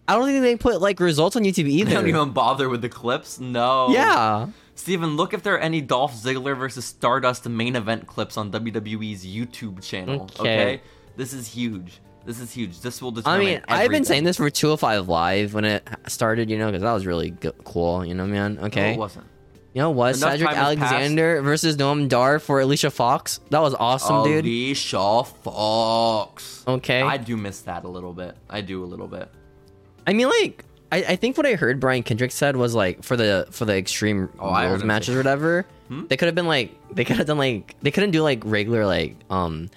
[SPEAKER 2] I don't think they put like results on
[SPEAKER 1] [laughs]
[SPEAKER 2] YouTube either.
[SPEAKER 1] They don't even bother with the clips. No.
[SPEAKER 2] yeah.
[SPEAKER 1] Steven, look if there are any Dolph Ziggler versus Stardust main event clips on WWE's YouTube channel. Okay.
[SPEAKER 2] Okay.
[SPEAKER 1] This is huge. This is huge. This will
[SPEAKER 2] I
[SPEAKER 1] determine.
[SPEAKER 2] mean, I've been saying
[SPEAKER 1] everything.
[SPEAKER 2] this for 205 Live when it started, you know, because that was really go- cool, you know, man.
[SPEAKER 1] No,
[SPEAKER 2] Okay.
[SPEAKER 1] Oh, it wasn't.
[SPEAKER 2] you know what?
[SPEAKER 1] Enough
[SPEAKER 2] Cedric
[SPEAKER 1] time has passed.
[SPEAKER 2] Alexander versus Noam Dar for Alicia Fox. That was awesome,
[SPEAKER 1] Oh,
[SPEAKER 2] dude.
[SPEAKER 1] Alicia Fox.
[SPEAKER 2] Okay.
[SPEAKER 1] I
[SPEAKER 2] I,
[SPEAKER 1] do miss that a little bit. I do a little bit.
[SPEAKER 2] mean, like, I, I think what I heard Brian Kendrick said was like for the for the Extreme
[SPEAKER 1] Oh, I heard
[SPEAKER 2] Rules
[SPEAKER 1] him say
[SPEAKER 2] matches
[SPEAKER 1] that. Hmm?
[SPEAKER 2] or whatever, they could have been like they could have done like they couldn't do like regular like um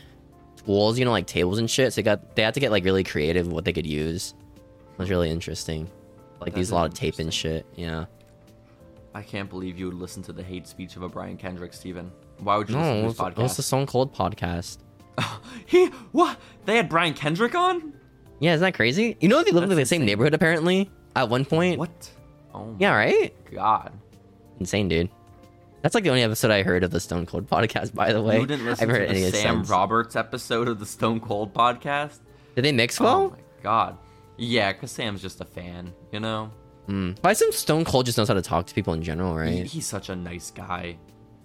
[SPEAKER 2] walls, you know, like tables and shit. So they got they had to get like really creative with what they could use. It was really interesting. Like
[SPEAKER 1] That
[SPEAKER 2] these
[SPEAKER 1] is
[SPEAKER 2] a lot of tape and shit. Yeah.
[SPEAKER 1] I can't believe you would listen to the hate speech of a Brian Kendrick, Steven. Why would you listen
[SPEAKER 2] No,
[SPEAKER 1] to
[SPEAKER 2] it
[SPEAKER 1] this
[SPEAKER 2] was,
[SPEAKER 1] podcast?
[SPEAKER 2] it was the Stone Cold podcast.
[SPEAKER 1] He what? They had Brian Kendrick on?
[SPEAKER 2] Yeah, isn't that crazy? You know they live in the same neighborhood apparently at one point.
[SPEAKER 1] What? Oh my
[SPEAKER 2] Yeah, right?
[SPEAKER 1] god.
[SPEAKER 2] Insane, dude. That's like the only episode I heard of the Stone Cold podcast. By the way,
[SPEAKER 1] you didn't listen
[SPEAKER 2] I've heard
[SPEAKER 1] to
[SPEAKER 2] any
[SPEAKER 1] the
[SPEAKER 2] of it
[SPEAKER 1] Sam
[SPEAKER 2] since.
[SPEAKER 1] Roberts episode of the Stone Cold podcast?
[SPEAKER 2] Did they mix
[SPEAKER 1] oh
[SPEAKER 2] well?
[SPEAKER 1] my god. Yeah, cause Sam's just a fan, you know.
[SPEAKER 2] Mm. But I assume Stone Cold just knows how to talk to people in general,
[SPEAKER 1] He-
[SPEAKER 2] right?
[SPEAKER 1] he's such a nice guy,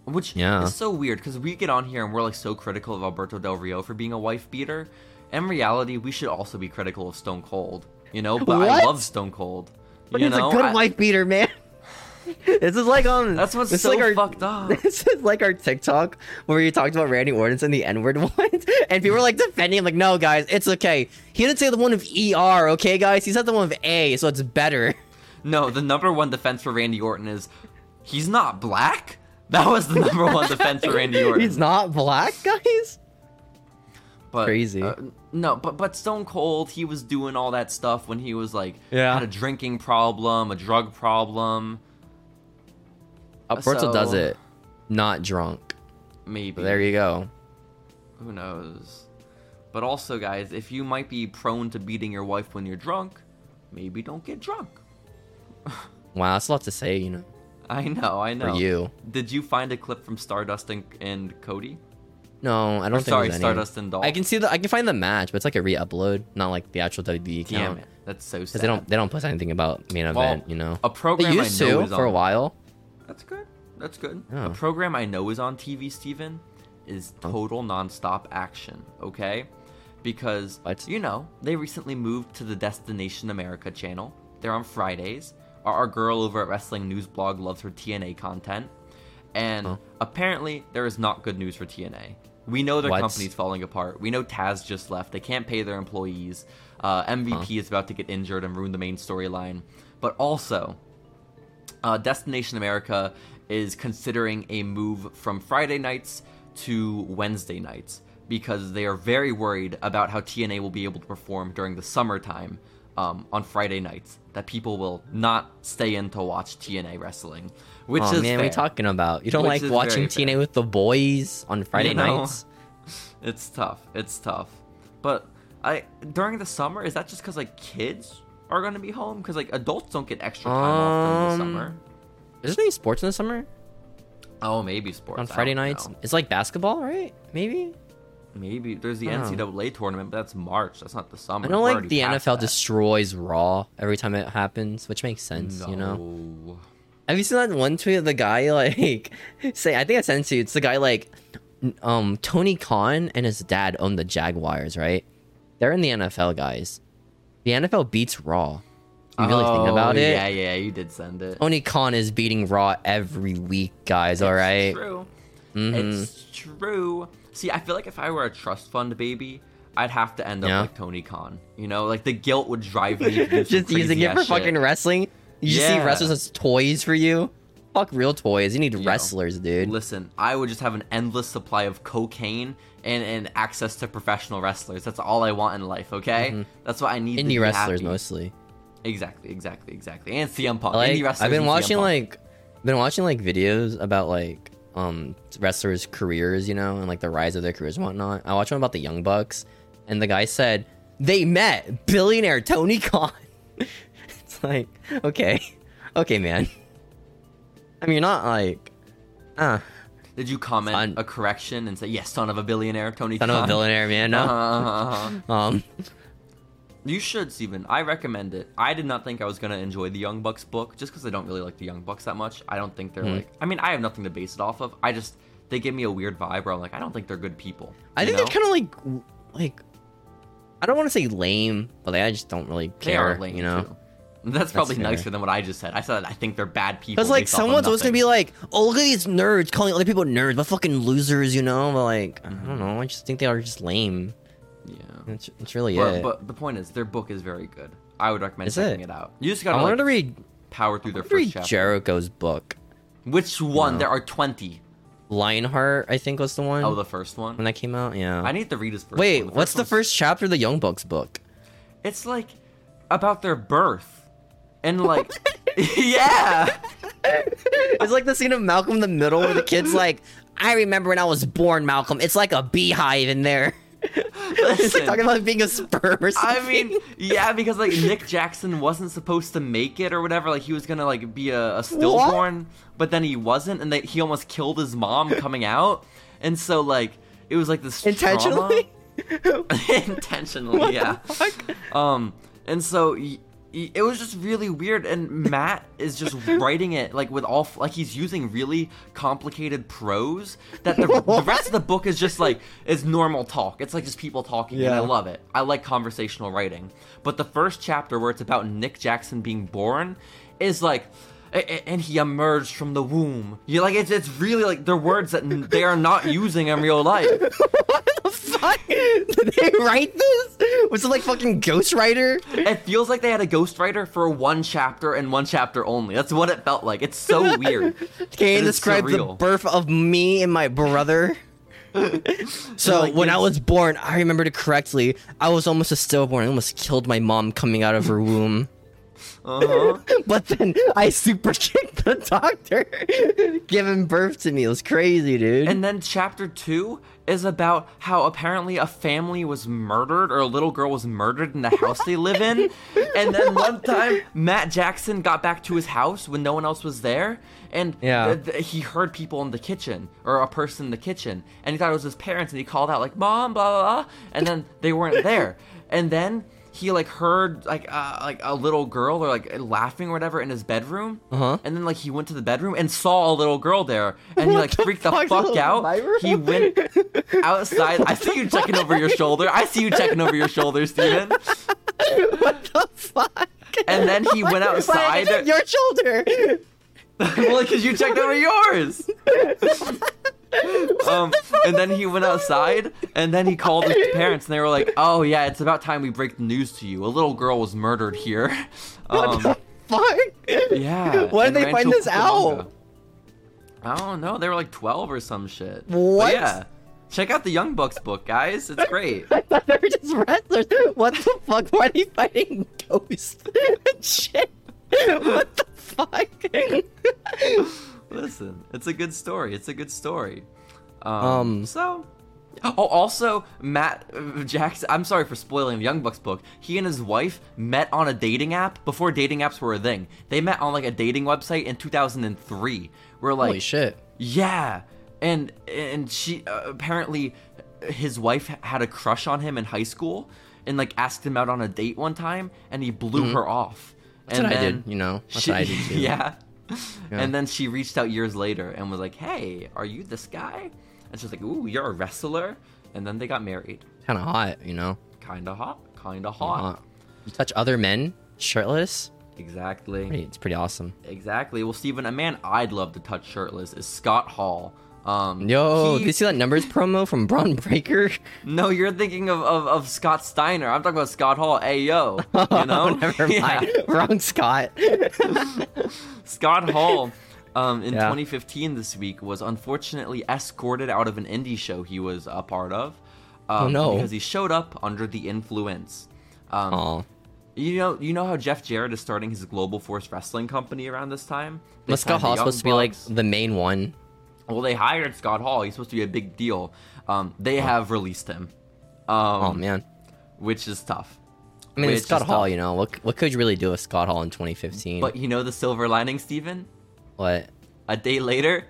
[SPEAKER 1] which
[SPEAKER 2] Yeah.
[SPEAKER 1] is so weird because we get on here and we're like so critical of Alberto Del Rio for being a wife beater. In reality, we should also be critical of Stone Cold, you know. But I
[SPEAKER 2] What?
[SPEAKER 1] love Stone Cold.
[SPEAKER 2] But
[SPEAKER 1] you
[SPEAKER 2] he's
[SPEAKER 1] know,
[SPEAKER 2] a good
[SPEAKER 1] I-
[SPEAKER 2] wife beater, man. [laughs] this is like on.
[SPEAKER 1] That's what's
[SPEAKER 2] this is
[SPEAKER 1] so
[SPEAKER 2] like our,
[SPEAKER 1] fucked up.
[SPEAKER 2] [laughs] This is like our TikTok where you talked about Randy Orton's and the N [laughs] word once, and people were like defending him, like, "No, guys, it's okay. He didn't say the one of ER, okay, guys. He said the one of A, so it's better."
[SPEAKER 1] No, the number one defense for Randy Orton is he's not black. That was the number one defense for Randy
[SPEAKER 2] [laughs]
[SPEAKER 1] Orton.
[SPEAKER 2] He's not black, guys.
[SPEAKER 1] but,
[SPEAKER 2] crazy.
[SPEAKER 1] uh, no, but but Stone Cold, he was doing all that stuff when he was like
[SPEAKER 2] Yeah.
[SPEAKER 1] had a drinking problem, a drug problem,
[SPEAKER 2] Alberto
[SPEAKER 1] So-
[SPEAKER 2] does it, not drunk.
[SPEAKER 1] maybe.
[SPEAKER 2] But there you go.
[SPEAKER 1] Who knows? But also, guys, if you might be prone to beating your wife when you're drunk, maybe don't get drunk. [laughs]
[SPEAKER 2] Wow, that's a lot to say, you know,
[SPEAKER 1] I know, I
[SPEAKER 2] for
[SPEAKER 1] know.
[SPEAKER 2] you.
[SPEAKER 1] Did you find a clip from Stardust and, and Cody?
[SPEAKER 2] No, I don't think.
[SPEAKER 1] Sorry,
[SPEAKER 2] there's any.
[SPEAKER 1] Stardust and Dolph.
[SPEAKER 2] I can see the I can find the match, but it's like a re-upload, not like the actual WWE
[SPEAKER 1] Damn
[SPEAKER 2] count.
[SPEAKER 1] it, that's so sad.
[SPEAKER 2] Because they don't they don't post anything about main
[SPEAKER 1] Well,
[SPEAKER 2] event, you know.
[SPEAKER 1] A
[SPEAKER 2] They
[SPEAKER 1] program
[SPEAKER 2] used
[SPEAKER 1] I know
[SPEAKER 2] to
[SPEAKER 1] is
[SPEAKER 2] for a
[SPEAKER 1] on-
[SPEAKER 2] while.
[SPEAKER 1] That's good. That's good.
[SPEAKER 2] Yeah.
[SPEAKER 1] A program I know is on TV, Steven, is Total Nonstop Action, okay? Because,
[SPEAKER 2] What?
[SPEAKER 1] you know, they recently moved to the Destination America channel. They're on Fridays. Our, our girl over at Wrestling News Blog loves her TNA content. And apparently, there is not good news for TNA. We know their
[SPEAKER 2] What?
[SPEAKER 1] company's falling apart. We know Taz just left. They can't pay their employees. Uh, MVP is about to get injured and ruin the main storyline. But also, uh, Destination America is considering a move from Friday nights to Wednesday nights because they are very worried about how TNA will be able to perform during the summertime um, on Friday nights. That people will not stay in to watch TNA wrestling, which
[SPEAKER 2] oh
[SPEAKER 1] is
[SPEAKER 2] man,
[SPEAKER 1] fair.
[SPEAKER 2] we talking about? You don't
[SPEAKER 1] Which is
[SPEAKER 2] like watching
[SPEAKER 1] very fair.
[SPEAKER 2] TNA with the boys on Friday
[SPEAKER 1] You know.
[SPEAKER 2] nights?
[SPEAKER 1] It's tough. It's tough. But I during the summer is that just because like kids are gonna be home because like adults don't get extra time off
[SPEAKER 2] Um,
[SPEAKER 1] during the summer.
[SPEAKER 2] Is there any sports in the summer
[SPEAKER 1] Oh, maybe sports
[SPEAKER 2] on
[SPEAKER 1] I
[SPEAKER 2] Friday
[SPEAKER 1] don't
[SPEAKER 2] nights?
[SPEAKER 1] know.
[SPEAKER 2] It's like basketball, right? Maybe.
[SPEAKER 1] Maybe there's the
[SPEAKER 2] I don't know.
[SPEAKER 1] NCAA tournament, but that's March. That's not the summer.
[SPEAKER 2] I know,
[SPEAKER 1] We're
[SPEAKER 2] like
[SPEAKER 1] already
[SPEAKER 2] the
[SPEAKER 1] past
[SPEAKER 2] NFL
[SPEAKER 1] that.
[SPEAKER 2] destroys Raw every time it happens, which makes sense. You know.
[SPEAKER 1] No.
[SPEAKER 2] Have you seen that one tweet of the guy [laughs] like say I think I sent it to you. It's the guy like n- um Tony Khan and his dad own the Jaguars, right? They're in the NFL, guys. The NFL beats Raw. You really think
[SPEAKER 1] Oh,
[SPEAKER 2] about it?
[SPEAKER 1] Yeah, yeah, you did send it.
[SPEAKER 2] Tony Khan is beating Raw every week, guys, all right?
[SPEAKER 1] It's
[SPEAKER 2] Mm-hmm.
[SPEAKER 1] True. It's true. See, I feel like if I were a trust fund baby, I'd have to end up
[SPEAKER 2] Yeah.
[SPEAKER 1] like Tony Khan. You know, like the guilt would
[SPEAKER 2] [laughs]
[SPEAKER 1] drive me. To do some
[SPEAKER 2] Just using
[SPEAKER 1] crazy
[SPEAKER 2] it for
[SPEAKER 1] ass shit.
[SPEAKER 2] fucking wrestling? You just see
[SPEAKER 1] Yeah.
[SPEAKER 2] wrestlers as toys for you? Fuck real toys. You need
[SPEAKER 1] Yo.
[SPEAKER 2] wrestlers, dude.
[SPEAKER 1] Listen, I would just have an endless supply of cocaine and, and access to professional wrestlers. That's all I want in life. Okay, that's what I need. to be
[SPEAKER 2] Mm-hmm. Indie wrestlers
[SPEAKER 1] happy.
[SPEAKER 2] mostly.
[SPEAKER 1] Exactly, exactly, exactly. And CM Punk.
[SPEAKER 2] like
[SPEAKER 1] Indie wrestlers
[SPEAKER 2] I've been
[SPEAKER 1] and CM
[SPEAKER 2] watching
[SPEAKER 1] Punk.
[SPEAKER 2] like I've been watching like videos about like um wrestlers' careers, you know, and like the rise of their careers and whatnot. I watched one about the Young Bucks, and the guy said they met billionaire Tony Khan. [laughs] it's like okay, okay, man. I mean, you're not like uh,
[SPEAKER 1] Did you comment
[SPEAKER 2] Son.
[SPEAKER 1] a correction and say, yes, son of a billionaire, Tony
[SPEAKER 2] son
[SPEAKER 1] Khan?
[SPEAKER 2] of a billionaire, man. No,
[SPEAKER 1] Uh-huh.
[SPEAKER 2] um,
[SPEAKER 1] [laughs] you should, Steven. I recommend it. I did not think I was going to enjoy the Young Bucks book just because I don't really like the Young Bucks that much. I don't think they're
[SPEAKER 2] Hmm.
[SPEAKER 1] like, I mean, I have nothing to base it off of. I just, they give me a weird vibe where I'm like, I don't think they're good people.
[SPEAKER 2] I
[SPEAKER 1] you
[SPEAKER 2] think
[SPEAKER 1] know?
[SPEAKER 2] they're kind of like w- like I don't want to say lame, but like, I just don't really
[SPEAKER 1] They
[SPEAKER 2] care.
[SPEAKER 1] are lame,
[SPEAKER 2] you know.
[SPEAKER 1] too. That's probably
[SPEAKER 2] fair.
[SPEAKER 1] nicer than what I just said. I said I think they're bad people.
[SPEAKER 2] Because like
[SPEAKER 1] based off of
[SPEAKER 2] someone's always gonna
[SPEAKER 1] nothing.
[SPEAKER 2] be like, "Oh, look at these nerds calling other people nerds, but fucking losers," you know. But like, I don't know. I just think they are just lame.
[SPEAKER 1] yeah.
[SPEAKER 2] It's, it's really
[SPEAKER 1] But,
[SPEAKER 2] it.
[SPEAKER 1] but the point is, their book is very good. I would recommend
[SPEAKER 2] Is
[SPEAKER 1] checking
[SPEAKER 2] it?
[SPEAKER 1] it? out. You just
[SPEAKER 2] I
[SPEAKER 1] gotta
[SPEAKER 2] wanted
[SPEAKER 1] like,
[SPEAKER 2] to read,
[SPEAKER 1] power through their
[SPEAKER 2] I wanted to read
[SPEAKER 1] first chapter.
[SPEAKER 2] Jericho's book,
[SPEAKER 1] Which one? There are twenty.
[SPEAKER 2] Lionheart. I think was the one
[SPEAKER 1] Oh, the first one.
[SPEAKER 2] when that came out. Yeah.
[SPEAKER 1] I need to read his first.
[SPEAKER 2] Wait,
[SPEAKER 1] one.
[SPEAKER 2] what's the
[SPEAKER 1] one's-
[SPEAKER 2] first chapter of the Young Bucks book?
[SPEAKER 1] It's like about their birth,
[SPEAKER 2] [laughs]
[SPEAKER 1] and like, [laughs] yeah,
[SPEAKER 2] it's like the scene of Malcolm in the Middle where the
[SPEAKER 1] [laughs]
[SPEAKER 2] kid's like, "I remember when I was born, Malcolm. It's like a beehive in there." [laughs] [laughs] it's
[SPEAKER 1] Listen.
[SPEAKER 2] like talking about being a sperm or something. [laughs]
[SPEAKER 1] I mean, yeah, because like Nick Jackson wasn't supposed to make it or whatever. Like he was gonna like be a, a stillborn, but then he wasn't, and they, he almost killed his mom coming out, and so like it was like this
[SPEAKER 2] intentionally.
[SPEAKER 1] trauma- [laughs]
[SPEAKER 2] [laughs]
[SPEAKER 1] intentionally,
[SPEAKER 2] What the
[SPEAKER 1] yeah.
[SPEAKER 2] fuck?
[SPEAKER 1] Um, and so y- y- it was just really weird. And Matt is just writing it like with all f- like he's using really complicated prose that the,
[SPEAKER 2] [laughs]
[SPEAKER 1] the rest of the book is just like is normal talk. It's like just people talking, and
[SPEAKER 2] Yeah.
[SPEAKER 1] I love it. I like conversational writing. But the first chapter where it's about Nick Jackson being born is like. "A- a- And he emerged from the womb. You're like, it's, it's really like they're words that n- they are not using in real life.
[SPEAKER 2] what the fuck? Did they write this? Was it like fucking ghostwriter?
[SPEAKER 1] It feels like they had a ghostwriter for one chapter and one chapter only. That's what it felt like. It's so weird.
[SPEAKER 2] Can you
[SPEAKER 1] It is
[SPEAKER 2] describe the
[SPEAKER 1] surreal.
[SPEAKER 2] birth of me and my
[SPEAKER 1] [laughs]
[SPEAKER 2] brother? so
[SPEAKER 1] Like
[SPEAKER 2] when I
[SPEAKER 1] this-
[SPEAKER 2] was born, I remembered it correctly. I was almost a stillborn. I almost killed my mom coming out of her womb. [laughs]
[SPEAKER 1] Uh-huh.
[SPEAKER 2] But then I super kicked the doctor, [laughs] giving birth to me. It was crazy, dude.
[SPEAKER 1] And then chapter two is about how apparently a family was murdered or a little girl was murdered in the house they live
[SPEAKER 2] [laughs]
[SPEAKER 1] in. And then one time, Matt Jackson got back to his house when no one else was there. And
[SPEAKER 2] Yeah.
[SPEAKER 1] th- th- he heard people in the kitchen or a person in the kitchen. And he thought it was his parents. And he called out, like, Mom, blah, blah, blah. And then they weren't there. And then he like heard like uh, like a little girl or like laughing or whatever in his bedroom,
[SPEAKER 2] Uh-huh.
[SPEAKER 1] and then like he went to the bedroom and saw a little girl there, and he
[SPEAKER 2] What
[SPEAKER 1] like
[SPEAKER 2] the
[SPEAKER 1] freaked the
[SPEAKER 2] fuck?
[SPEAKER 1] fuck out.
[SPEAKER 2] My room?
[SPEAKER 1] He went outside. I see you checking over your shoulder. I see you checking over your shoulder, Steven.
[SPEAKER 2] [laughs] what the fuck?
[SPEAKER 1] And then he went
[SPEAKER 2] Why did you
[SPEAKER 1] outside.
[SPEAKER 2] check your shoulder.
[SPEAKER 1] [laughs] well, because you checked over yours.
[SPEAKER 2] [laughs]
[SPEAKER 1] Um, and then he went outside, and then he called his parents, and they were like, "Oh yeah, it's about time we break the news to you. A little girl was murdered here."
[SPEAKER 2] What [laughs]
[SPEAKER 1] Um,
[SPEAKER 2] the fuck? [laughs]
[SPEAKER 1] yeah.
[SPEAKER 2] Why did
[SPEAKER 1] in
[SPEAKER 2] they find
[SPEAKER 1] Rancho
[SPEAKER 2] this out?
[SPEAKER 1] Cucamonga. I don't know. They were like twelve or some shit. But
[SPEAKER 2] What?
[SPEAKER 1] yeah. Check out the Young Bucks book,
[SPEAKER 2] [laughs]
[SPEAKER 1] guys. It's great.
[SPEAKER 2] I thought they were just wrestlers. What the fuck? Why are they fighting ghosts? [laughs] and Shit. What the fuck?
[SPEAKER 1] Listen, it's a good story. It's a good story. Um,
[SPEAKER 2] Um,
[SPEAKER 1] so. Oh, also, Matt uh, Jackson. I'm sorry for spoiling the Young Bucks book. He and his wife met on a dating app before dating apps were a thing. They met on like a dating website in 2003. We're like,
[SPEAKER 2] Holy shit.
[SPEAKER 1] yeah, and and she uh, apparently his wife had a crush on him in high school, and like asked him out on a date one time, and he blew her off.
[SPEAKER 2] Mm-hmm. That's
[SPEAKER 1] and
[SPEAKER 2] what I
[SPEAKER 1] then-
[SPEAKER 2] did, you know. That's
[SPEAKER 1] she-
[SPEAKER 2] what I did too.
[SPEAKER 1] [laughs] Yeah. And
[SPEAKER 2] Yeah.
[SPEAKER 1] then she reached out years later and was like, "Hey, are you this guy?" And she's like, "Ooh, you're a wrestler." And then they got married.
[SPEAKER 2] Kinda hot, you know.
[SPEAKER 1] Kinda hot. Kinda hot.
[SPEAKER 2] Uh, you touch other men shirtless?
[SPEAKER 1] Exactly.
[SPEAKER 2] Pretty- It's pretty awesome.
[SPEAKER 1] Exactly. Well, Steven, a man I'd love to touch shirtless is Scott Hall. Um,
[SPEAKER 2] Yo,
[SPEAKER 1] he-
[SPEAKER 2] did you see that numbers promo from Braun Breaker?
[SPEAKER 1] No, you're thinking of, of, of Scott Steiner. I'm talking about Scott Hall. Hey yo,
[SPEAKER 2] [laughs]
[SPEAKER 1] you know,
[SPEAKER 2] Oh, Never
[SPEAKER 1] [laughs] Yeah.
[SPEAKER 2] mind. Wrong [laughs] Scott.
[SPEAKER 1] Scott Hall um, in
[SPEAKER 2] Yeah.
[SPEAKER 1] 2015 this week was unfortunately escorted out of an indie show he was a part of.
[SPEAKER 2] Oh,
[SPEAKER 1] Um,
[SPEAKER 2] no.
[SPEAKER 1] Because he showed up under the influence. Um,
[SPEAKER 2] Aw.
[SPEAKER 1] You know, you know how Jeff Jarrett is starting his Global Force Wrestling company around this time. They
[SPEAKER 2] Was Scott
[SPEAKER 1] signed the
[SPEAKER 2] Hall
[SPEAKER 1] Young
[SPEAKER 2] supposed to be like
[SPEAKER 1] Bucks.
[SPEAKER 2] the main one?
[SPEAKER 1] Well, they hired Scott Hall. He's supposed to be a big deal. Um, they have released him, um,
[SPEAKER 2] Oh man.
[SPEAKER 1] which is tough.
[SPEAKER 2] I mean,
[SPEAKER 1] Which
[SPEAKER 2] it's Scott
[SPEAKER 1] is
[SPEAKER 2] Hall,
[SPEAKER 1] tough.
[SPEAKER 2] you know, what what could you really do with Scott Hall in 2015?
[SPEAKER 1] But you know the silver lining, Steven?
[SPEAKER 2] what?
[SPEAKER 1] A day later,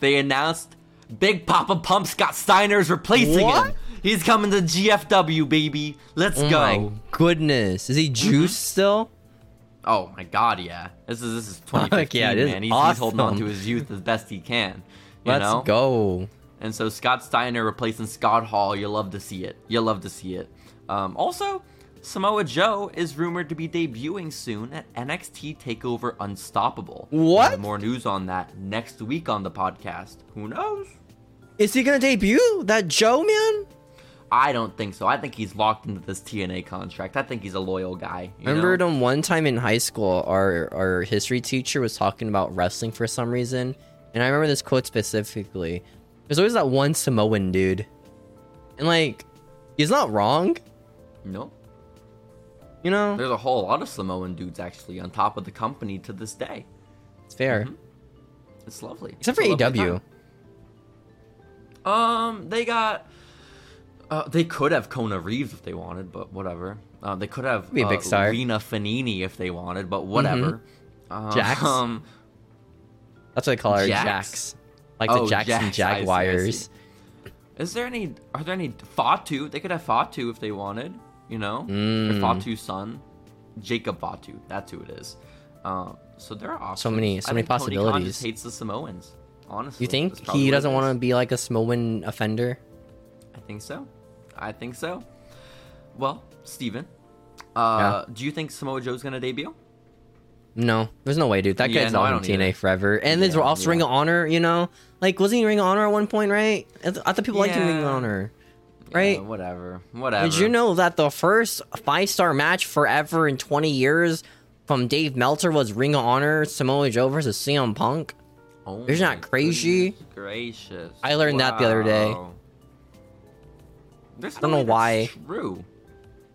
[SPEAKER 1] they announced Big Papa Pump Scott Steiner is replacing him.
[SPEAKER 2] What?
[SPEAKER 1] He's coming to GFW, baby. Let's
[SPEAKER 2] Oh
[SPEAKER 1] go.
[SPEAKER 2] my goodness,
[SPEAKER 1] Mm-hmm.
[SPEAKER 2] is he juiced still?
[SPEAKER 1] Oh my God, yeah. This is this is
[SPEAKER 2] [laughs]
[SPEAKER 1] 2015,
[SPEAKER 2] Fuck yeah, it is
[SPEAKER 1] man. He's, he's holding on to
[SPEAKER 2] awesome.
[SPEAKER 1] his youth as best he can. You
[SPEAKER 2] Let's
[SPEAKER 1] know?
[SPEAKER 2] go.
[SPEAKER 1] And so Scott Steiner replacing Scott Hall. You love to see it. You love to see it. Um, also, Samoa Joe is rumored to be debuting soon at NXT Takeover Unstoppable. We'll
[SPEAKER 2] What?
[SPEAKER 1] have More news on that next week on the podcast. Who knows?
[SPEAKER 2] Is he gonna debut that Joe man?
[SPEAKER 1] I don't think so. I think he's locked into this TNA contract. I think he's a loyal guy. you
[SPEAKER 2] Remember
[SPEAKER 1] know?
[SPEAKER 2] them one time in high school, our our history teacher was talking about wrestling for some reason, and I remember this quote specifically. There's always that one Samoan dude, and like, he's not wrong,
[SPEAKER 1] No.
[SPEAKER 2] you know.
[SPEAKER 1] There's a whole lot of Samoan dudes actually on top of the company to this day.
[SPEAKER 2] It's fair,
[SPEAKER 1] It's lovely.
[SPEAKER 2] except for
[SPEAKER 1] mm-hmm. It's a lovely
[SPEAKER 2] AEW.
[SPEAKER 1] time. Um, they got. Uh, they could have Kona Reeves if they wanted, but whatever. Uh, they could have
[SPEAKER 2] Be a big
[SPEAKER 1] uh,
[SPEAKER 2] star.
[SPEAKER 1] Lena Fanini if they wanted, but whatever. Um,
[SPEAKER 2] Mm-hmm. Jax? That's what I call her,
[SPEAKER 1] Jax?
[SPEAKER 2] Jax. Like the
[SPEAKER 1] Oh,
[SPEAKER 2] Jackson
[SPEAKER 1] Jax, I see, I
[SPEAKER 2] Jaguars.
[SPEAKER 1] see. Is there any? Are there any Fatu? They could have Fatu if they wanted. You know,
[SPEAKER 2] Mm.
[SPEAKER 1] Or Fatu's son, Jacob Fatu. That's who it is. Um, so there are options.
[SPEAKER 2] many- so
[SPEAKER 1] I
[SPEAKER 2] many
[SPEAKER 1] think Tony Khan
[SPEAKER 2] possibilities.
[SPEAKER 1] just hates the Samoans. Honestly,
[SPEAKER 2] You think
[SPEAKER 1] that's probably
[SPEAKER 2] he
[SPEAKER 1] what it
[SPEAKER 2] doesn't
[SPEAKER 1] is.
[SPEAKER 2] want to be like a Samoan offender?
[SPEAKER 1] I think so. I think so. Well, Steven, uh, do you think Samoa Joe's gonna debut?
[SPEAKER 2] No, there's no way, dude. That
[SPEAKER 1] Yeah,
[SPEAKER 2] guy's
[SPEAKER 1] no, I
[SPEAKER 2] on
[SPEAKER 1] don't
[SPEAKER 2] TNA
[SPEAKER 1] either.
[SPEAKER 2] forever. And there's
[SPEAKER 1] Yeah,
[SPEAKER 2] also Ring of Honor, you know? Like, wasn't he Ring of Honor at one point, right? I, th- I thought people liked him in Ring of
[SPEAKER 1] Yeah.
[SPEAKER 2] Honor. Right?
[SPEAKER 1] Yeah, Uh, whatever. Whatever.
[SPEAKER 2] Did you know that the first five star match forever in 20 years from Dave Meltzer was Ring of Honor, Samoa Joe versus CM Punk?
[SPEAKER 1] Oh
[SPEAKER 2] You're not
[SPEAKER 1] my
[SPEAKER 2] crazy.
[SPEAKER 1] goodness Gracious.
[SPEAKER 2] I learned that the other day.
[SPEAKER 1] Wow. There's
[SPEAKER 2] I don't know
[SPEAKER 1] no way that's
[SPEAKER 2] why.
[SPEAKER 1] True.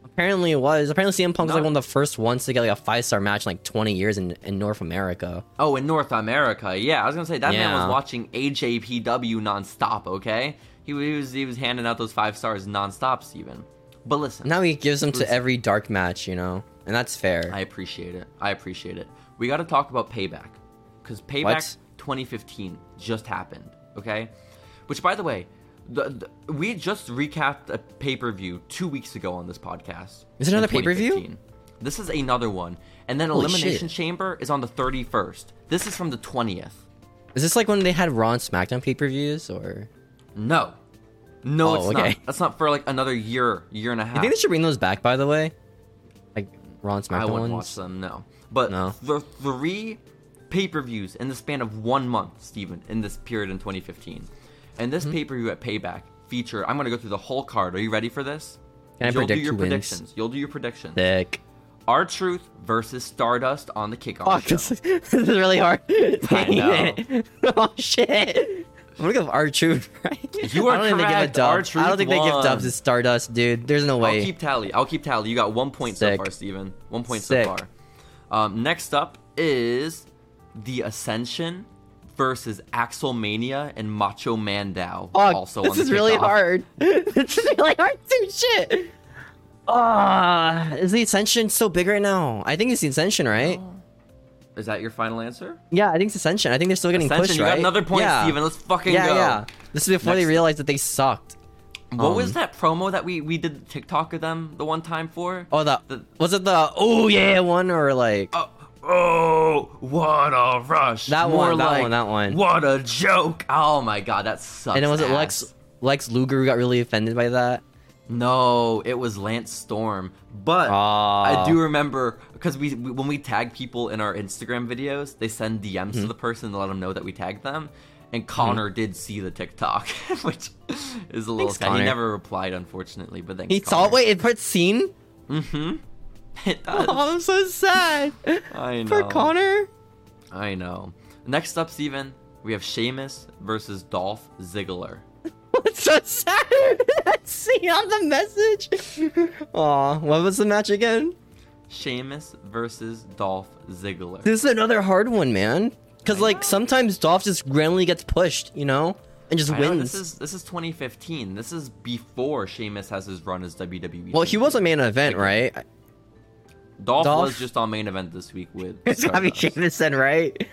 [SPEAKER 2] Apparently it was. Apparently CM Punk was like
[SPEAKER 1] No.
[SPEAKER 2] one of the first ones to get like a five star match in like 20 years in, in North America.
[SPEAKER 1] Oh, in North America, yeah. I was gonna say that man
[SPEAKER 2] Yeah.
[SPEAKER 1] was watching AJPW nonstop. Okay, he, he was he was handing out those five stars nonstop, Steven. But listen,
[SPEAKER 2] Now he gives them to
[SPEAKER 1] Listen.
[SPEAKER 2] every dark match, you know? And that's fair.
[SPEAKER 1] I appreciate it. I appreciate it. We got to talk about Payback because Payback
[SPEAKER 2] What?
[SPEAKER 1] 2015 just happened. Okay, which by the way, the, the, we just recapped a pay per view two weeks ago on this podcast.
[SPEAKER 2] Is it another
[SPEAKER 1] in 2015.
[SPEAKER 2] pay-per-view?
[SPEAKER 1] This is another one, and then
[SPEAKER 2] Holy
[SPEAKER 1] Elimination
[SPEAKER 2] shit.
[SPEAKER 1] Chamber is on the thirty first. This is from the twentieth.
[SPEAKER 2] Is this like when they had Raw and SmackDown pay per views, or
[SPEAKER 1] No, no,
[SPEAKER 2] Oh,
[SPEAKER 1] it's
[SPEAKER 2] okay.
[SPEAKER 1] not. That's not for like another year, year and a half.
[SPEAKER 2] I think they should bring those back? By the way, like Raw and SmackDown
[SPEAKER 1] I wouldn't
[SPEAKER 2] ones.
[SPEAKER 1] watch them. No, but
[SPEAKER 2] No.
[SPEAKER 1] the three pay per views in the span of one month, Steven, in this period in 2015, and
[SPEAKER 2] Mm-hmm.
[SPEAKER 1] this pay per view at Payback featured. I'm going to go through the whole card. Are you ready for this?
[SPEAKER 2] Can I
[SPEAKER 1] You'll do
[SPEAKER 2] predict
[SPEAKER 1] your
[SPEAKER 2] who wins?
[SPEAKER 1] predictions. You'll do your predictions.
[SPEAKER 2] Thick.
[SPEAKER 1] Our Truth versus Stardust on the kickoff
[SPEAKER 2] Fuck,
[SPEAKER 1] show.
[SPEAKER 2] this, this is [laughs] really hard. [laughs]
[SPEAKER 1] know.
[SPEAKER 2] oh shit. I'm gonna give R Truth, [laughs] right?
[SPEAKER 1] You are
[SPEAKER 2] I don't think they give a
[SPEAKER 1] correct.
[SPEAKER 2] dub.
[SPEAKER 1] R-Truth
[SPEAKER 2] I don't think they give
[SPEAKER 1] won.
[SPEAKER 2] dubs to Stardust, dude. There's no
[SPEAKER 1] I'll
[SPEAKER 2] way.
[SPEAKER 1] keep tally. I'll keep tally. You got one point so
[SPEAKER 2] Sick.
[SPEAKER 1] far, Steven. One point
[SPEAKER 2] Sick.
[SPEAKER 1] so far. Um, next up is the Ascension versus Axelmania and Macho Man Dow.
[SPEAKER 2] Fuck,
[SPEAKER 1] also,
[SPEAKER 2] this
[SPEAKER 1] on the
[SPEAKER 2] is really
[SPEAKER 1] kickoff.
[SPEAKER 2] hard. [laughs] this is really hard too. Shit. Ah, is the Ascension so big right now? I think it's the Ascension, right?
[SPEAKER 1] Is that your final answer?
[SPEAKER 2] Yeah, I think it's Ascension. I think they're still getting
[SPEAKER 1] Ascension,
[SPEAKER 2] pushed,
[SPEAKER 1] you got
[SPEAKER 2] right?
[SPEAKER 1] another point,
[SPEAKER 2] yeah.
[SPEAKER 1] Steven. Let's fucking
[SPEAKER 2] yeah,
[SPEAKER 1] go.
[SPEAKER 2] yeah. This is before they
[SPEAKER 1] Next.
[SPEAKER 2] realized that they sucked.
[SPEAKER 1] What
[SPEAKER 2] Um,
[SPEAKER 1] was that promo that we we did the TikTok of them the one time for?
[SPEAKER 2] Oh, the,
[SPEAKER 1] The-
[SPEAKER 2] was it the oh yeah one or like
[SPEAKER 1] Oh, oh, what a rush!
[SPEAKER 2] That
[SPEAKER 1] More
[SPEAKER 2] one, that
[SPEAKER 1] like,
[SPEAKER 2] one, that one.
[SPEAKER 1] What a joke! Oh my god, that sucks.
[SPEAKER 2] and then was it
[SPEAKER 1] ass.
[SPEAKER 2] Lex Lex Luger who got really offended by that?
[SPEAKER 1] No, it was Lance Storm. But I
[SPEAKER 2] Ah.
[SPEAKER 1] do remember because we, we when we tag people in our Instagram videos, they send DMs
[SPEAKER 2] Mm-hmm.
[SPEAKER 1] to the person to let them know that we tagged them. And Connor did see the TikTok, [laughs] which is a little
[SPEAKER 2] Thanks,
[SPEAKER 1] sad. He
[SPEAKER 2] Connor.
[SPEAKER 1] never replied, unfortunately. But thanks.
[SPEAKER 2] He saw
[SPEAKER 1] Connor. Mm-hmm.
[SPEAKER 2] wait it put scene.
[SPEAKER 1] [laughs] It does.
[SPEAKER 2] [laughs] Oh, I'm so sad
[SPEAKER 1] I know.
[SPEAKER 2] for [laughs] Connor.
[SPEAKER 1] I know. Next up, Steven, we have Sheamus versus Dolph Ziggler.
[SPEAKER 2] It's so sad. [laughs] See on the message. [laughs] Aw, what was the match again?
[SPEAKER 1] Sheamus versus Dolph Ziggler.
[SPEAKER 2] This is another hard one, man. Because
[SPEAKER 1] I
[SPEAKER 2] like
[SPEAKER 1] know.
[SPEAKER 2] sometimes Dolph just randomly gets pushed, you know, and just
[SPEAKER 1] I know,
[SPEAKER 2] wins.
[SPEAKER 1] this is this is 2015. This is before Sheamus has his run as WWE.
[SPEAKER 2] well, he
[SPEAKER 1] champion.
[SPEAKER 2] was a main event, right?
[SPEAKER 1] Dolph,
[SPEAKER 2] Dolph-
[SPEAKER 1] was just on main event this week
[SPEAKER 2] [laughs]
[SPEAKER 1] with.
[SPEAKER 2] [laughs] It's gotta be
[SPEAKER 1] Stardust.
[SPEAKER 2] Sheamus then, right?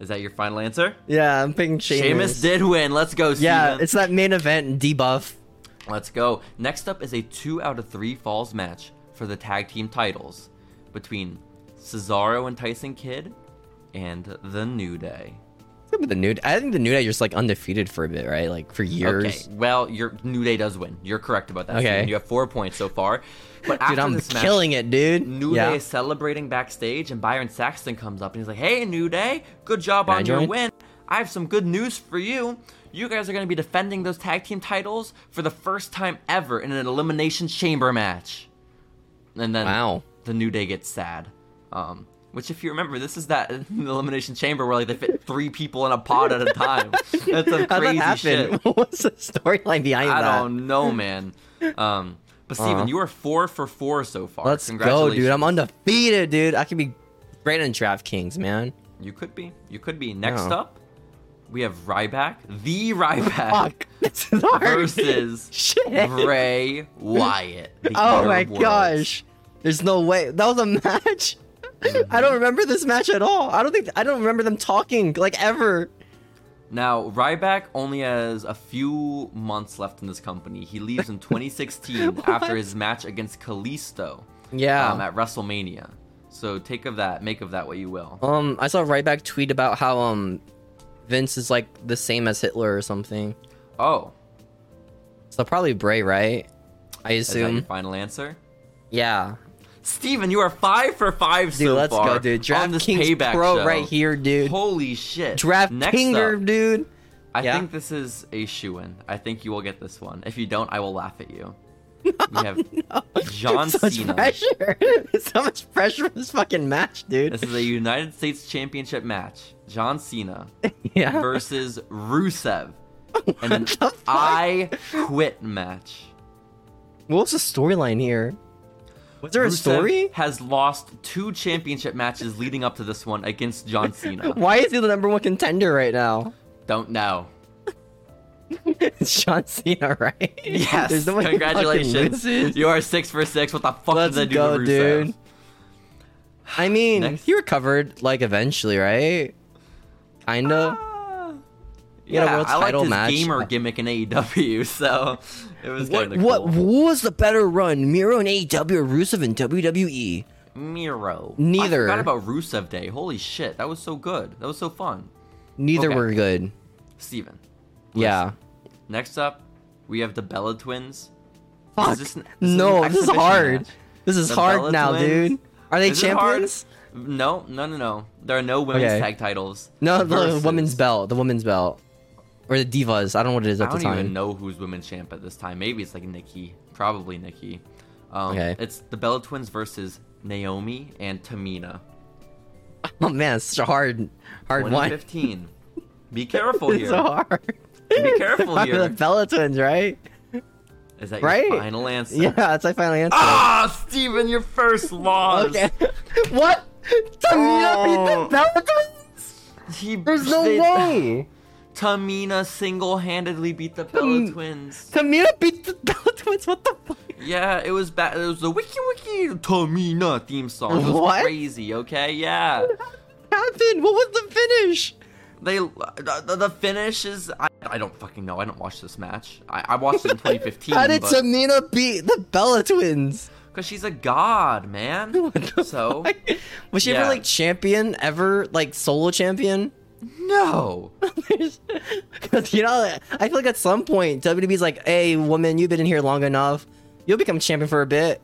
[SPEAKER 1] Is that your final answer?
[SPEAKER 2] Yeah, I'm picking Sheamus.
[SPEAKER 1] Sheamus did win. Let's go, Steven.
[SPEAKER 2] Yeah, it's that main event debuff.
[SPEAKER 1] Let's go. Next up is a two out of three falls match for the tag team titles between Cesaro and Tyson Kidd and The New Day.
[SPEAKER 2] It's gonna be the nude. I think the nude. Day just like undefeated for a bit, right? Like for years.
[SPEAKER 1] Okay. Well, your New Day does win. You're correct about that.
[SPEAKER 2] Okay.
[SPEAKER 1] Steven. You have four points so far. But after
[SPEAKER 2] Dude, I'm
[SPEAKER 1] this match,
[SPEAKER 2] killing it, dude.
[SPEAKER 1] New
[SPEAKER 2] yeah.
[SPEAKER 1] Day is celebrating backstage, and Byron Saxton comes up and he's like, "Hey, New Day, good job
[SPEAKER 2] Can I
[SPEAKER 1] on your
[SPEAKER 2] join?"
[SPEAKER 1] win. I have some good news for you. You guys are going to be defending those tag team titles for the first time ever in an elimination chamber match." And then
[SPEAKER 2] Wow.
[SPEAKER 1] the New Day gets sad. Um, which, if you remember, this is that [laughs] elimination chamber where like they fit three people in a pod at
[SPEAKER 2] [laughs]
[SPEAKER 1] a time. That's some
[SPEAKER 2] How'd that
[SPEAKER 1] crazy shit.
[SPEAKER 2] happen? [laughs] What's the storyline behind
[SPEAKER 1] I
[SPEAKER 2] that?
[SPEAKER 1] don't know, man. Um, but Steven,
[SPEAKER 2] Uh-huh.
[SPEAKER 1] you are four for four so far.
[SPEAKER 2] Let's go,
[SPEAKER 1] Congratulations.
[SPEAKER 2] dude. I'm undefeated, dude. I could be great on DraftKings, man.
[SPEAKER 1] You could be. You could be. Next
[SPEAKER 2] Yeah.
[SPEAKER 1] up, we have Ryback, the Ryback,
[SPEAKER 2] Fuck. [laughs] This is hard.
[SPEAKER 1] versus
[SPEAKER 2] [laughs] Shit.
[SPEAKER 1] Bray Wyatt. the
[SPEAKER 2] oh
[SPEAKER 1] Inner
[SPEAKER 2] my
[SPEAKER 1] Worlds.
[SPEAKER 2] gosh. There's no way. That was a match. [laughs] I don't remember this match at all. I don't think I don't remember them talking like ever.
[SPEAKER 1] Now Ryback only has a few months left in this company. He
[SPEAKER 2] [laughs]
[SPEAKER 1] leaves in 2016 after
[SPEAKER 2] What? Oh.
[SPEAKER 1] his match against Kalisto
[SPEAKER 2] Yeah.
[SPEAKER 1] um, at WrestleMania. So take of that, make of that what you will.
[SPEAKER 2] Um, I saw Ryback tweet about how um Vince is like the same as Hitler or something.
[SPEAKER 1] Oh,
[SPEAKER 2] So probably Bray, right? I
[SPEAKER 1] is that your
[SPEAKER 2] assume.
[SPEAKER 1] final answer?
[SPEAKER 2] Yeah.
[SPEAKER 1] Steven, you are five for five
[SPEAKER 2] Dude,
[SPEAKER 1] so
[SPEAKER 2] let's
[SPEAKER 1] far.
[SPEAKER 2] go, dude.
[SPEAKER 1] on this
[SPEAKER 2] DraftKings
[SPEAKER 1] payback
[SPEAKER 2] Pro
[SPEAKER 1] show.
[SPEAKER 2] right here, dude.
[SPEAKER 1] Holy shit. Next up,
[SPEAKER 2] DraftKinger, dude.
[SPEAKER 1] I
[SPEAKER 2] Yeah.
[SPEAKER 1] think this is a shoe in. I think you will get this one. If you don't, I will laugh
[SPEAKER 2] [laughs]
[SPEAKER 1] at you. We have John
[SPEAKER 2] so much
[SPEAKER 1] Cena.
[SPEAKER 2] pressure. [laughs] so much pressure for this fucking match, dude.
[SPEAKER 1] This is a United States Championship match. John Cena
[SPEAKER 2] [laughs] yeah.
[SPEAKER 1] versus
[SPEAKER 2] [laughs]
[SPEAKER 1] Rusev. And an
[SPEAKER 2] the fuck?
[SPEAKER 1] I quit match.
[SPEAKER 2] what was the storyline here? Was there a
[SPEAKER 1] Rusev
[SPEAKER 2] story?
[SPEAKER 1] has lost two championship matches leading up to this one against John Cena.
[SPEAKER 2] [laughs] Why is he the number one contender right now? [laughs]
[SPEAKER 1] Don't know.
[SPEAKER 2] It's John Cena, right?
[SPEAKER 1] [laughs] Yes.
[SPEAKER 2] There's no way he fucking
[SPEAKER 1] Congratulations.
[SPEAKER 2] loses.
[SPEAKER 1] You are six for six. What the fuck
[SPEAKER 2] Let's
[SPEAKER 1] did I do
[SPEAKER 2] go,
[SPEAKER 1] to Rusev?
[SPEAKER 2] dude. I mean,
[SPEAKER 1] Next.
[SPEAKER 2] he recovered like eventually, right? Kinda.
[SPEAKER 1] Ah.
[SPEAKER 2] He had a world
[SPEAKER 1] I liked
[SPEAKER 2] title
[SPEAKER 1] his
[SPEAKER 2] match.
[SPEAKER 1] gamer gimmick in AEW, [laughs] so it was
[SPEAKER 2] What,
[SPEAKER 1] kind of
[SPEAKER 2] what
[SPEAKER 1] cool.
[SPEAKER 2] what was the better run, Miro and E? AEW or Rusev in WWE?
[SPEAKER 1] Miro.
[SPEAKER 2] Neither.
[SPEAKER 1] I forgot about Rusev Day. Holy shit, that was so good. That was so fun.
[SPEAKER 2] Neither
[SPEAKER 1] Okay.
[SPEAKER 2] were good.
[SPEAKER 1] Steven.
[SPEAKER 2] Yeah.
[SPEAKER 1] Next up, we have the Bella Twins.
[SPEAKER 2] Fuck.
[SPEAKER 1] this an- this is an
[SPEAKER 2] no, this is
[SPEAKER 1] exhibition
[SPEAKER 2] hard.
[SPEAKER 1] match.
[SPEAKER 2] This is
[SPEAKER 1] The
[SPEAKER 2] hard
[SPEAKER 1] Bella
[SPEAKER 2] now,
[SPEAKER 1] Twins.
[SPEAKER 2] dude. Are they
[SPEAKER 1] Is it hard?
[SPEAKER 2] champions?
[SPEAKER 1] No, no, no, no. There are no women's
[SPEAKER 2] Okay.
[SPEAKER 1] tag titles.
[SPEAKER 2] No,
[SPEAKER 1] Versus-
[SPEAKER 2] the women's belt. The women's belt. Or the divas. I don't know what it is
[SPEAKER 1] I
[SPEAKER 2] at the
[SPEAKER 1] don't
[SPEAKER 2] time.
[SPEAKER 1] even know who's women's champ at this time. Maybe it's like Nikki. Probably Nikki. Um,
[SPEAKER 2] Okay.
[SPEAKER 1] It's the Bella Twins versus Naomi and Tamina.
[SPEAKER 2] Oh [laughs] man, it's such a hard, hard one.
[SPEAKER 1] 2015. Be
[SPEAKER 2] [laughs]
[SPEAKER 1] careful
[SPEAKER 2] It's
[SPEAKER 1] here. Is
[SPEAKER 2] so hard.
[SPEAKER 1] Be
[SPEAKER 2] [laughs]
[SPEAKER 1] careful here.
[SPEAKER 2] The Bella twins, right?
[SPEAKER 1] that
[SPEAKER 2] Right?
[SPEAKER 1] your final answer?
[SPEAKER 2] Yeah, that's my final answer.
[SPEAKER 1] Ah, Steven, your first loss.
[SPEAKER 2] okay. [laughs] what? Tamina beat the
[SPEAKER 1] Oh.
[SPEAKER 2] Bella twins?
[SPEAKER 1] He-
[SPEAKER 2] There's no
[SPEAKER 1] they-
[SPEAKER 2] way.
[SPEAKER 1] Tamina single-handedly beat the Bella
[SPEAKER 2] Tam-
[SPEAKER 1] Twins.
[SPEAKER 2] Tamina beat the Bella twins. What the fuck?
[SPEAKER 1] Yeah, it was bad. It was the Wiki Wiki Tamina theme song. It was
[SPEAKER 2] What?
[SPEAKER 1] crazy. Okay, yeah.
[SPEAKER 2] Happened. What was the finish?
[SPEAKER 1] They the, the- the finish is I, I don't fucking know. I don't watch this match. I, I
[SPEAKER 2] [laughs]
[SPEAKER 1] watched it in 2015.
[SPEAKER 2] How did
[SPEAKER 1] but-
[SPEAKER 2] Tamina beat the Bella
[SPEAKER 1] [laughs]
[SPEAKER 2] twins?
[SPEAKER 1] Cause she's a god, man.
[SPEAKER 2] [laughs] What the
[SPEAKER 1] so
[SPEAKER 2] fuck? was she
[SPEAKER 1] yeah.
[SPEAKER 2] ever like champion? Ever like solo champion? [laughs]
[SPEAKER 1] no.
[SPEAKER 2] Because you know, I feel like at some point WWE's like, "Hey, woman, you've been in here long enough. You'll become champion for a bit."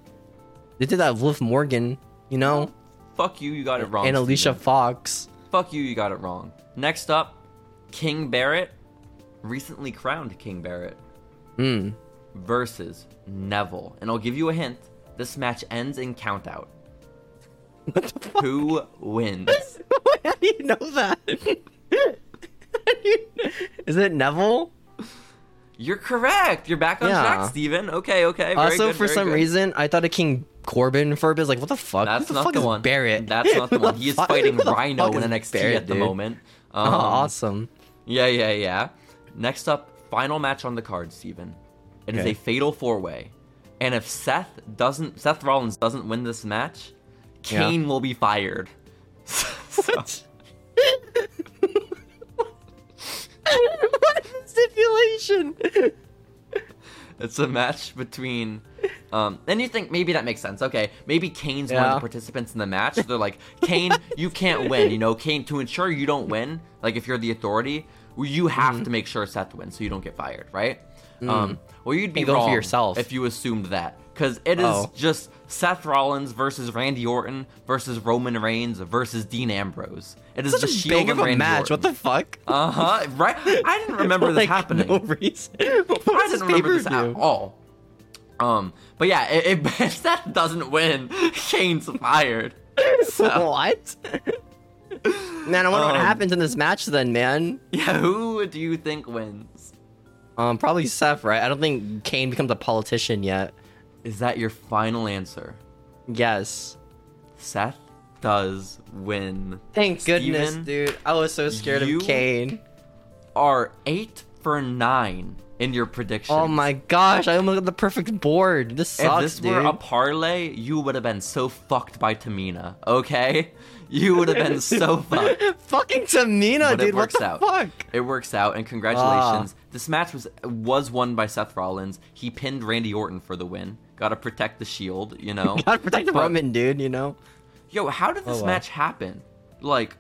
[SPEAKER 2] They did that with Liv Morgan, you know,
[SPEAKER 1] Fuck you. You got it wrong.
[SPEAKER 2] and Alicia
[SPEAKER 1] Steven.
[SPEAKER 2] Fox.
[SPEAKER 1] Fuck you. You got it wrong. Next up, King Barrett, recently crowned King Barrett.
[SPEAKER 2] Hmm. [laughs]
[SPEAKER 1] versus Neville. And I'll give you a hint. This match ends in countout.
[SPEAKER 2] What the fuck?
[SPEAKER 1] Who wins?
[SPEAKER 2] [laughs] How do you know that? How do you- Is it Neville?
[SPEAKER 1] You're correct. You're back on
[SPEAKER 2] Yeah.
[SPEAKER 1] track, Steven. Okay, okay. Very
[SPEAKER 2] also,
[SPEAKER 1] good,
[SPEAKER 2] for
[SPEAKER 1] very
[SPEAKER 2] some
[SPEAKER 1] good.
[SPEAKER 2] reason, I thought of King Corbin for a bit. Like, what the fuck?
[SPEAKER 1] that's
[SPEAKER 2] Who the
[SPEAKER 1] not
[SPEAKER 2] fuck
[SPEAKER 1] the
[SPEAKER 2] is
[SPEAKER 1] one.
[SPEAKER 2] Barrett.
[SPEAKER 1] That's not
[SPEAKER 2] [laughs]
[SPEAKER 1] the
[SPEAKER 2] Who
[SPEAKER 1] one. He is
[SPEAKER 2] fuck-
[SPEAKER 1] fighting
[SPEAKER 2] who the
[SPEAKER 1] Rhino
[SPEAKER 2] fuck
[SPEAKER 1] in
[SPEAKER 2] is
[SPEAKER 1] NXT
[SPEAKER 2] Barrett,
[SPEAKER 1] at the
[SPEAKER 2] dude? [laughs]
[SPEAKER 1] moment.
[SPEAKER 2] Oh,
[SPEAKER 1] Um, [laughs]
[SPEAKER 2] awesome. [laughs]
[SPEAKER 1] Yeah, yeah, yeah. Next up, final match on the card, Steven. It is
[SPEAKER 2] Okay.
[SPEAKER 1] a fatal four way. And if Seth doesn't Seth Rollins doesn't win this match,
[SPEAKER 2] Yeah.
[SPEAKER 1] Kane will be fired. [laughs] So-
[SPEAKER 2] what is the stipulation?
[SPEAKER 1] It's a match between. Um, and you think maybe that makes sense. Okay, maybe Kane's one of
[SPEAKER 2] Yeah.
[SPEAKER 1] the participants in the match. So they're like, Kane, you can't win. You know, Kane, to ensure you don't win, like if you're the authority, well, you have
[SPEAKER 2] Mm-hmm.
[SPEAKER 1] to make sure Seth wins so you don't get fired, right? Um, well, you'd be
[SPEAKER 2] And go Mm. for
[SPEAKER 1] wrong
[SPEAKER 2] yourself.
[SPEAKER 1] if you assumed that. Because it is
[SPEAKER 2] Oh.
[SPEAKER 1] just Seth Rollins versus Randy Orton versus Roman Reigns versus Dean Ambrose. It is
[SPEAKER 2] Such
[SPEAKER 1] the
[SPEAKER 2] a
[SPEAKER 1] Shield
[SPEAKER 2] big of
[SPEAKER 1] and
[SPEAKER 2] a
[SPEAKER 1] Randy
[SPEAKER 2] match. What the fuck?
[SPEAKER 1] Uh huh. Right? I didn't remember
[SPEAKER 2] [laughs]
[SPEAKER 1] this
[SPEAKER 2] Like,
[SPEAKER 1] happening.
[SPEAKER 2] No reason. [laughs] What was
[SPEAKER 1] I didn't remember this at
[SPEAKER 2] pay-per-view?
[SPEAKER 1] all. Um, but yeah, i- if, [laughs] if Seth doesn't win, [laughs] Kane's fired. [laughs] So,
[SPEAKER 2] What? Man, I wonder what
[SPEAKER 1] Um,
[SPEAKER 2] happens in this match then, man.
[SPEAKER 1] yeah, who do you think wins?
[SPEAKER 2] Um, probably Seth, right? I don't think Kane becomes a politician yet.
[SPEAKER 1] Is that your final answer?
[SPEAKER 2] Yes.
[SPEAKER 1] Seth does win.
[SPEAKER 2] Thank goodness,
[SPEAKER 1] Steven,
[SPEAKER 2] dude. I was so scared
[SPEAKER 1] you-
[SPEAKER 2] of Kane.
[SPEAKER 1] Are eight for nine in your prediction?
[SPEAKER 2] Oh my gosh, I almost got the perfect board. This
[SPEAKER 1] If
[SPEAKER 2] sucks,
[SPEAKER 1] this
[SPEAKER 2] dude.
[SPEAKER 1] were a parlay, you would have been so fucked by Tamina. Okay, you would have
[SPEAKER 2] [laughs]
[SPEAKER 1] been so fucked.
[SPEAKER 2] Fucking Tamina,
[SPEAKER 1] but
[SPEAKER 2] dude.
[SPEAKER 1] it works
[SPEAKER 2] what the
[SPEAKER 1] out.
[SPEAKER 2] fuck? Ah.
[SPEAKER 1] It works out, and congratulations. This match was was won by Seth Rollins. He pinned Randy Orton for the win. Got to protect the Shield, you know.
[SPEAKER 2] [laughs] Gotta protect the
[SPEAKER 1] But-
[SPEAKER 2] woman, dude. You know.
[SPEAKER 1] Yo, how did this
[SPEAKER 2] Oh, wow.
[SPEAKER 1] match happen? Like,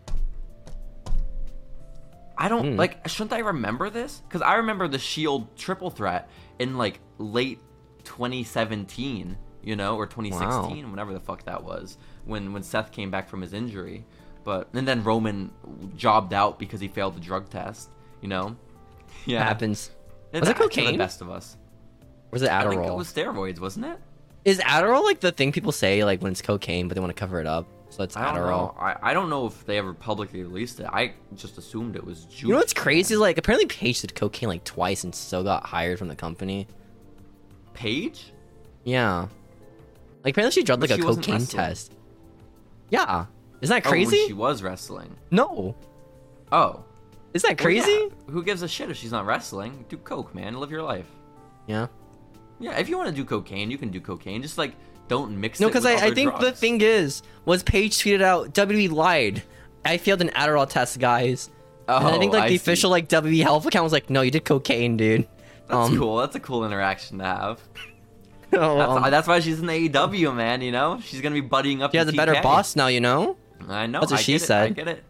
[SPEAKER 1] I don't
[SPEAKER 2] Hmm.
[SPEAKER 1] like. Shouldn't I remember this? Because I remember the Shield triple threat in like late 2017, you know, or 2016, whenever the fuck that was, when when Seth came back from his injury. But and then Roman jobbed out because he failed the drug test, you know. Yeah,
[SPEAKER 2] Happens.
[SPEAKER 1] It
[SPEAKER 2] Was it
[SPEAKER 1] happened to The
[SPEAKER 2] cocaine?
[SPEAKER 1] best of us.
[SPEAKER 2] Or is it
[SPEAKER 1] I
[SPEAKER 2] Adderall?
[SPEAKER 1] think it was steroids, wasn't it?
[SPEAKER 2] Is Adderall like the thing people say like when it's cocaine, but they want to cover it up? So it's
[SPEAKER 1] I don't
[SPEAKER 2] Adderall.
[SPEAKER 1] know. I, I don't know if they ever publicly released it. I just assumed it was juice.
[SPEAKER 2] You know what's crazy? Like apparently Paige did cocaine like twice and still got hired from the company.
[SPEAKER 1] Paige? Oh,
[SPEAKER 2] Yeah. Like apparently she dropped
[SPEAKER 1] But
[SPEAKER 2] like a
[SPEAKER 1] she wasn't
[SPEAKER 2] cocaine
[SPEAKER 1] wrestling.
[SPEAKER 2] test. Yeah. Isn't that
[SPEAKER 1] Oh, when
[SPEAKER 2] crazy?
[SPEAKER 1] she was wrestling.
[SPEAKER 2] No.
[SPEAKER 1] Oh.
[SPEAKER 2] Isn't that
[SPEAKER 1] Well, yeah.
[SPEAKER 2] crazy?
[SPEAKER 1] Who gives a shit if she's not wrestling? Do coke, man. Live your life.
[SPEAKER 2] yeah.
[SPEAKER 1] Yeah, if you want to do cocaine, you can do cocaine. Just like don't mix
[SPEAKER 2] No,
[SPEAKER 1] it
[SPEAKER 2] because
[SPEAKER 1] with
[SPEAKER 2] I, I
[SPEAKER 1] other
[SPEAKER 2] think the
[SPEAKER 1] drugs.
[SPEAKER 2] E thing is, was Paige tweeted out, WWE lied. I failed an Adderall test, guys.
[SPEAKER 1] Oh,
[SPEAKER 2] and I think like the
[SPEAKER 1] see. Oh,
[SPEAKER 2] official like WWE health account was like, no, you did cocaine,
[SPEAKER 1] [laughs]
[SPEAKER 2] dude. [laughs]
[SPEAKER 1] That's
[SPEAKER 2] um,
[SPEAKER 1] cool. That's a cool interaction to have.
[SPEAKER 2] Oh,
[SPEAKER 1] That's,
[SPEAKER 2] um,
[SPEAKER 1] that's why she's in AEW, man. You know, she's gonna be buddying up.
[SPEAKER 2] she
[SPEAKER 1] to
[SPEAKER 2] has a better
[SPEAKER 1] TK.
[SPEAKER 2] boss now, you know.
[SPEAKER 1] I know.
[SPEAKER 2] That's what
[SPEAKER 1] I
[SPEAKER 2] she
[SPEAKER 1] get it, I
[SPEAKER 2] said.
[SPEAKER 1] get it.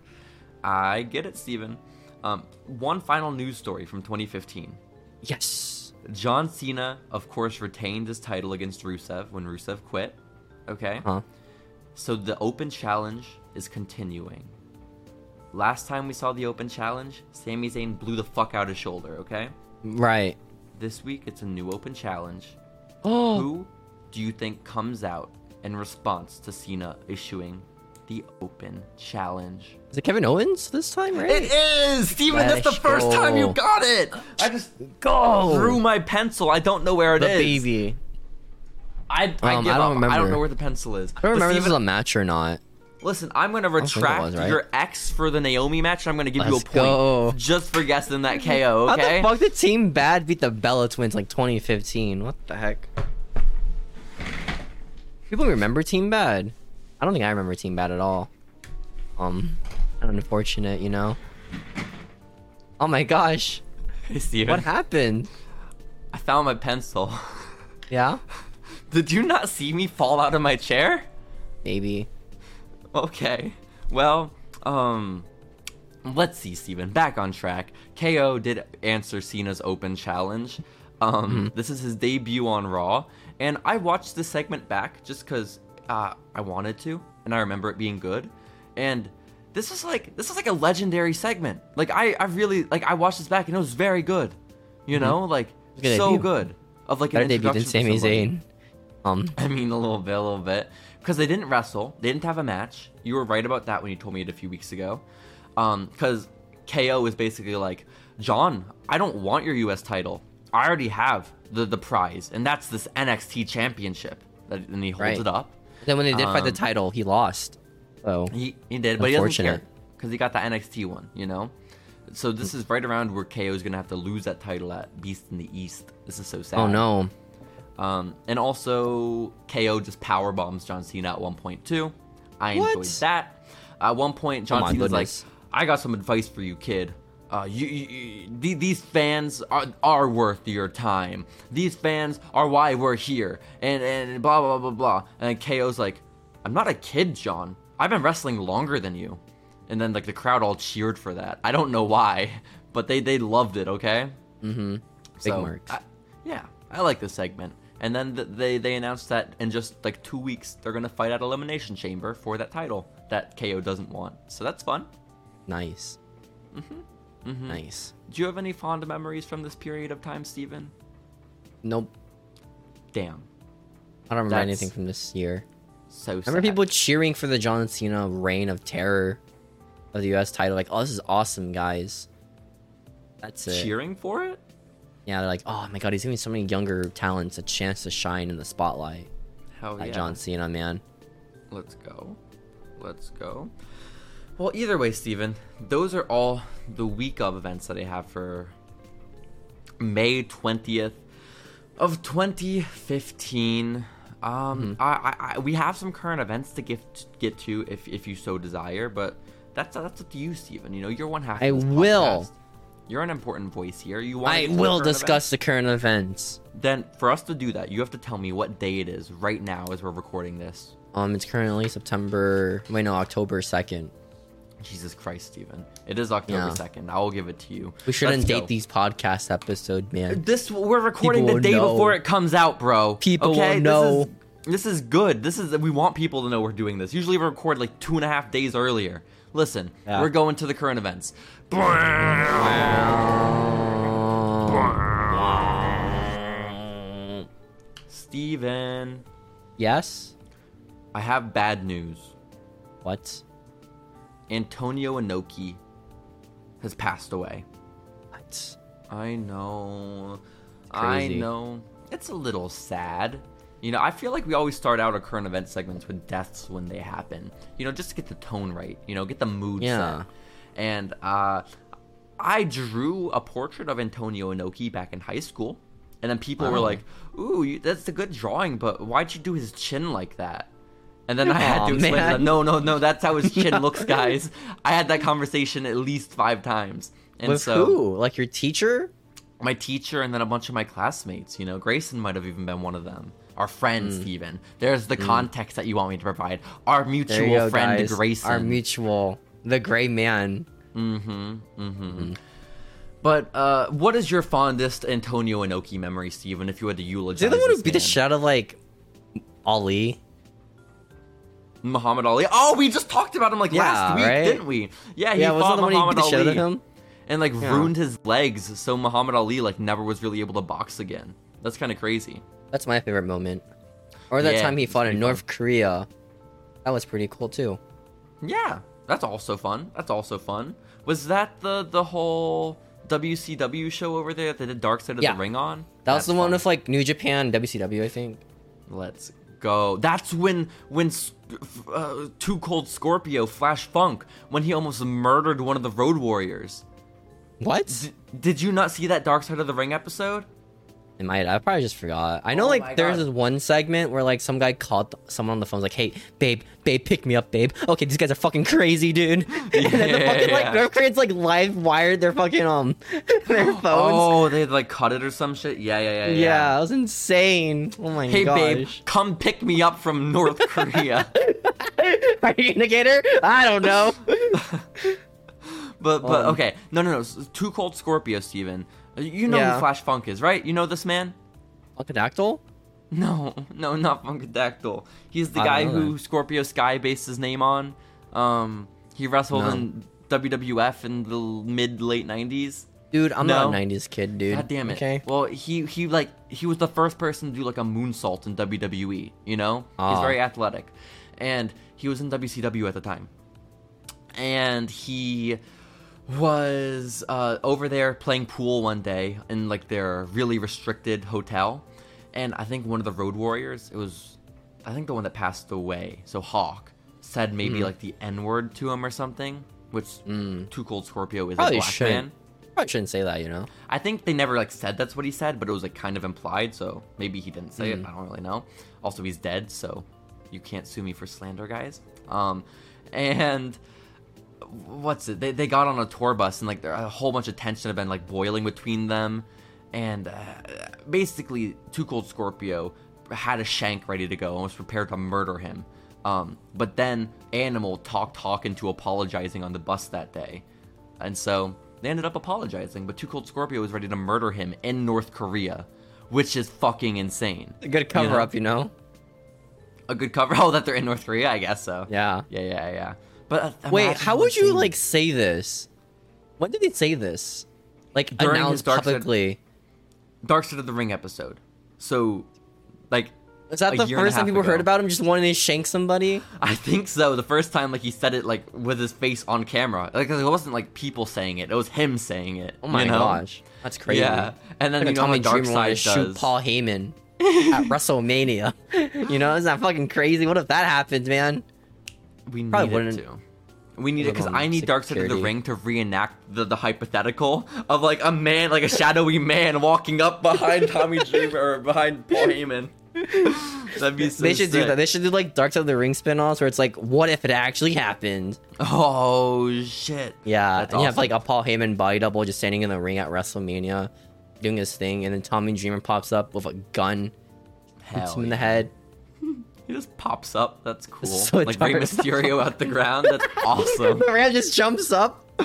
[SPEAKER 1] I get it, Steven. Um, one final news story from 2015.
[SPEAKER 2] Yes.
[SPEAKER 1] John Cena, of course, retained his title against Rusev when Rusev quit. Okay.
[SPEAKER 2] Huh.
[SPEAKER 1] So the open challenge is continuing. Last time we saw the open challenge, Sami Zayn blew the fuck out his shoulder, okay?
[SPEAKER 2] Right.
[SPEAKER 1] This week it's a new open challenge.
[SPEAKER 2] Oh.
[SPEAKER 1] Who do you think comes out in response to Cena issuing the open challenge?
[SPEAKER 2] [gasps] Is it Kevin Owens this time? Right.
[SPEAKER 1] It is! Steven, that's the
[SPEAKER 2] Let's
[SPEAKER 1] first time you
[SPEAKER 2] go.
[SPEAKER 1] got it! I just
[SPEAKER 2] Go.
[SPEAKER 1] threw my pencil. I don't know where it
[SPEAKER 2] the
[SPEAKER 1] is.
[SPEAKER 2] baby.
[SPEAKER 1] I, I,
[SPEAKER 2] Um,
[SPEAKER 1] give
[SPEAKER 2] I don't
[SPEAKER 1] up. I don't
[SPEAKER 2] remember.
[SPEAKER 1] know where the pencil is.
[SPEAKER 2] I don't remember if this
[SPEAKER 1] Steven,
[SPEAKER 2] was a match or not.
[SPEAKER 1] Listen, I'm gonna
[SPEAKER 2] think it
[SPEAKER 1] retract
[SPEAKER 2] was, right?
[SPEAKER 1] your X for the Naomi match. And I'm gonna give you a
[SPEAKER 2] Let's
[SPEAKER 1] point
[SPEAKER 2] go.
[SPEAKER 1] just for guessing that KO. Okay.
[SPEAKER 2] [laughs] How the fuck did Team Bad beat the Bella Twins like 2015? What the heck? People remember Team Bad. I don't think I remember Team Bad at all. Um, kind of unfortunate, you know. Oh my gosh,
[SPEAKER 1] Hey, [laughs] Steven,
[SPEAKER 2] what happened?
[SPEAKER 1] I found my pencil. [laughs]
[SPEAKER 2] Yeah,
[SPEAKER 1] Did you not see me fall out of my chair?
[SPEAKER 2] maybe.
[SPEAKER 1] [laughs] Okay. Well, um, let's see, Steven. Back on track. KO did answer Cena's open challenge.
[SPEAKER 2] Mm-hmm.
[SPEAKER 1] Um, This is his debut on Raw. And I watched this segment back just because uh, I wanted to, and I remember it being good. And this is like this is like a legendary segment. Like I, I really like I watched this back and it was very good. You
[SPEAKER 2] Mm-hmm.
[SPEAKER 1] know, like
[SPEAKER 2] good
[SPEAKER 1] so
[SPEAKER 2] debut.
[SPEAKER 1] good. Of like
[SPEAKER 2] Better
[SPEAKER 1] an
[SPEAKER 2] debut than
[SPEAKER 1] introduction
[SPEAKER 2] Sami
[SPEAKER 1] for somebody.
[SPEAKER 2] Zayn. Um,
[SPEAKER 1] [laughs] I mean, a little bit, a little bit. Because they didn't wrestle, they didn't have a match. You were right about that when you told me it a few weeks ago. Um, Because KO is basically like, John, I don't want your U.S. title. I already have the, the prize, and that's this NXT championship. That- And he holds
[SPEAKER 2] Right.
[SPEAKER 1] it up.
[SPEAKER 2] then when they did fight the
[SPEAKER 1] Um,
[SPEAKER 2] title, he lost. So
[SPEAKER 1] He, he did, but he doesn't care.
[SPEAKER 2] Unfortunate.
[SPEAKER 1] Because he got the NXT one, you know? So this is right around where KO is going to have to lose that title at Beast in the East. This is so sad.
[SPEAKER 2] oh no,
[SPEAKER 1] Um, and also, KO just power bombs John Cena at one point too. I
[SPEAKER 2] What?
[SPEAKER 1] enjoyed that. At one point, John
[SPEAKER 2] Oh my
[SPEAKER 1] Cena's
[SPEAKER 2] goodness.
[SPEAKER 1] like, "I got some advice for you, kid. Uh, you, you, you- the- these fans are are worth your time. These fans are why we're here." And and blah blah blah blah. And then KO's like, "I'm not a kid, John. I've been wrestling longer than you." And then like the crowd all cheered for that. I don't know why, [laughs] but they they loved it. Okay.
[SPEAKER 2] Big marks.
[SPEAKER 1] I- yeah, I like this segment. And then th- they they announced that in just like two weeks they're gonna fight at Elimination Chamber for that title that KO doesn't want. So that's fun.
[SPEAKER 2] nice.
[SPEAKER 1] Mm-hmm.
[SPEAKER 2] Nice.
[SPEAKER 1] Do you have any fond memories from this period of time, Steven?
[SPEAKER 2] Nope.
[SPEAKER 1] Damn,
[SPEAKER 2] I don't remember
[SPEAKER 1] That's-
[SPEAKER 2] anything from this year.
[SPEAKER 1] so sad.
[SPEAKER 2] I remember people cheering for the John Cena reign of terror of the US title. Like, oh, this is awesome, guys. That's it.
[SPEAKER 1] cheering for it.
[SPEAKER 2] Yeah, they're like, oh my god, he's giving so many younger talents a chance to shine in the spotlight.
[SPEAKER 1] Hell
[SPEAKER 2] Like
[SPEAKER 1] Oh, yeah.
[SPEAKER 2] John Cena, man.
[SPEAKER 1] Let's go. Let's go. Well, either way, Steven, those are all the week of events that I have for May 20th of 2015.
[SPEAKER 2] Mm-hmm.
[SPEAKER 1] Um, I, I, I, we have some current events to get get to if, if you so desire, but that's that's up to you, Steven. You know, you're one half. of
[SPEAKER 2] I
[SPEAKER 1] this
[SPEAKER 2] will.
[SPEAKER 1] podcast. You're an important voice here. You want
[SPEAKER 2] I will discuss the current events.
[SPEAKER 1] Then, for us to do that, you have to tell me what day it is right now as we're recording this.
[SPEAKER 2] Um, it's currently September. Wait, no, October second.
[SPEAKER 1] Jesus Christ, Steven. It is October
[SPEAKER 2] Yeah.
[SPEAKER 1] 2nd. I will give it to you.
[SPEAKER 2] We shouldn't
[SPEAKER 1] Let's
[SPEAKER 2] date
[SPEAKER 1] go.
[SPEAKER 2] these podcast episode, man.
[SPEAKER 1] This we're recording
[SPEAKER 2] People
[SPEAKER 1] the
[SPEAKER 2] will
[SPEAKER 1] day
[SPEAKER 2] know.
[SPEAKER 1] before it comes out, bro.
[SPEAKER 2] People will
[SPEAKER 1] okay?
[SPEAKER 2] know.
[SPEAKER 1] This is, this is good. This is we want people to know we're doing this. Usually we record like two and a half days earlier. Listen,
[SPEAKER 2] Yeah.
[SPEAKER 1] we're going to the current events. Steven,
[SPEAKER 2] Yes.
[SPEAKER 1] I have bad news.
[SPEAKER 2] What?
[SPEAKER 1] Antonio Inoki has passed away.
[SPEAKER 2] What?
[SPEAKER 1] I know. I
[SPEAKER 2] Crazy.
[SPEAKER 1] know. It's a little sad. You know, I feel like we always start out our current event segments with deaths when they happen. You know, just to get the tone right. You know, get the mood
[SPEAKER 2] Yeah.
[SPEAKER 1] set. And uh, I drew a portrait of Antonio Inoki back in high school, and then people were
[SPEAKER 2] Wow.
[SPEAKER 1] like, "Ooh, you, that's a good drawing, but why'd you do his chin like that?" And then I had
[SPEAKER 2] Aw,
[SPEAKER 1] to explain to
[SPEAKER 2] man.
[SPEAKER 1] them, no, no, no, that's how
[SPEAKER 2] [laughs]
[SPEAKER 1] his chin looks, guys. I had that conversation at least five times. And
[SPEAKER 2] With
[SPEAKER 1] so
[SPEAKER 2] who? Like your teacher?
[SPEAKER 1] my teacher and then a bunch of my classmates, you know, Grayson might have even been one of them. Our friends, even. There's the context that you want me to provide. Our
[SPEAKER 2] Hmm. There
[SPEAKER 1] mutual
[SPEAKER 2] you go,
[SPEAKER 1] friend,
[SPEAKER 2] guys.
[SPEAKER 1] Grayson.
[SPEAKER 2] Our mutual, the gray man.
[SPEAKER 1] but uh, what is your fondest Antonio Inoki memory, Steven, if you had to eulogize
[SPEAKER 2] Is he the one who
[SPEAKER 1] this
[SPEAKER 2] beat the
[SPEAKER 1] man?
[SPEAKER 2] shit out of like Ali?
[SPEAKER 1] Muhammad Ali. Oh, we just talked about him like last
[SPEAKER 2] Yeah,
[SPEAKER 1] week,
[SPEAKER 2] right?
[SPEAKER 1] didn't we? Yeah, he
[SPEAKER 2] yeah, wasn't
[SPEAKER 1] fought
[SPEAKER 2] the one who beat
[SPEAKER 1] Muhammad
[SPEAKER 2] the shit out
[SPEAKER 1] Ali
[SPEAKER 2] of him?
[SPEAKER 1] and like
[SPEAKER 2] Yeah.
[SPEAKER 1] ruined his legs, so Muhammad Ali like never was really able to box again. That's kind of crazy.
[SPEAKER 2] That's my favorite moment. Or that
[SPEAKER 1] Yeah,
[SPEAKER 2] time he
[SPEAKER 1] it's
[SPEAKER 2] fought
[SPEAKER 1] pretty
[SPEAKER 2] in
[SPEAKER 1] fun.
[SPEAKER 2] North Korea. That was pretty cool too.
[SPEAKER 1] Yeah, that's also fun. That's also fun. Was that the the whole WCW show over there that they did Dark Side of
[SPEAKER 2] Yeah.
[SPEAKER 1] the Ring on?
[SPEAKER 2] That was
[SPEAKER 1] That's
[SPEAKER 2] the one
[SPEAKER 1] fun.
[SPEAKER 2] with like New Japan, WCW, I think.
[SPEAKER 1] Let's go. That's when when S- uh, Too Cold Scorpio Flash Funk when he almost murdered one of the Road Warriors.
[SPEAKER 2] What?
[SPEAKER 1] D- did you not see that Dark Side of the Ring episode?
[SPEAKER 2] It might. I probably just forgot. I know,
[SPEAKER 1] Oh my
[SPEAKER 2] like, there's
[SPEAKER 1] God.
[SPEAKER 2] this one segment where, like, some guy called someone on the phone, was like, "Hey, babe, babe, pick me up, babe." Okay, these guys are fucking crazy, dude. [laughs] and then the fucking
[SPEAKER 1] Yeah.
[SPEAKER 2] [laughs] like North Koreans like live wired their fucking um [laughs] their [gasps] phones.
[SPEAKER 1] Oh, they like cut it or some shit. Yeah, yeah, yeah,
[SPEAKER 2] yeah.
[SPEAKER 1] yeah.
[SPEAKER 2] that was insane. Oh my
[SPEAKER 1] Hey, babe,
[SPEAKER 2] gosh. [laughs]
[SPEAKER 1] come pick me up from [laughs] North Korea.
[SPEAKER 2] are you gonna get her? I don't [laughs] know.
[SPEAKER 1] But but
[SPEAKER 2] Um,
[SPEAKER 1] okay, no no no. S- Too cold Scorpio, Steven. Uh, You know
[SPEAKER 2] Yeah.
[SPEAKER 1] who Flash Funk is, right? You know this man? [laughs]
[SPEAKER 2] Funkadactyl?
[SPEAKER 1] No, no, not Funkadactyl. He's the
[SPEAKER 2] I
[SPEAKER 1] guy
[SPEAKER 2] don't know
[SPEAKER 1] who
[SPEAKER 2] that.
[SPEAKER 1] Scorpio Sky based his name on. Um, he wrestled
[SPEAKER 2] No.
[SPEAKER 1] in WWF in the mid late nineties.
[SPEAKER 2] Dude, I'm
[SPEAKER 1] No.
[SPEAKER 2] not a '90s kid, dude.
[SPEAKER 1] God damn it.
[SPEAKER 2] Okay.
[SPEAKER 1] Well, he he like he was the first person to do like a moonsault in WWE. You know, he's
[SPEAKER 2] Ah.
[SPEAKER 1] very athletic, and he was in WCW at the time, and he was uh, over there playing pool one day in like their really restricted hotel, and I think one of the Road Warriors, it was, I think the one that passed away, so Hawk said
[SPEAKER 2] Mm-hmm.
[SPEAKER 1] maybe like the N word to him or something, which Too Cold Scorpio is
[SPEAKER 2] Mm. Probably
[SPEAKER 1] a black
[SPEAKER 2] shouldn't.
[SPEAKER 1] man.
[SPEAKER 2] Probably shouldn't say that, you know.
[SPEAKER 1] I think they never like said that's what he said, but it was like kind of implied, so maybe he didn't say it. I don't really know. Also, he's dead, so you can't sue me for slander, guys. Um, [laughs] and what's it? They, they got on a tour bus and like there a whole bunch of tension had been like boiling between them, and uh, basically, Too Cold Scorpio had a shank ready to go and was prepared to murder him. Um, but then Animal talked Hawk into apologizing on the bus that day, and so they ended up apologizing. But Too Cold Scorpio was ready to murder him in North Korea, which is fucking insane.
[SPEAKER 2] A good cover up, you know.
[SPEAKER 1] A good cover. [laughs] Oh, that they're in North Korea. I guess so.
[SPEAKER 2] Yeah.
[SPEAKER 1] Yeah. Yeah. Yeah. But uh,
[SPEAKER 2] Wait,
[SPEAKER 1] imagine
[SPEAKER 2] how would you
[SPEAKER 1] insane-
[SPEAKER 2] like say this? When did they say this? Like
[SPEAKER 1] During his
[SPEAKER 2] announce
[SPEAKER 1] Dark Side-
[SPEAKER 2] publicly?
[SPEAKER 1] Dark Side of the Ring episode. So, like, [laughs]
[SPEAKER 2] Is that
[SPEAKER 1] a
[SPEAKER 2] the
[SPEAKER 1] year and a
[SPEAKER 2] first time
[SPEAKER 1] half
[SPEAKER 2] people heard
[SPEAKER 1] ago.
[SPEAKER 2] about him? Just wanting to shank somebody?
[SPEAKER 1] I think so. The first time, like, he said it, like, with his face on camera. Like, it wasn't, like, people saying it. It was him saying it.
[SPEAKER 2] Oh my
[SPEAKER 1] you know?
[SPEAKER 2] gosh, that's crazy.
[SPEAKER 1] Yeah. And then
[SPEAKER 2] Like a
[SPEAKER 1] you know how
[SPEAKER 2] Tommy
[SPEAKER 1] Dark
[SPEAKER 2] Dreamer wanted
[SPEAKER 1] Side
[SPEAKER 2] to shoot
[SPEAKER 1] does.
[SPEAKER 2] Paul Heyman
[SPEAKER 1] [laughs]
[SPEAKER 2] at WrestleMania. You know, isn't that fucking crazy? What if that happens, man?
[SPEAKER 1] we need
[SPEAKER 2] probably
[SPEAKER 1] it
[SPEAKER 2] wouldn't
[SPEAKER 1] to. We need it
[SPEAKER 2] live
[SPEAKER 1] because
[SPEAKER 2] on
[SPEAKER 1] I need Dark Side of the
[SPEAKER 2] security.
[SPEAKER 1] Ring to reenact the, the hypothetical of, like, a man, like, a shadowy man walking up behind Tommy Dreamer or behind Paul Heyman. [laughs] That'd be so
[SPEAKER 2] they should do
[SPEAKER 1] sick.
[SPEAKER 2] that. They should do like Dark Side of the Ring spin-offs where it's like, what if it actually happened?
[SPEAKER 1] Oh, shit.
[SPEAKER 2] Yeah,
[SPEAKER 1] That's
[SPEAKER 2] and you have
[SPEAKER 1] awesome.
[SPEAKER 2] like a Paul Heyman body double just standing in the ring at WrestleMania, doing his thing, and then Tommy Dreamer pops up with a gun, hits
[SPEAKER 1] Hell
[SPEAKER 2] him in the head. [laughs]
[SPEAKER 1] He just pops up. That's cool.
[SPEAKER 2] So
[SPEAKER 1] like Rey
[SPEAKER 2] dark.
[SPEAKER 1] Mysterio out the ground.
[SPEAKER 2] [laughs]
[SPEAKER 1] That's awesome.
[SPEAKER 2] Maria just jumps up.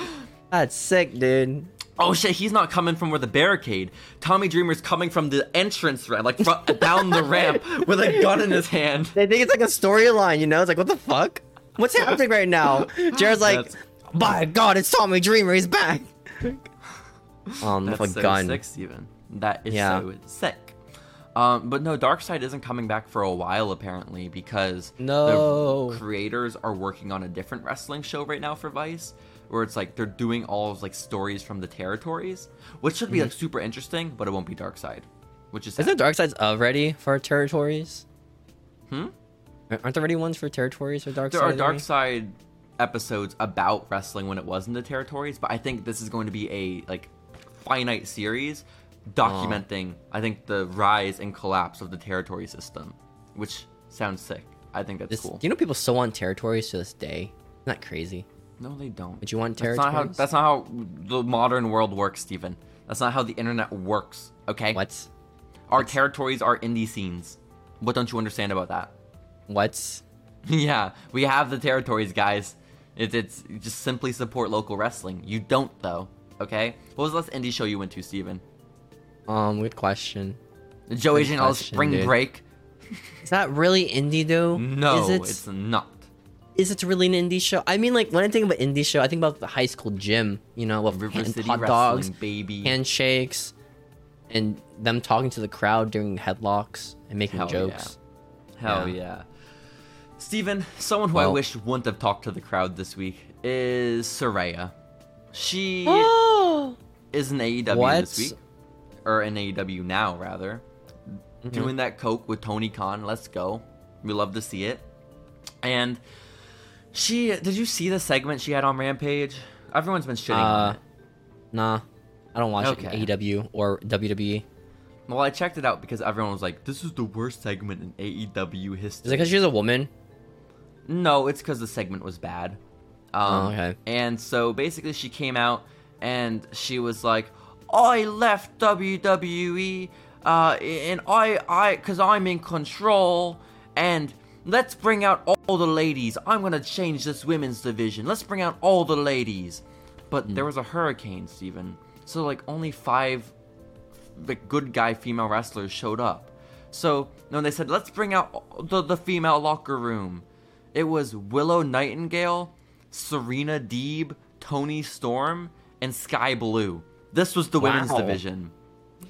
[SPEAKER 2] That's sick, dude.
[SPEAKER 1] Oh shit, he's not coming from where the barricade. Tommy Dreamer's coming from the entrance ramp, like fro- down the ramp with a gun in his hand.
[SPEAKER 2] They think it's like a storyline, you know? It's like, what the fuck? What's happening right
[SPEAKER 1] [laughs]
[SPEAKER 2] now? Jared's like,
[SPEAKER 1] That's-
[SPEAKER 2] by God, it's Tommy Dreamer. He's
[SPEAKER 1] [laughs]
[SPEAKER 2] back. Um, with
[SPEAKER 1] That's
[SPEAKER 2] a
[SPEAKER 1] so
[SPEAKER 2] gun.
[SPEAKER 1] sick, Steven. That is
[SPEAKER 2] Yeah.
[SPEAKER 1] so sick. Um, but no, Darkseid isn't coming back for a while apparently because
[SPEAKER 2] No.
[SPEAKER 1] the creators are working on a different wrestling show right now for Vice, where it's like they're doing all of like stories from the territories, which should be
[SPEAKER 2] Mm-hmm.
[SPEAKER 1] like super interesting, but it won't be Darkseid, which is sad.
[SPEAKER 2] Isn't Darkseid's already for territories? Hmm? Aren't there already ones for territories or Darkseid?
[SPEAKER 1] there are
[SPEAKER 2] of the
[SPEAKER 1] dark
[SPEAKER 2] Ring?
[SPEAKER 1] side episodes about wrestling when it was in the territories but i think this is going to be a like finite series
[SPEAKER 2] Oh.
[SPEAKER 1] documenting i think the rise and collapse of the territory system which sounds sick I think that's
[SPEAKER 2] This,
[SPEAKER 1] cool.
[SPEAKER 2] Do you know people still want territories to this day? Isn't that crazy?
[SPEAKER 1] No, they don't.
[SPEAKER 2] Would you want
[SPEAKER 1] That's
[SPEAKER 2] territories?
[SPEAKER 1] not how. That's not how the modern world works, Stephen. That's not how the internet works. Okay.
[SPEAKER 2] what's
[SPEAKER 1] Our territories are indie scenes. What don't you understand about that?
[SPEAKER 2] what's
[SPEAKER 1] yeah, we have the territories, guys. It's it's just simply support local wrestling. You don't though. Okay. What was the last indie show you went to, Steven?
[SPEAKER 2] um good question.
[SPEAKER 1] Joe
[SPEAKER 2] Good
[SPEAKER 1] Asian All
[SPEAKER 2] question,
[SPEAKER 1] Spring
[SPEAKER 2] dude.
[SPEAKER 1] Break.
[SPEAKER 2] Is that really indie though?
[SPEAKER 1] No,
[SPEAKER 2] Is it,
[SPEAKER 1] it's not.
[SPEAKER 2] is it really an indie show? I mean, like when I think about indie show, I think about the high school gym. You know, with
[SPEAKER 1] River
[SPEAKER 2] hand-
[SPEAKER 1] City
[SPEAKER 2] hot
[SPEAKER 1] Wrestling,
[SPEAKER 2] dogs,
[SPEAKER 1] baby.
[SPEAKER 2] handshakes, and them talking to the crowd during headlocks and making
[SPEAKER 1] Hell
[SPEAKER 2] jokes.
[SPEAKER 1] Hell yeah.
[SPEAKER 2] Yeah.
[SPEAKER 1] Steven, someone who I
[SPEAKER 2] Well-
[SPEAKER 1] wish wouldn't have talked to the crowd this week is Soraya. She
[SPEAKER 2] Oh,
[SPEAKER 1] is an AEW this
[SPEAKER 2] What?
[SPEAKER 1] week. Or an AEW now, rather.
[SPEAKER 2] Mm-hmm.
[SPEAKER 1] Doing that Coke with Tony Khan. Let's go. We love to see it. And she did you see the segment she had on Rampage? Everyone's been shitting on
[SPEAKER 2] Uh,
[SPEAKER 1] it.
[SPEAKER 2] nah, I don't watch
[SPEAKER 1] Okay.
[SPEAKER 2] it. AEW or E. WWE.
[SPEAKER 1] Well, I checked it out because everyone was like, "This is the worst segment in AEW history."
[SPEAKER 2] Is it because she's a woman?
[SPEAKER 1] No, it's because the segment was bad. Um,
[SPEAKER 2] Oh, okay.
[SPEAKER 1] And so basically, she came out and she was like, "I left WWE, uh, and I, I, because I'm in control, and let's bring out all the ladies. I'm gonna change this women's division. Let's bring out all the ladies." But
[SPEAKER 2] Hmm.
[SPEAKER 1] there was a hurricane, Steven. So like only five the good guy female wrestlers showed up. So when they said, let's bring out the, the female locker room, it was Willow Nightingale, Serena Deeb, Tony Storm, and Sky Blue. This was the women's
[SPEAKER 2] Wow.
[SPEAKER 1] division.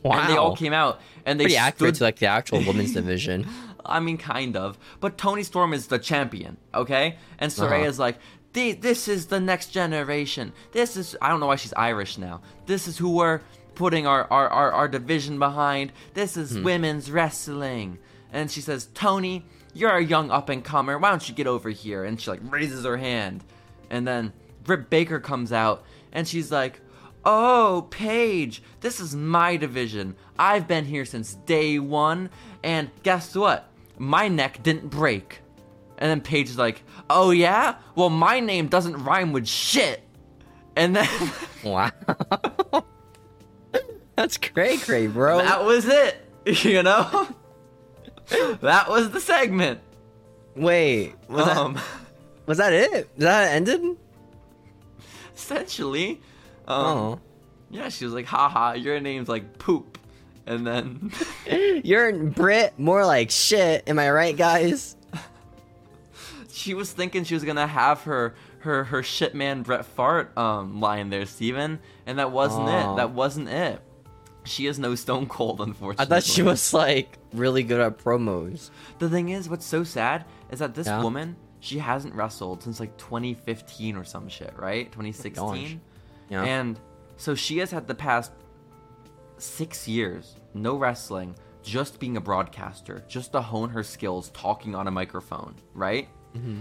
[SPEAKER 2] Wow,
[SPEAKER 1] And they all came out and they
[SPEAKER 2] pretty accurate to
[SPEAKER 1] stood.
[SPEAKER 2] like the actual women's
[SPEAKER 1] [laughs]
[SPEAKER 2] division.
[SPEAKER 1] I mean, kind of. But Tony Storm is the champion, okay? And Soraya
[SPEAKER 2] Uh-huh.
[SPEAKER 1] is like, "The- this is the next generation. This is, I don't know why she's Irish now. This is who we're putting our, our, our, our division behind. This is women's wrestling. And she says, Tony, you're a young up and comer. Why don't you get over here? And she like raises her hand. And then Britt Baker comes out and she's like, Oh, Paige, this is my division. I've been here since day one, and guess what? My neck didn't break. And then Paige is like, Oh, yeah? Well, my name doesn't rhyme with shit. And then [laughs]
[SPEAKER 2] Wow, [laughs] that's great, great, bro.
[SPEAKER 1] that was it, [laughs] you know? [laughs] that was the segment.
[SPEAKER 2] Wait, was that
[SPEAKER 1] Um, [laughs]
[SPEAKER 2] was that it? Is that how it ended?
[SPEAKER 1] Uh-huh. essentially, um,
[SPEAKER 2] Oh.
[SPEAKER 1] yeah, she was like, Haha, your name's like poop. And then. [laughs]
[SPEAKER 2] You're in Brit, more like shit. Am I right, guys?
[SPEAKER 1] she was thinking she was gonna have her her her shit man Brett Fart um line there, Steven, and that wasn't it.
[SPEAKER 2] Aw.
[SPEAKER 1] That wasn't it. She is no Stone Cold, unfortunately.
[SPEAKER 2] I thought she was like really good at promos.
[SPEAKER 1] The thing is, what's so sad is that this
[SPEAKER 2] Yeah.
[SPEAKER 1] woman she hasn't wrestled since like 2015 or some shit, right? 2016.
[SPEAKER 2] Yeah.
[SPEAKER 1] And so she has had the past six years, no wrestling, just being a broadcaster, just to hone her skills talking on a microphone, right?
[SPEAKER 2] Mm-hmm.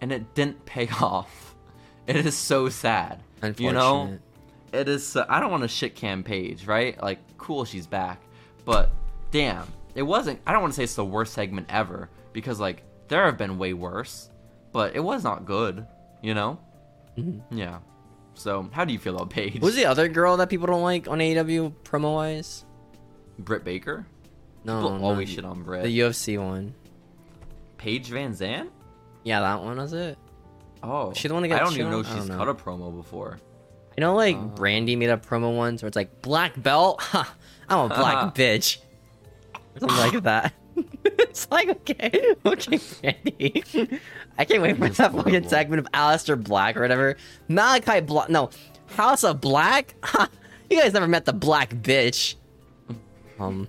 [SPEAKER 1] And it didn't pay [laughs] off. It is so sad. You know,
[SPEAKER 2] Unfortunate.
[SPEAKER 1] it is. So, I don't want to shit cam Page, right? Like, cool, she's back, but damn, it wasn't. I don't want to say it's the worst segment ever because like there have been way worse, but it was not good. You know? Yeah. So, how do you feel about Paige?
[SPEAKER 2] Who's the other girl that people don't like on E AEW promo wise?
[SPEAKER 1] Britt Baker?
[SPEAKER 2] No,
[SPEAKER 1] People
[SPEAKER 2] no,
[SPEAKER 1] always shit on Britt.
[SPEAKER 2] the UFC one.
[SPEAKER 1] Paige Van Zandt?
[SPEAKER 2] Yeah, that one was it.
[SPEAKER 1] Oh,
[SPEAKER 2] She the one that got
[SPEAKER 1] I don't
[SPEAKER 2] shit
[SPEAKER 1] even know
[SPEAKER 2] on?
[SPEAKER 1] if
[SPEAKER 2] I
[SPEAKER 1] she's
[SPEAKER 2] don't know.
[SPEAKER 1] cut a promo before. [laughs]
[SPEAKER 2] You know, like
[SPEAKER 1] Uh-huh.
[SPEAKER 2] Brandy made a promo once where it's like black belt. [laughs] Ha, I'm a
[SPEAKER 1] [laughs]
[SPEAKER 2] black bitch. Something like that. [laughs] it's like okay, [laughs] okay, Brandy. [laughs] I can't wait for
[SPEAKER 1] That's
[SPEAKER 2] that
[SPEAKER 1] horrible.
[SPEAKER 2] fucking segment of Alistair Black or whatever. Malachi Black. No, House of Black. [laughs] Ha, you guys never met the black
[SPEAKER 1] [laughs]
[SPEAKER 2] bitch. Um,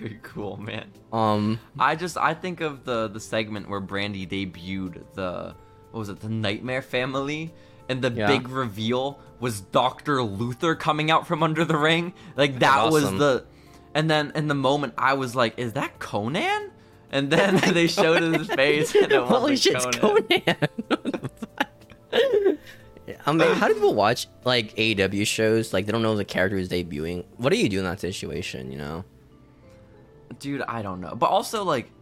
[SPEAKER 1] Very cool, man.
[SPEAKER 2] um,
[SPEAKER 1] I just I think of the the segment where Brandy debuted the what was it the Nightmare Family and the
[SPEAKER 2] Yeah.
[SPEAKER 1] big reveal was Doctor Luther coming out from under the ring like that
[SPEAKER 2] That's
[SPEAKER 1] was
[SPEAKER 2] awesome.
[SPEAKER 1] the and then in the moment I was like is that Conan and then [laughs] they showed his face
[SPEAKER 2] [laughs]
[SPEAKER 1] and it
[SPEAKER 2] holy
[SPEAKER 1] was
[SPEAKER 2] shit, it's Conan. [laughs] I mean, how do people watch like AEW shows? Like they don't know the character is debuting. What do you do in that situation? You know.
[SPEAKER 1] dude I don't know but also like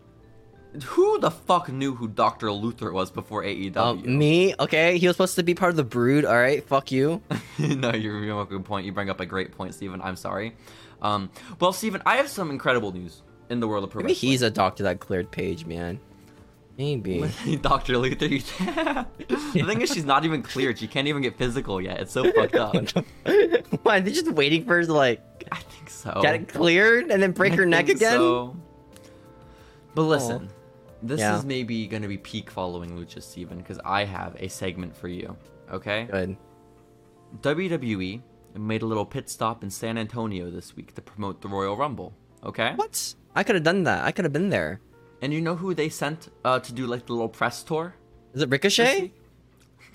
[SPEAKER 1] who the fuck knew who Dr. Luther was before E AEW?
[SPEAKER 2] Um,
[SPEAKER 1] [laughs]
[SPEAKER 2] me? Okay, he was supposed to be part of the brood. All right, fuck
[SPEAKER 1] [laughs]
[SPEAKER 2] you.
[SPEAKER 1] no, you're you a good point. You bring up a great point, Steven. I'm sorry. Um, well, Steven, I have some incredible news in the world of pro
[SPEAKER 2] Maybe
[SPEAKER 1] wrestling.
[SPEAKER 2] he's a doctor that cleared Page, man.
[SPEAKER 1] [laughs]
[SPEAKER 2] Maybe.
[SPEAKER 1] Dr. Luther. you- [laughs] the thing is, she's not even cleared. She can't even get physical yet.
[SPEAKER 2] [laughs]
[SPEAKER 1] It's so fucked up.
[SPEAKER 2] Why? They're just waiting for her to like
[SPEAKER 1] I think so.
[SPEAKER 2] get it cleared and then break her
[SPEAKER 1] I
[SPEAKER 2] neck
[SPEAKER 1] think
[SPEAKER 2] again.
[SPEAKER 1] Oh, [laughs] so. But listen, this
[SPEAKER 2] Yeah.
[SPEAKER 1] is maybe going to be peak following Lucha Steven because I have a segment for you. Okay?
[SPEAKER 2] Good.
[SPEAKER 1] WWE E made a little pit stop in San Antonio this week to promote the Royal Rumble. Okay?
[SPEAKER 2] What? I could have done that. I could have been there.
[SPEAKER 1] And you know who they sent uh, to do like the little press tour? [laughs]
[SPEAKER 2] Is it Ricochet?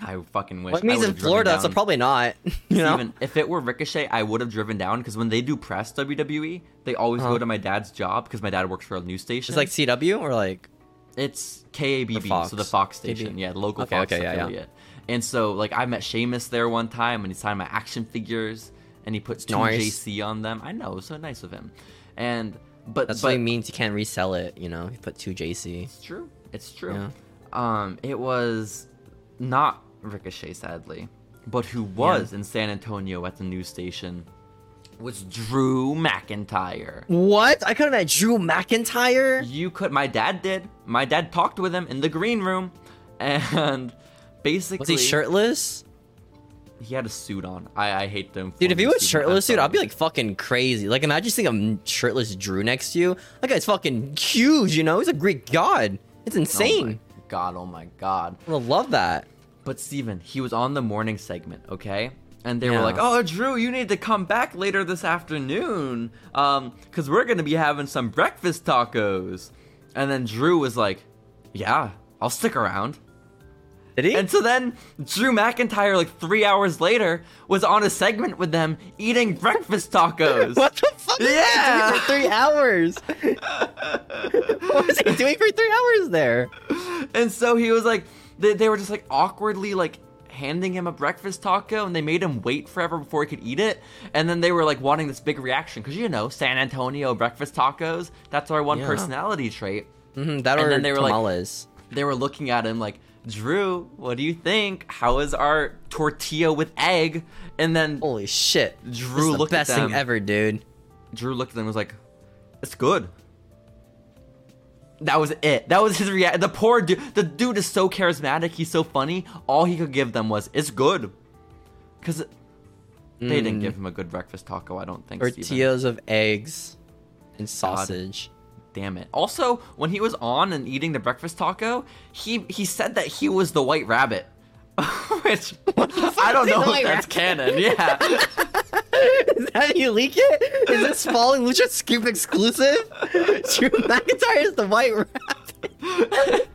[SPEAKER 1] I fucking wish.
[SPEAKER 2] Well, it
[SPEAKER 1] I
[SPEAKER 2] means in
[SPEAKER 1] would've driven
[SPEAKER 2] Florida, so
[SPEAKER 1] down.
[SPEAKER 2] probably not. [laughs] You know?
[SPEAKER 1] Steven, if it were Ricochet, I would have driven down because when they do press WWE, they always
[SPEAKER 2] Uh-huh.
[SPEAKER 1] go to my dad's job because my dad works for a news station.
[SPEAKER 2] It's like CW or like
[SPEAKER 1] It's KABB, so the
[SPEAKER 2] Fox.
[SPEAKER 1] Fox station,
[SPEAKER 2] KB.
[SPEAKER 1] yeah, the local
[SPEAKER 2] Okay,
[SPEAKER 1] Fox
[SPEAKER 2] okay, yeah, yeah.
[SPEAKER 1] affiliate. And so, like, I met Seamus there one time, and he signed my action figures, and he puts two
[SPEAKER 2] Nice.
[SPEAKER 1] JC on them. I know, so nice of him. And but
[SPEAKER 2] that's what
[SPEAKER 1] but
[SPEAKER 2] it means you can't resell it. You know, you put two JC.
[SPEAKER 1] it's true, it's true.
[SPEAKER 2] Yeah.
[SPEAKER 1] Um, it was not Ricochet, sadly, but who was in San Antonio at the news station was Drew McIntyre.
[SPEAKER 2] What? I could have met Drew McIntyre.
[SPEAKER 1] You could. My dad did. My dad talked with him in the green room, [laughs] and basically,
[SPEAKER 2] Was he shirtless?
[SPEAKER 1] he had a suit on. I, I hate them.
[SPEAKER 2] Dude, if he was shirtless, dude, I'd be like fucking crazy. Like, imagine seeing a m- shirtless Drew next to you. That guy's fucking huge. You know, he's a Greek Oh god. It's insane.
[SPEAKER 1] Oh God, oh my god.
[SPEAKER 2] I would love that.
[SPEAKER 1] But Steven, he was on the morning segment, okay? And they
[SPEAKER 2] Yeah.
[SPEAKER 1] were like, "Oh, Drew, you need to come back later this afternoon, um, because we're gonna be having some breakfast tacos." And then Drew was like, "Yeah, I'll stick around."
[SPEAKER 2] Did he?
[SPEAKER 1] And so then Drew McIntyre, like three hours later, was on a segment with them eating breakfast
[SPEAKER 2] [laughs] [laughs]
[SPEAKER 1] tacos.
[SPEAKER 2] What the fuck? was he
[SPEAKER 1] Yeah.
[SPEAKER 2] doing for three [laughs] hours. what was he doing for three hours there?
[SPEAKER 1] And so he was like, they, they were just like awkwardly like handing him a breakfast taco and they made him wait forever before he could eat it. And then they were like wanting this big reaction because you know, San Antonio breakfast tacos, that's our one
[SPEAKER 2] Yeah.
[SPEAKER 1] personality trait.
[SPEAKER 2] hmm that
[SPEAKER 1] And
[SPEAKER 2] or
[SPEAKER 1] then they were like-
[SPEAKER 2] tamales.
[SPEAKER 1] They were looking at him like, Drew, what do you think? How is our tortilla with egg? And then
[SPEAKER 2] Holy shit!
[SPEAKER 1] Drew
[SPEAKER 2] this is the
[SPEAKER 1] looked at
[SPEAKER 2] best
[SPEAKER 1] them.
[SPEAKER 2] thing ever, dude.
[SPEAKER 1] Drew looked at them and was like, it's good. That was it. That was his reaction. The poor dude. The dude is so charismatic. He's so funny. All he could give them was, it's good. Because they didn't
[SPEAKER 2] Mm.
[SPEAKER 1] give him a good breakfast taco, I don't think. Steven.
[SPEAKER 2] Tortillas of eggs and sausage. [laughs]
[SPEAKER 1] Damn it. Also, when he was on and eating the breakfast taco, he he said that he was the white rabbit. [laughs]
[SPEAKER 2] [laughs]
[SPEAKER 1] Which I don't
[SPEAKER 2] He's the
[SPEAKER 1] know if
[SPEAKER 2] White
[SPEAKER 1] that's canon. Yeah. [laughs]
[SPEAKER 2] Is that you leak it? Is this falling Lucha Scoop
[SPEAKER 1] [laughs]
[SPEAKER 2] exclusive? Drew McIntyre is the white rabbit.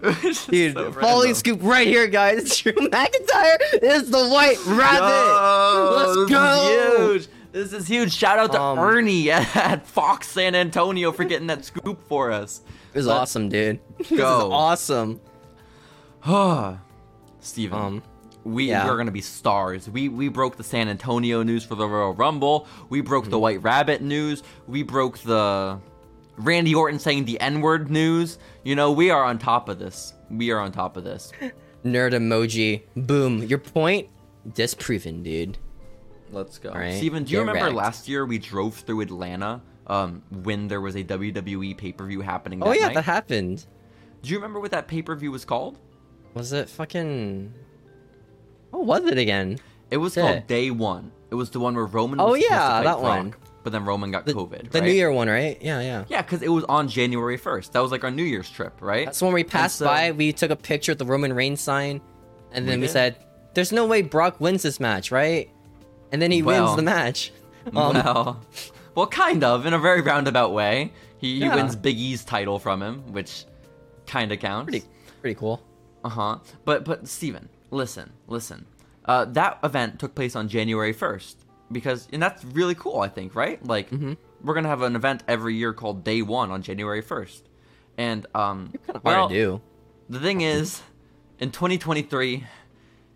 [SPEAKER 1] Which is
[SPEAKER 2] Dude,
[SPEAKER 1] so
[SPEAKER 2] falling
[SPEAKER 1] random.
[SPEAKER 2] scoop right here, guys. [laughs] Drew McIntyre is the white rabbit.
[SPEAKER 1] Yo,
[SPEAKER 2] Let's
[SPEAKER 1] this
[SPEAKER 2] go.
[SPEAKER 1] Is huge. This is huge. Shout out to
[SPEAKER 2] Um,
[SPEAKER 1] Ernie [laughs] at Fox San Antonio for getting that scoop for
[SPEAKER 2] [sighs]
[SPEAKER 1] us.
[SPEAKER 2] It was
[SPEAKER 1] But-
[SPEAKER 2] awesome, dude. [laughs] This is
[SPEAKER 1] Go.
[SPEAKER 2] awesome.
[SPEAKER 1] Steven,
[SPEAKER 2] Um,
[SPEAKER 1] we
[SPEAKER 2] yeah.
[SPEAKER 1] we're gonna be stars. We we broke the San Antonio news for the Royal Rumble. We broke
[SPEAKER 2] Mm-hmm.
[SPEAKER 1] the White Rabbit news. We broke the Randy Orton saying the N word news. You know, we are on top of this. We are on top of this.
[SPEAKER 2] Nerd emoji. Boom. Your point disproven, dude.
[SPEAKER 1] Let's go.
[SPEAKER 2] right,
[SPEAKER 1] Steven, do you
[SPEAKER 2] get
[SPEAKER 1] remember
[SPEAKER 2] wrecked.
[SPEAKER 1] last year we drove through Atlanta um, when there was a WWE pay per view happening?
[SPEAKER 2] Oh
[SPEAKER 1] that
[SPEAKER 2] yeah,
[SPEAKER 1] night?
[SPEAKER 2] that happened.
[SPEAKER 1] Do you remember what that pay per view was called?
[SPEAKER 2] Was it fucking? What was it again?
[SPEAKER 1] It was
[SPEAKER 2] Shit.
[SPEAKER 1] called Day One. It was the one where Roman.
[SPEAKER 2] Oh,
[SPEAKER 1] was supposed to
[SPEAKER 2] yeah,
[SPEAKER 1] fight
[SPEAKER 2] that
[SPEAKER 1] Brock,
[SPEAKER 2] one.
[SPEAKER 1] But then Roman got
[SPEAKER 2] The,
[SPEAKER 1] COVID.
[SPEAKER 2] the
[SPEAKER 1] right?
[SPEAKER 2] New Year one, right? Yeah, yeah.
[SPEAKER 1] Yeah, because it was on January first. That was like our New Year's trip, right?
[SPEAKER 2] That's when we passed
[SPEAKER 1] so-
[SPEAKER 2] by. We took a picture with the Roman Reigns sign, and then
[SPEAKER 1] We
[SPEAKER 2] we,
[SPEAKER 1] did.
[SPEAKER 2] said, "There's no way Brock wins this match, right?" And then he
[SPEAKER 1] Well.
[SPEAKER 2] wins the
[SPEAKER 1] [laughs]
[SPEAKER 2] match. Um,
[SPEAKER 1] [laughs] well, [laughs] well, kind of in a very roundabout way. He,
[SPEAKER 2] Yeah.
[SPEAKER 1] he wins Big E's title from him, which kind of counts.
[SPEAKER 2] pretty, pretty cool.
[SPEAKER 1] Uh huh. But but Steven, listen, listen. Uh, that event took place on January first because, and that's really cool. I think, right? Like,
[SPEAKER 2] Mm-hmm.
[SPEAKER 1] we're gonna have an event every year called Day One on January first, and um,
[SPEAKER 2] Hard
[SPEAKER 1] well,
[SPEAKER 2] to do.
[SPEAKER 1] the thing is, in 2023,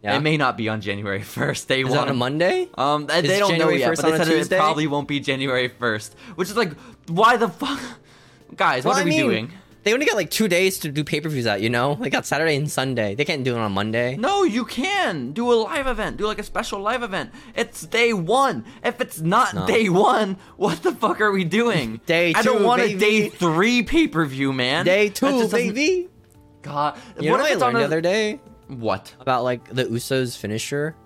[SPEAKER 2] Yeah.
[SPEAKER 1] it may not be on January [laughs] first. Day
[SPEAKER 2] Is
[SPEAKER 1] One
[SPEAKER 2] that on a Monday?
[SPEAKER 1] Um, they
[SPEAKER 2] Is
[SPEAKER 1] they don't
[SPEAKER 2] January
[SPEAKER 1] know yet,
[SPEAKER 2] 1st
[SPEAKER 1] but they
[SPEAKER 2] on a
[SPEAKER 1] said it
[SPEAKER 2] Tuesday?
[SPEAKER 1] probably won't be January first, which is like, why the fuck, [laughs] guys?
[SPEAKER 2] Well,
[SPEAKER 1] what are
[SPEAKER 2] I
[SPEAKER 1] we
[SPEAKER 2] mean,
[SPEAKER 1] doing?
[SPEAKER 2] they only got like two days to do pay per views out. You know, they got Saturday and Sunday. They can't do it on Monday.
[SPEAKER 1] No, you can do a live event. Do like a special live event. It's day one. If it's not
[SPEAKER 2] not.
[SPEAKER 1] day one, what the fuck are we doing?
[SPEAKER 2] [laughs] Day
[SPEAKER 1] I don't
[SPEAKER 2] two,
[SPEAKER 1] want a
[SPEAKER 2] baby.
[SPEAKER 1] day three pay per view, man.
[SPEAKER 2] Day
[SPEAKER 1] That
[SPEAKER 2] two,
[SPEAKER 1] just doesn't-
[SPEAKER 2] baby.
[SPEAKER 1] God,
[SPEAKER 2] You know
[SPEAKER 1] what
[SPEAKER 2] what
[SPEAKER 1] if
[SPEAKER 2] I
[SPEAKER 1] it's on
[SPEAKER 2] learned
[SPEAKER 1] a,
[SPEAKER 2] the other day
[SPEAKER 1] What?
[SPEAKER 2] about like the Usos finisher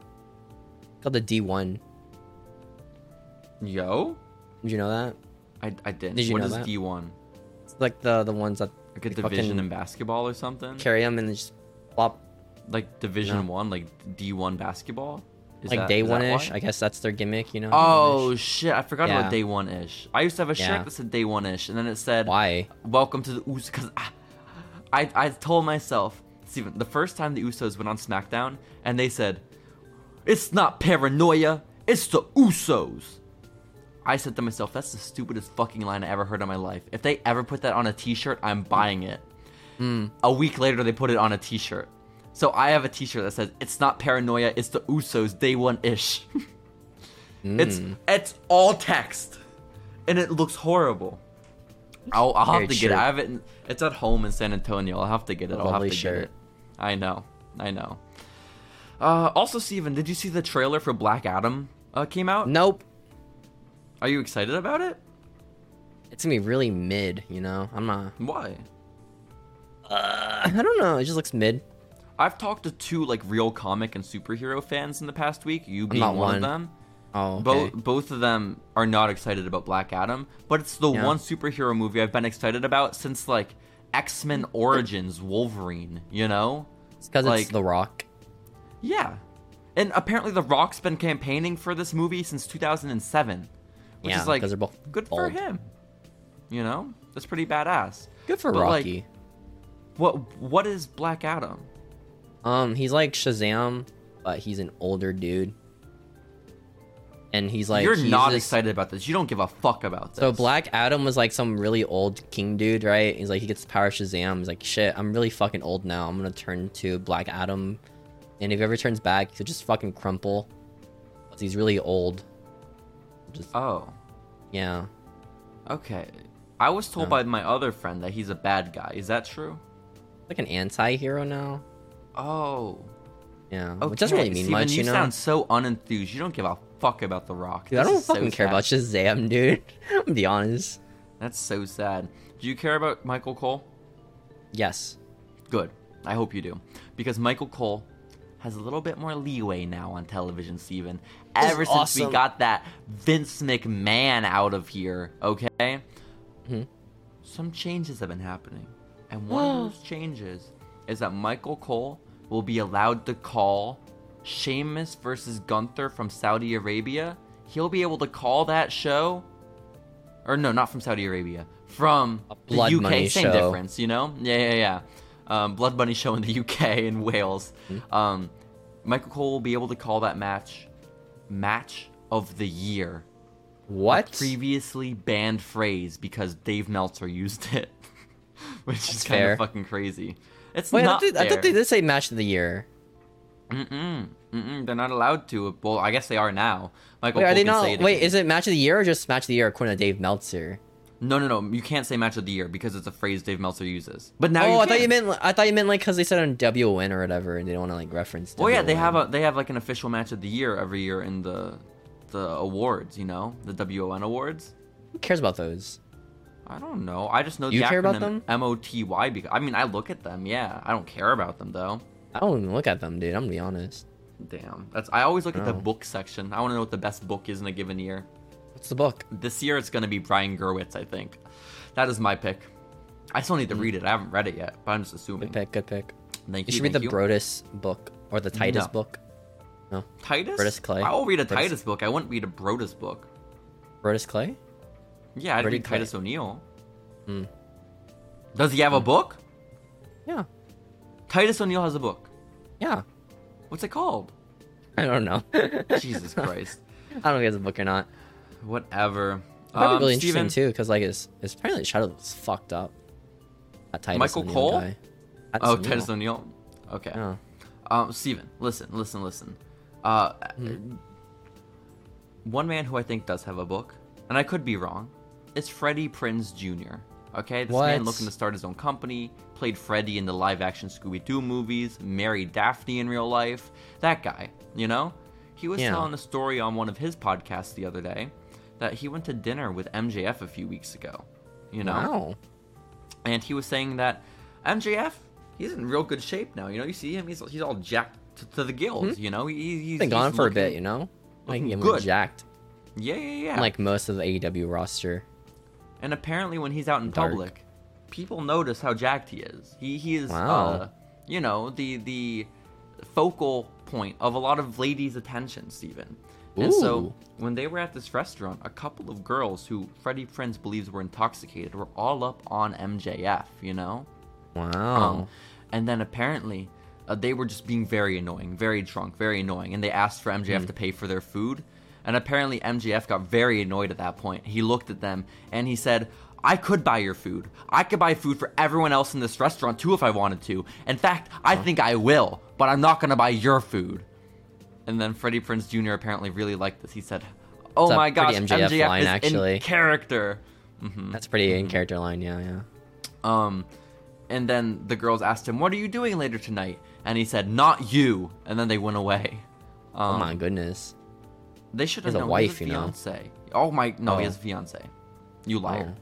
[SPEAKER 2] called the D one.
[SPEAKER 1] Yo,
[SPEAKER 2] Did you know that?
[SPEAKER 1] I, I didn't.
[SPEAKER 2] Did you
[SPEAKER 1] What
[SPEAKER 2] know
[SPEAKER 1] is
[SPEAKER 2] that?
[SPEAKER 1] D one?
[SPEAKER 2] It's like the the ones that
[SPEAKER 1] Like a
[SPEAKER 2] they
[SPEAKER 1] division
[SPEAKER 2] fucking
[SPEAKER 1] in basketball or something?
[SPEAKER 2] carry them and they just flop
[SPEAKER 1] Like division
[SPEAKER 2] No.
[SPEAKER 1] one, like D one basketball. Is
[SPEAKER 2] like
[SPEAKER 1] that-
[SPEAKER 2] day
[SPEAKER 1] is that
[SPEAKER 2] one ish.
[SPEAKER 1] why?
[SPEAKER 2] I guess that's their gimmick. You know.
[SPEAKER 1] Oh
[SPEAKER 2] one-ish.
[SPEAKER 1] shit! I forgot
[SPEAKER 2] Yeah.
[SPEAKER 1] about day one ish. I used to have a shirt
[SPEAKER 2] Yeah.
[SPEAKER 1] that said day one ish, and then it said
[SPEAKER 2] why?
[SPEAKER 1] Welcome to the Usos. Because I, I, I told myself, Steven, the first time the Usos went on SmackDown, and they said, "It's not paranoia, it's the Usos." I said to myself, "That's the stupidest fucking line I ever heard in my life. If they ever put that on a T-shirt, I'm buying it."
[SPEAKER 2] Hmm.
[SPEAKER 1] A week later, they put it on a T-shirt. So I have a T-shirt that says, "It's not paranoia, it's the Usos day one ish." [laughs] It's
[SPEAKER 2] Hmm.
[SPEAKER 1] it's all text, and it looks horrible. I'll, I'll have
[SPEAKER 2] Great
[SPEAKER 1] to get it.
[SPEAKER 2] shirt.
[SPEAKER 1] I have it. in- It's at home in San Antonio. I'll have to get it. I'll have
[SPEAKER 2] Lovely
[SPEAKER 1] to get
[SPEAKER 2] shirt.
[SPEAKER 1] it. I know. I know. Uh, also, Steven, did you see the trailer for Black Adam uh, came out?
[SPEAKER 2] Nope.
[SPEAKER 1] Are you excited about it?
[SPEAKER 2] It's gonna be really mid. You know. I'm not. [clears throat]
[SPEAKER 1] Why?
[SPEAKER 2] Uh, I don't know. It just looks mid.
[SPEAKER 1] I've talked to two like real comic and superhero fans in the past week. You being
[SPEAKER 2] not
[SPEAKER 1] one,
[SPEAKER 2] one.
[SPEAKER 1] of them.
[SPEAKER 2] Oh. Okay.
[SPEAKER 1] Both both of them are not excited about Black Adam, but it's the
[SPEAKER 2] Yeah.
[SPEAKER 1] one superhero movie I've been excited about since like X Men Origins Wolverine. You know?
[SPEAKER 2] It's because
[SPEAKER 1] like-
[SPEAKER 2] it's The Rock.
[SPEAKER 1] Yeah. And apparently, The Rock's been campaigning for this movie since 2007, which
[SPEAKER 2] Yeah,
[SPEAKER 1] is like
[SPEAKER 2] 'cause they're both
[SPEAKER 1] good for
[SPEAKER 2] bald.
[SPEAKER 1] him. You know, that's pretty badass.
[SPEAKER 2] Good for
[SPEAKER 1] But, like,
[SPEAKER 2] Rocky.
[SPEAKER 1] What What is Black Adam?
[SPEAKER 2] um, he's like Shazam, but he's an older dude. And he's like
[SPEAKER 1] You're
[SPEAKER 2] he's
[SPEAKER 1] not
[SPEAKER 2] this-
[SPEAKER 1] excited about this. You don't give a fuck about this.
[SPEAKER 2] So Black Adam was like some really old king dude, right? He's like he gets the power of Shazam. He's like, shit, I'm really fucking old now. I'm gonna turn to Black Adam, and if he ever turns back, he'll just fucking crumple. 'Cause he's really old. Just
[SPEAKER 1] Oh,
[SPEAKER 2] yeah,
[SPEAKER 1] okay. I was told
[SPEAKER 2] No.
[SPEAKER 1] by my other friend that he's a bad guy. Is that true?
[SPEAKER 2] like an anti-hero now.
[SPEAKER 1] Oh,
[SPEAKER 2] Yeah,
[SPEAKER 1] okay.
[SPEAKER 2] which doesn't really mean
[SPEAKER 1] Steven,
[SPEAKER 2] much,
[SPEAKER 1] you
[SPEAKER 2] you know.
[SPEAKER 1] sound so unenthused. You don't give a fuck about The Rock.
[SPEAKER 2] Dude, I
[SPEAKER 1] This
[SPEAKER 2] don't
[SPEAKER 1] is so
[SPEAKER 2] fucking care
[SPEAKER 1] sad.
[SPEAKER 2] about Shazam, dude. [laughs] I'm gonna be honest.
[SPEAKER 1] That's so sad. Do you care about Michael Cole?
[SPEAKER 2] Yes.
[SPEAKER 1] Good. I hope you do. Because Michael Cole has a little bit more leeway now on television, Steven.
[SPEAKER 2] This is
[SPEAKER 1] Ever since we
[SPEAKER 2] awesome.
[SPEAKER 1] got that Vince McMahon out of here, okay?
[SPEAKER 2] Hmm?
[SPEAKER 1] Some changes have been happening. And
[SPEAKER 2] [gasps]
[SPEAKER 1] one of those changes is that Michael Cole will be allowed to call Sheamus versus Gunther from Saudi Arabia. He'll be able to call that show. Or no, not from Saudi Arabia. From
[SPEAKER 2] Blood
[SPEAKER 1] the UK,
[SPEAKER 2] Money
[SPEAKER 1] same
[SPEAKER 2] show.
[SPEAKER 1] difference difference, you know? Yeah, yeah, yeah. Um, Blood Bunny show in the [laughs] UK and Wales.
[SPEAKER 2] Hmm.
[SPEAKER 1] Um, Michael Cole will be able to call that match match of the year.
[SPEAKER 2] What?
[SPEAKER 1] Previously banned phrase because Dave Meltzer used it, [laughs] which is
[SPEAKER 2] That's
[SPEAKER 1] kind
[SPEAKER 2] fair.
[SPEAKER 1] of fucking crazy. It's
[SPEAKER 2] Wait, I
[SPEAKER 1] not.
[SPEAKER 2] thought, they, I
[SPEAKER 1] fair.
[SPEAKER 2] thought they did say match of the year.
[SPEAKER 1] Mm-mm, mm-mm, they're not allowed to. Well, I guess they are now. Michael
[SPEAKER 2] Wait,
[SPEAKER 1] Cole
[SPEAKER 2] are they
[SPEAKER 1] can say
[SPEAKER 2] not?
[SPEAKER 1] it
[SPEAKER 2] Wait,
[SPEAKER 1] again.
[SPEAKER 2] is it match of the year or just match of the year according to Dave Meltzer?
[SPEAKER 1] no, no, no. You can't say match of the year because it's a phrase Dave Meltzer uses. But now,
[SPEAKER 2] oh,
[SPEAKER 1] you
[SPEAKER 2] I
[SPEAKER 1] can.
[SPEAKER 2] thought you meant I thought you meant like because they said on WN or whatever, and they don't want to like reference.
[SPEAKER 1] Well, yeah, they
[SPEAKER 2] WON.
[SPEAKER 1] have a they have like an official match of the year every year in the the awards, you know, the WON awards.
[SPEAKER 2] Who cares about those?
[SPEAKER 1] I don't know. I just know
[SPEAKER 2] You
[SPEAKER 1] the
[SPEAKER 2] care
[SPEAKER 1] acronym
[SPEAKER 2] about them?
[SPEAKER 1] MOTY because I mean I look at them. Yeah, I don't care about them though.
[SPEAKER 2] I don't even look at them, dude. I'm gonna be honest.
[SPEAKER 1] Damn, that's I always look at the
[SPEAKER 2] No.
[SPEAKER 1] book section. I want to know what the best book is in a given year.
[SPEAKER 2] What's the book?
[SPEAKER 1] This year it's gonna be Brian Gerwitz, I think. That is my pick. I still need to read it. I haven't read it yet, but I'm just assuming.
[SPEAKER 2] Hmm. Good pick. Good pick.
[SPEAKER 1] Thank
[SPEAKER 2] You
[SPEAKER 1] you.
[SPEAKER 2] should read
[SPEAKER 1] thank
[SPEAKER 2] the
[SPEAKER 1] you.
[SPEAKER 2] Brodus book or the Titus
[SPEAKER 1] No.
[SPEAKER 2] book. No,
[SPEAKER 1] Titus.
[SPEAKER 2] Brodus Clay.
[SPEAKER 1] I will read a
[SPEAKER 2] Brodus-
[SPEAKER 1] Titus book. I wouldn't read a Brodus book.
[SPEAKER 2] Brodus Clay.
[SPEAKER 1] Yeah, I'd
[SPEAKER 2] Brody
[SPEAKER 1] read
[SPEAKER 2] Clay.
[SPEAKER 1] Titus O'Neil.
[SPEAKER 2] Hmm.
[SPEAKER 1] Does he have a book?
[SPEAKER 2] Yeah,
[SPEAKER 1] Titus O'Neil has a book.
[SPEAKER 2] yeah. [laughs]
[SPEAKER 1] What's it called?
[SPEAKER 2] I don't know. [laughs]
[SPEAKER 1] Jesus Christ.
[SPEAKER 2] I don't know if it's a book or not.
[SPEAKER 1] Whatever.
[SPEAKER 2] Probably
[SPEAKER 1] Um,
[SPEAKER 2] really
[SPEAKER 1] Steven,
[SPEAKER 2] interesting too, because like it's it's apparently shadow is fucked up. That Titus
[SPEAKER 1] Michael
[SPEAKER 2] O'Neil
[SPEAKER 1] Cole?
[SPEAKER 2] guy.
[SPEAKER 1] Oh,
[SPEAKER 2] O'Neil.
[SPEAKER 1] Titus O'Neil. Okay.
[SPEAKER 2] Yeah.
[SPEAKER 1] Um, Steven, listen, listen, listen. Uh,
[SPEAKER 2] Hmm.
[SPEAKER 1] One man who I think does have a book, and I could be wrong, is Freddie Prinz Jr. Okay, this
[SPEAKER 2] What?
[SPEAKER 1] man looking to start his own company, played Freddy in the live action Scooby Doo movies, married Daphne in real life. That guy, you know? He was
[SPEAKER 2] Yeah.
[SPEAKER 1] telling a story on one of his podcasts the other day that he went to dinner with MJF a few weeks ago, you know?
[SPEAKER 2] Wow.
[SPEAKER 1] and he was saying that MJF he's in real good shape now. You know, you see him, he's he's all jacked to, to the gills. You know, he, he's he's
[SPEAKER 2] Hmm? Been gone
[SPEAKER 1] he's
[SPEAKER 2] for a
[SPEAKER 1] looking-
[SPEAKER 2] bit, you know. Like
[SPEAKER 1] looking
[SPEAKER 2] him
[SPEAKER 1] good.
[SPEAKER 2] jacked,
[SPEAKER 1] Yeah, yeah, yeah.
[SPEAKER 2] like most of the AEW roster.
[SPEAKER 1] and apparently when he's out in
[SPEAKER 2] Dark.
[SPEAKER 1] public, people notice how jacked he is. He he is,
[SPEAKER 2] Wow.
[SPEAKER 1] uh, you know, the the focal point of a lot of ladies' attention, Steven. And
[SPEAKER 2] Ooh.
[SPEAKER 1] so when they were at this restaurant, a couple of girls who Freddie Prinz believes were intoxicated were all up on MJF. You know.
[SPEAKER 2] Wow.
[SPEAKER 1] Um,
[SPEAKER 2] Oh.
[SPEAKER 1] and then apparently uh, they were just being very annoying, very drunk, very annoying. And they asked for
[SPEAKER 2] Hmm.
[SPEAKER 1] MJF to pay for their food. And apparently MJF got very annoyed at that point. He looked at them and he said, I could buy your food. I could buy food for everyone else in this restaurant too if I wanted to. In fact, I think I will, but I'm not going to buy your food. And then Freddie Prince Jr. apparently really liked this. He said, Oh
[SPEAKER 2] It's a
[SPEAKER 1] my gosh,
[SPEAKER 2] pretty
[SPEAKER 1] MJF,
[SPEAKER 2] MJF line,
[SPEAKER 1] is
[SPEAKER 2] actually.
[SPEAKER 1] in character. hmm
[SPEAKER 2] Um, That's pretty in character line. Yeah, yeah.
[SPEAKER 1] um, and then the girls asked him, "What are you doing later tonight?" And he said, "Not you." And then they went away. Um,
[SPEAKER 2] Oh my goodness.
[SPEAKER 1] They should have
[SPEAKER 2] He has a
[SPEAKER 1] known
[SPEAKER 2] wife,
[SPEAKER 1] he
[SPEAKER 2] you
[SPEAKER 1] has a
[SPEAKER 2] know.
[SPEAKER 1] fiance. Oh my! No, he
[SPEAKER 2] Oh.
[SPEAKER 1] has a fiance. You liar.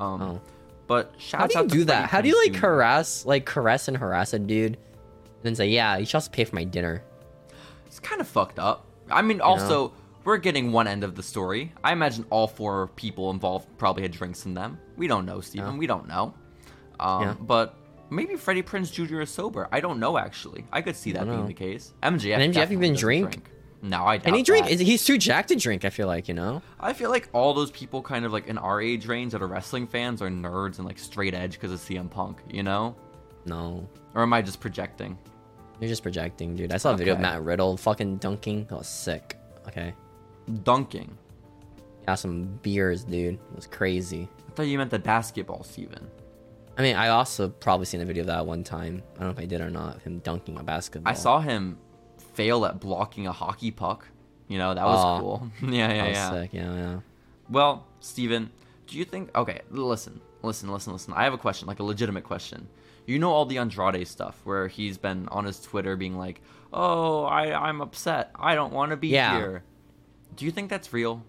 [SPEAKER 1] Um,
[SPEAKER 2] Oh.
[SPEAKER 1] but
[SPEAKER 2] How
[SPEAKER 1] shout
[SPEAKER 2] do you
[SPEAKER 1] out to
[SPEAKER 2] do that?
[SPEAKER 1] Freddie
[SPEAKER 2] How do you
[SPEAKER 1] Prinze
[SPEAKER 2] like
[SPEAKER 1] Jr..
[SPEAKER 2] harass, like caress and harass a dude, and then say, "Yeah, you should also pay for my dinner."
[SPEAKER 1] It's kind of fucked up. I mean, also we're getting one end of the story. I imagine all four people involved probably had drinks in them. We don't know, Steven.
[SPEAKER 2] Yeah.
[SPEAKER 1] We don't know. Um,
[SPEAKER 2] Yeah.
[SPEAKER 1] But maybe Freddie Prince Jr. is sober. I don't know. Actually, I could see that
[SPEAKER 2] don't
[SPEAKER 1] being
[SPEAKER 2] know.
[SPEAKER 1] the case. MJF.
[SPEAKER 2] And MJF
[SPEAKER 1] definitely
[SPEAKER 2] even
[SPEAKER 1] doesn't
[SPEAKER 2] drink?
[SPEAKER 1] No, I doubt.
[SPEAKER 2] And he drink.
[SPEAKER 1] that.
[SPEAKER 2] Is He's too jacked to drink. I feel like you know.
[SPEAKER 1] I feel like all those people, kind of like in our age range, that are wrestling fans, are nerds and like straight edge because of CM Punk. You know?
[SPEAKER 2] No,
[SPEAKER 1] Or am I just projecting?
[SPEAKER 2] you're just projecting, dude. I saw a video of
[SPEAKER 1] Okay.
[SPEAKER 2] Matt Riddle fucking dunking. That was sick. Okay,
[SPEAKER 1] Dunking.
[SPEAKER 2] got some beers, dude. It was crazy.
[SPEAKER 1] I thought you meant the basketball, Steven.
[SPEAKER 2] I mean, I also probably seen a video of that one time. I don't know if I did or not. Him dunking a basketball.
[SPEAKER 1] I saw him fail at blocking a hockey puck. You know, that was
[SPEAKER 2] Aw.
[SPEAKER 1] cool. [laughs] yeah, yeah,
[SPEAKER 2] Ah. That was
[SPEAKER 1] yeah.
[SPEAKER 2] sick. Yeah, yeah.
[SPEAKER 1] Well, Steven, do you think okay, listen, listen, listen, listen. I have a question, like a legitimate question. You know all the Andrade stuff where he's been on his Twitter being like, Oh, I, I'm upset. I don't wanna be
[SPEAKER 2] Yeah.
[SPEAKER 1] here. Do you think that's real?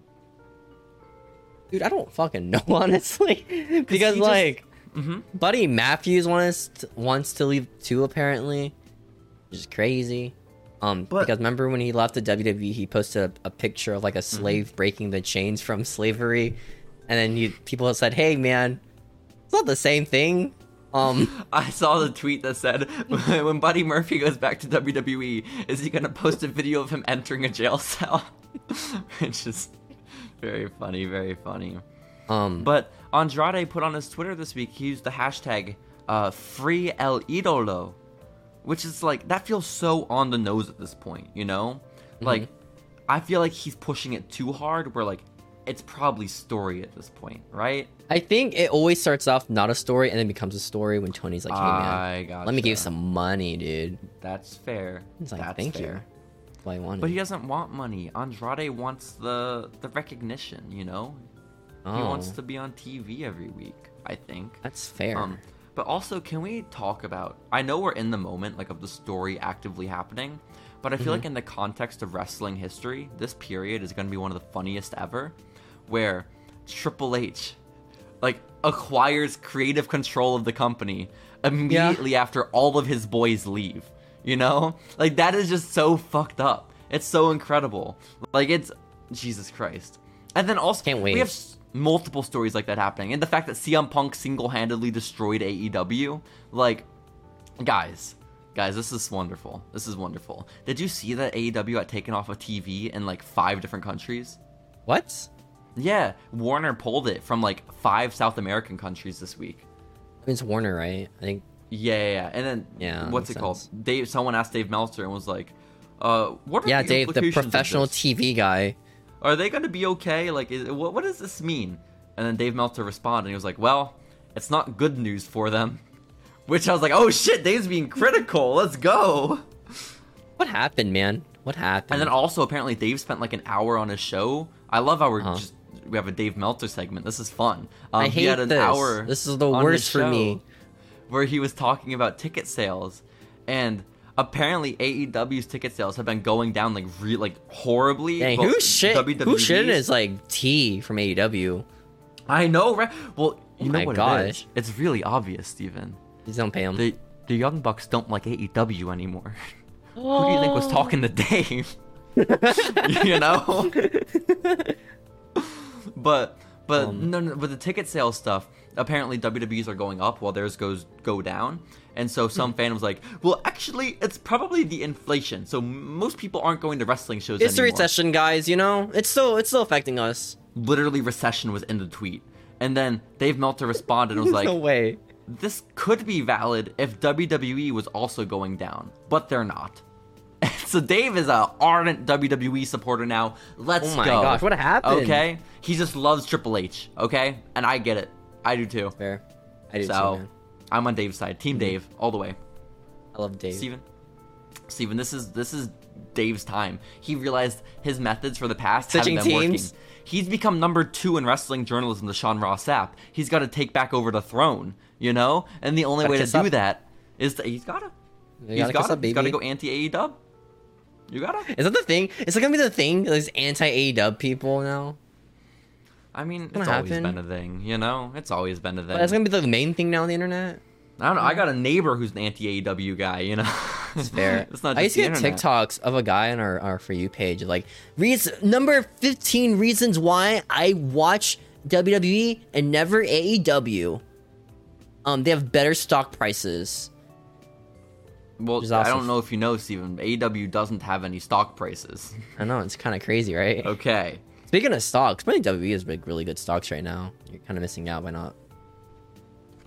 [SPEAKER 2] Dude, I don't fucking know [laughs] honestly, because
[SPEAKER 1] he just-
[SPEAKER 2] like,
[SPEAKER 1] Mhm.
[SPEAKER 2] Buddy Matthews wants to, wants to leave too apparently, which is crazy. Um,
[SPEAKER 1] But-
[SPEAKER 2] because remember when he left the WWE, he posted a, a picture of like a
[SPEAKER 1] Mm-hmm.
[SPEAKER 2] slave breaking the chains from slavery, and then you, people said, "Hey, man, it's not the same thing." Um,
[SPEAKER 1] [laughs] I saw the tweet that said, [laughs] "When Buddy Murphy goes back to WWE, is he gonna post a video of him entering a jail cell?" [laughs] Which is very funny, very funny.
[SPEAKER 2] um,
[SPEAKER 1] But Andrade put on his Twitter this week, he used the hashtag uh, free el idolo, which is like, that feels so on the nose at this point, you know?
[SPEAKER 2] Mm-hmm.
[SPEAKER 1] Like, I feel like he's pushing it too hard, where like, it's probably story at this point, right?
[SPEAKER 2] I think it always starts off not a story and then becomes a story when Tony's like, "Hey, man,
[SPEAKER 1] I got
[SPEAKER 2] let me give you some money, dude."
[SPEAKER 1] That's fair.
[SPEAKER 2] It's like,
[SPEAKER 1] That's
[SPEAKER 2] "Thank you."
[SPEAKER 1] fair.
[SPEAKER 2] That's what I wanted.
[SPEAKER 1] But he doesn't want money. Andrade wants the the recognition, you know? He
[SPEAKER 2] Oh,
[SPEAKER 1] wants to be on TV every week, I think.
[SPEAKER 2] that's fair.
[SPEAKER 1] Um, but also, can we talk about? I know we're in the moment, like of the story actively happening, but I feel like in the context of wrestling history, this period is going to be one of the funniest ever, where Triple H, like, acquires creative control of the company immediately after all of his boys leave. You know, like that is just so fucked up. It's so incredible. Like it's Jesus Christ. And then also,
[SPEAKER 2] Can't
[SPEAKER 1] we
[SPEAKER 2] wait.
[SPEAKER 1] have s- multiple stories like that happening, and the fact that CM Punk single-handedly destroyed AEW, like, guys, guys, this is wonderful. This is wonderful. Did you see that AEW got taken off of TV in like five different countries?
[SPEAKER 2] what?
[SPEAKER 1] Yeah, Warner pulled it from like five South American countries this week.
[SPEAKER 2] It's Warner, right? I think.
[SPEAKER 1] Yeah, yeah, yeah. and then
[SPEAKER 2] Yeah,
[SPEAKER 1] what's it
[SPEAKER 2] makes
[SPEAKER 1] called?
[SPEAKER 2] sense.
[SPEAKER 1] Dave. Someone asked Dave Meltzer and was like, "Uh, what are
[SPEAKER 2] Yeah,
[SPEAKER 1] the
[SPEAKER 2] Dave, the
[SPEAKER 1] implications of
[SPEAKER 2] professional
[SPEAKER 1] this?
[SPEAKER 2] TV guy.
[SPEAKER 1] are they going to be okay? Like, is, what, what does this mean? And then Dave Meltzer responded, and he was like, well, it's not good news for them. [laughs] Which I was like, oh shit, Dave's being critical. Let's go.
[SPEAKER 2] What happened, man? What happened?
[SPEAKER 1] And then also, apparently, Dave spent like an hour on his show. I love how we're
[SPEAKER 2] Uh-huh.
[SPEAKER 1] just we have a Dave Meltzer segment. This is fun. Um,
[SPEAKER 2] I
[SPEAKER 1] he
[SPEAKER 2] hate
[SPEAKER 1] had an
[SPEAKER 2] this.
[SPEAKER 1] hour.
[SPEAKER 2] This is the
[SPEAKER 1] on
[SPEAKER 2] worst
[SPEAKER 1] his
[SPEAKER 2] for me.
[SPEAKER 1] show Where he was talking about ticket sales, and apparently AEW's ticket sales have been going down like re- like horribly.
[SPEAKER 2] Dang,
[SPEAKER 1] but
[SPEAKER 2] who shit? Who
[SPEAKER 1] WWE's
[SPEAKER 2] shit is like T from E AEW?
[SPEAKER 1] I know, right? Well,
[SPEAKER 2] Oh
[SPEAKER 1] you know
[SPEAKER 2] my
[SPEAKER 1] what it is.
[SPEAKER 2] gosh.
[SPEAKER 1] It's really obvious, Steven.
[SPEAKER 2] Please don't pay him.
[SPEAKER 1] The the Young Bucks don't like AEW anymore. [laughs] Who do you think was talking
[SPEAKER 2] [gasps]
[SPEAKER 1] to Dave? [laughs] you know. [laughs] but but
[SPEAKER 2] Um.
[SPEAKER 1] no, no, but the ticket sale stuff. Apparently, WWE's are going up while theirs goes go down, and so some
[SPEAKER 2] Hmm.
[SPEAKER 1] fan was like, "Well, actually, it's probably the inflation. So m- most people aren't going to wrestling shows
[SPEAKER 2] It's a
[SPEAKER 1] anymore."
[SPEAKER 2] recession, guys. You know, it's still it's still affecting us.
[SPEAKER 1] Literally, recession was in the tweet, and then Dave Meltzer responded and was
[SPEAKER 2] [laughs]
[SPEAKER 1] like,
[SPEAKER 2] no way.
[SPEAKER 1] this could be valid if WWE was also going down, but they're not. [laughs] so Dave is a ardent WWE supporter now. Let's
[SPEAKER 2] Oh my
[SPEAKER 1] go.
[SPEAKER 2] gosh, what happened?
[SPEAKER 1] Okay, he just loves Triple H. Okay, and I get it. I do too.
[SPEAKER 2] Fair. I do
[SPEAKER 1] so
[SPEAKER 2] too, man.
[SPEAKER 1] I'm on Dave's side. Team
[SPEAKER 2] Mm-hmm.
[SPEAKER 1] Dave all the way.
[SPEAKER 2] I love Dave.
[SPEAKER 1] Steven. Steven, this is this is Dave's time. He realized his methods for the past
[SPEAKER 2] Switching
[SPEAKER 1] haven't been
[SPEAKER 2] teams?
[SPEAKER 1] working. He's become number two in wrestling journalism to Sean Ross Sapp. He's got to take back over the throne, you know. And the only
[SPEAKER 2] Gotta
[SPEAKER 1] way to
[SPEAKER 2] kiss
[SPEAKER 1] do
[SPEAKER 2] up.
[SPEAKER 1] that is to, he's got to.
[SPEAKER 2] You
[SPEAKER 1] he's
[SPEAKER 2] gotta kiss
[SPEAKER 1] got
[SPEAKER 2] up,
[SPEAKER 1] to. He's got to
[SPEAKER 2] baby.
[SPEAKER 1] go anti AE dub. You gotta.
[SPEAKER 2] Is that the thing? Is that gonna be the thing? These anti AEW people now.
[SPEAKER 1] I mean,
[SPEAKER 2] gonna
[SPEAKER 1] it's always
[SPEAKER 2] happen.
[SPEAKER 1] been a thing, you know. It's always been a thing.
[SPEAKER 2] That's gonna be the main thing now on the internet.
[SPEAKER 1] I don't know. I got a neighbor who's an anti AEW guy, you know. [laughs] It's
[SPEAKER 2] Fair.
[SPEAKER 1] it's not.
[SPEAKER 2] I
[SPEAKER 1] just
[SPEAKER 2] used to
[SPEAKER 1] the
[SPEAKER 2] get
[SPEAKER 1] internet.
[SPEAKER 2] TikToks of a guy on our, our for you page like reads number fifteen reasons why I watch WWE and never AEW. Um, they have better stock prices.
[SPEAKER 1] Well,
[SPEAKER 2] is
[SPEAKER 1] I
[SPEAKER 2] awesome.
[SPEAKER 1] don't know if you know, Steven. AEW doesn't have any stock prices.
[SPEAKER 2] I know it's kind of crazy, right?
[SPEAKER 1] Oh. Okay.
[SPEAKER 2] Speaking of stocks, I think WWE is like really good stocks right now. You're kind of missing out by not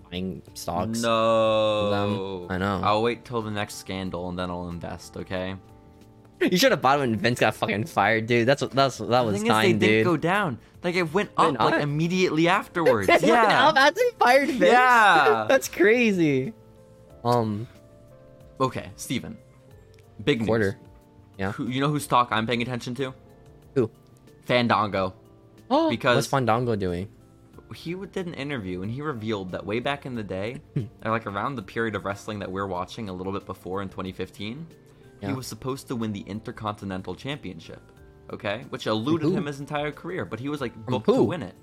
[SPEAKER 2] buying stocks.
[SPEAKER 1] No.
[SPEAKER 2] them. I know.
[SPEAKER 1] I'll wait till the next scandal and then I'll invest, okay?
[SPEAKER 2] You should have bought it when Vince got fucking fired, dude. That's what that's that
[SPEAKER 1] The
[SPEAKER 2] was
[SPEAKER 1] thing is, they
[SPEAKER 2] time,
[SPEAKER 1] didn't
[SPEAKER 2] dude. [laughs]
[SPEAKER 1] go down. Like, it went up,
[SPEAKER 2] Went
[SPEAKER 1] like,
[SPEAKER 2] up?
[SPEAKER 1] immediately
[SPEAKER 2] [laughs]
[SPEAKER 1] afterwards.
[SPEAKER 2] It went
[SPEAKER 1] yeah.
[SPEAKER 2] up after he fired Vince.
[SPEAKER 1] Yeah.
[SPEAKER 2] [laughs] that's crazy. Um,
[SPEAKER 1] Okay, Steven. Big news.
[SPEAKER 2] quarter.
[SPEAKER 1] Who, you know whose stock I'm paying attention to?
[SPEAKER 2] Who?
[SPEAKER 1] Fandango.
[SPEAKER 2] Oh,
[SPEAKER 1] Because-
[SPEAKER 2] what's Fandango doing?
[SPEAKER 1] He w- did an interview and he revealed that way back in
[SPEAKER 2] [laughs]
[SPEAKER 1] the day, or, like around the period of wrestling that we're watching a little bit before in 2015, he
[SPEAKER 2] Yeah.
[SPEAKER 1] was supposed to win the Intercontinental Championship, okay? Which eluded
[SPEAKER 2] who?
[SPEAKER 1] him his entire career, but he was like booked to
[SPEAKER 2] who?
[SPEAKER 1] win it.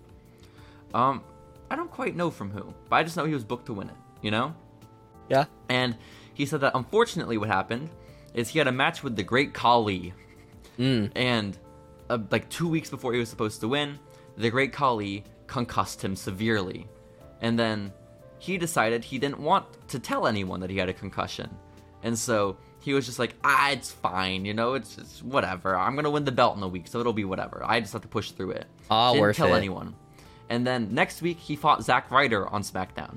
[SPEAKER 1] Um, I don't quite know from who, but I just know he was booked to win it, you know?
[SPEAKER 2] Yeah.
[SPEAKER 1] And he said that unfortunately, what happened is he had a match with the Great Khali, Hmm, and uh, like two weeks before he was supposed to win, the Great Khali concussed him severely, and then he decided he didn't want to tell anyone that he had a concussion, and so he was just like, ah, it's fine, you know, it's just whatever. I'm gonna win the belt in a week, so it'll be whatever. I just have to push through it.
[SPEAKER 2] Ah,
[SPEAKER 1] didn't
[SPEAKER 2] worth
[SPEAKER 1] tell
[SPEAKER 2] it.
[SPEAKER 1] anyone. And then next week he fought Zack Ryder on SmackDown.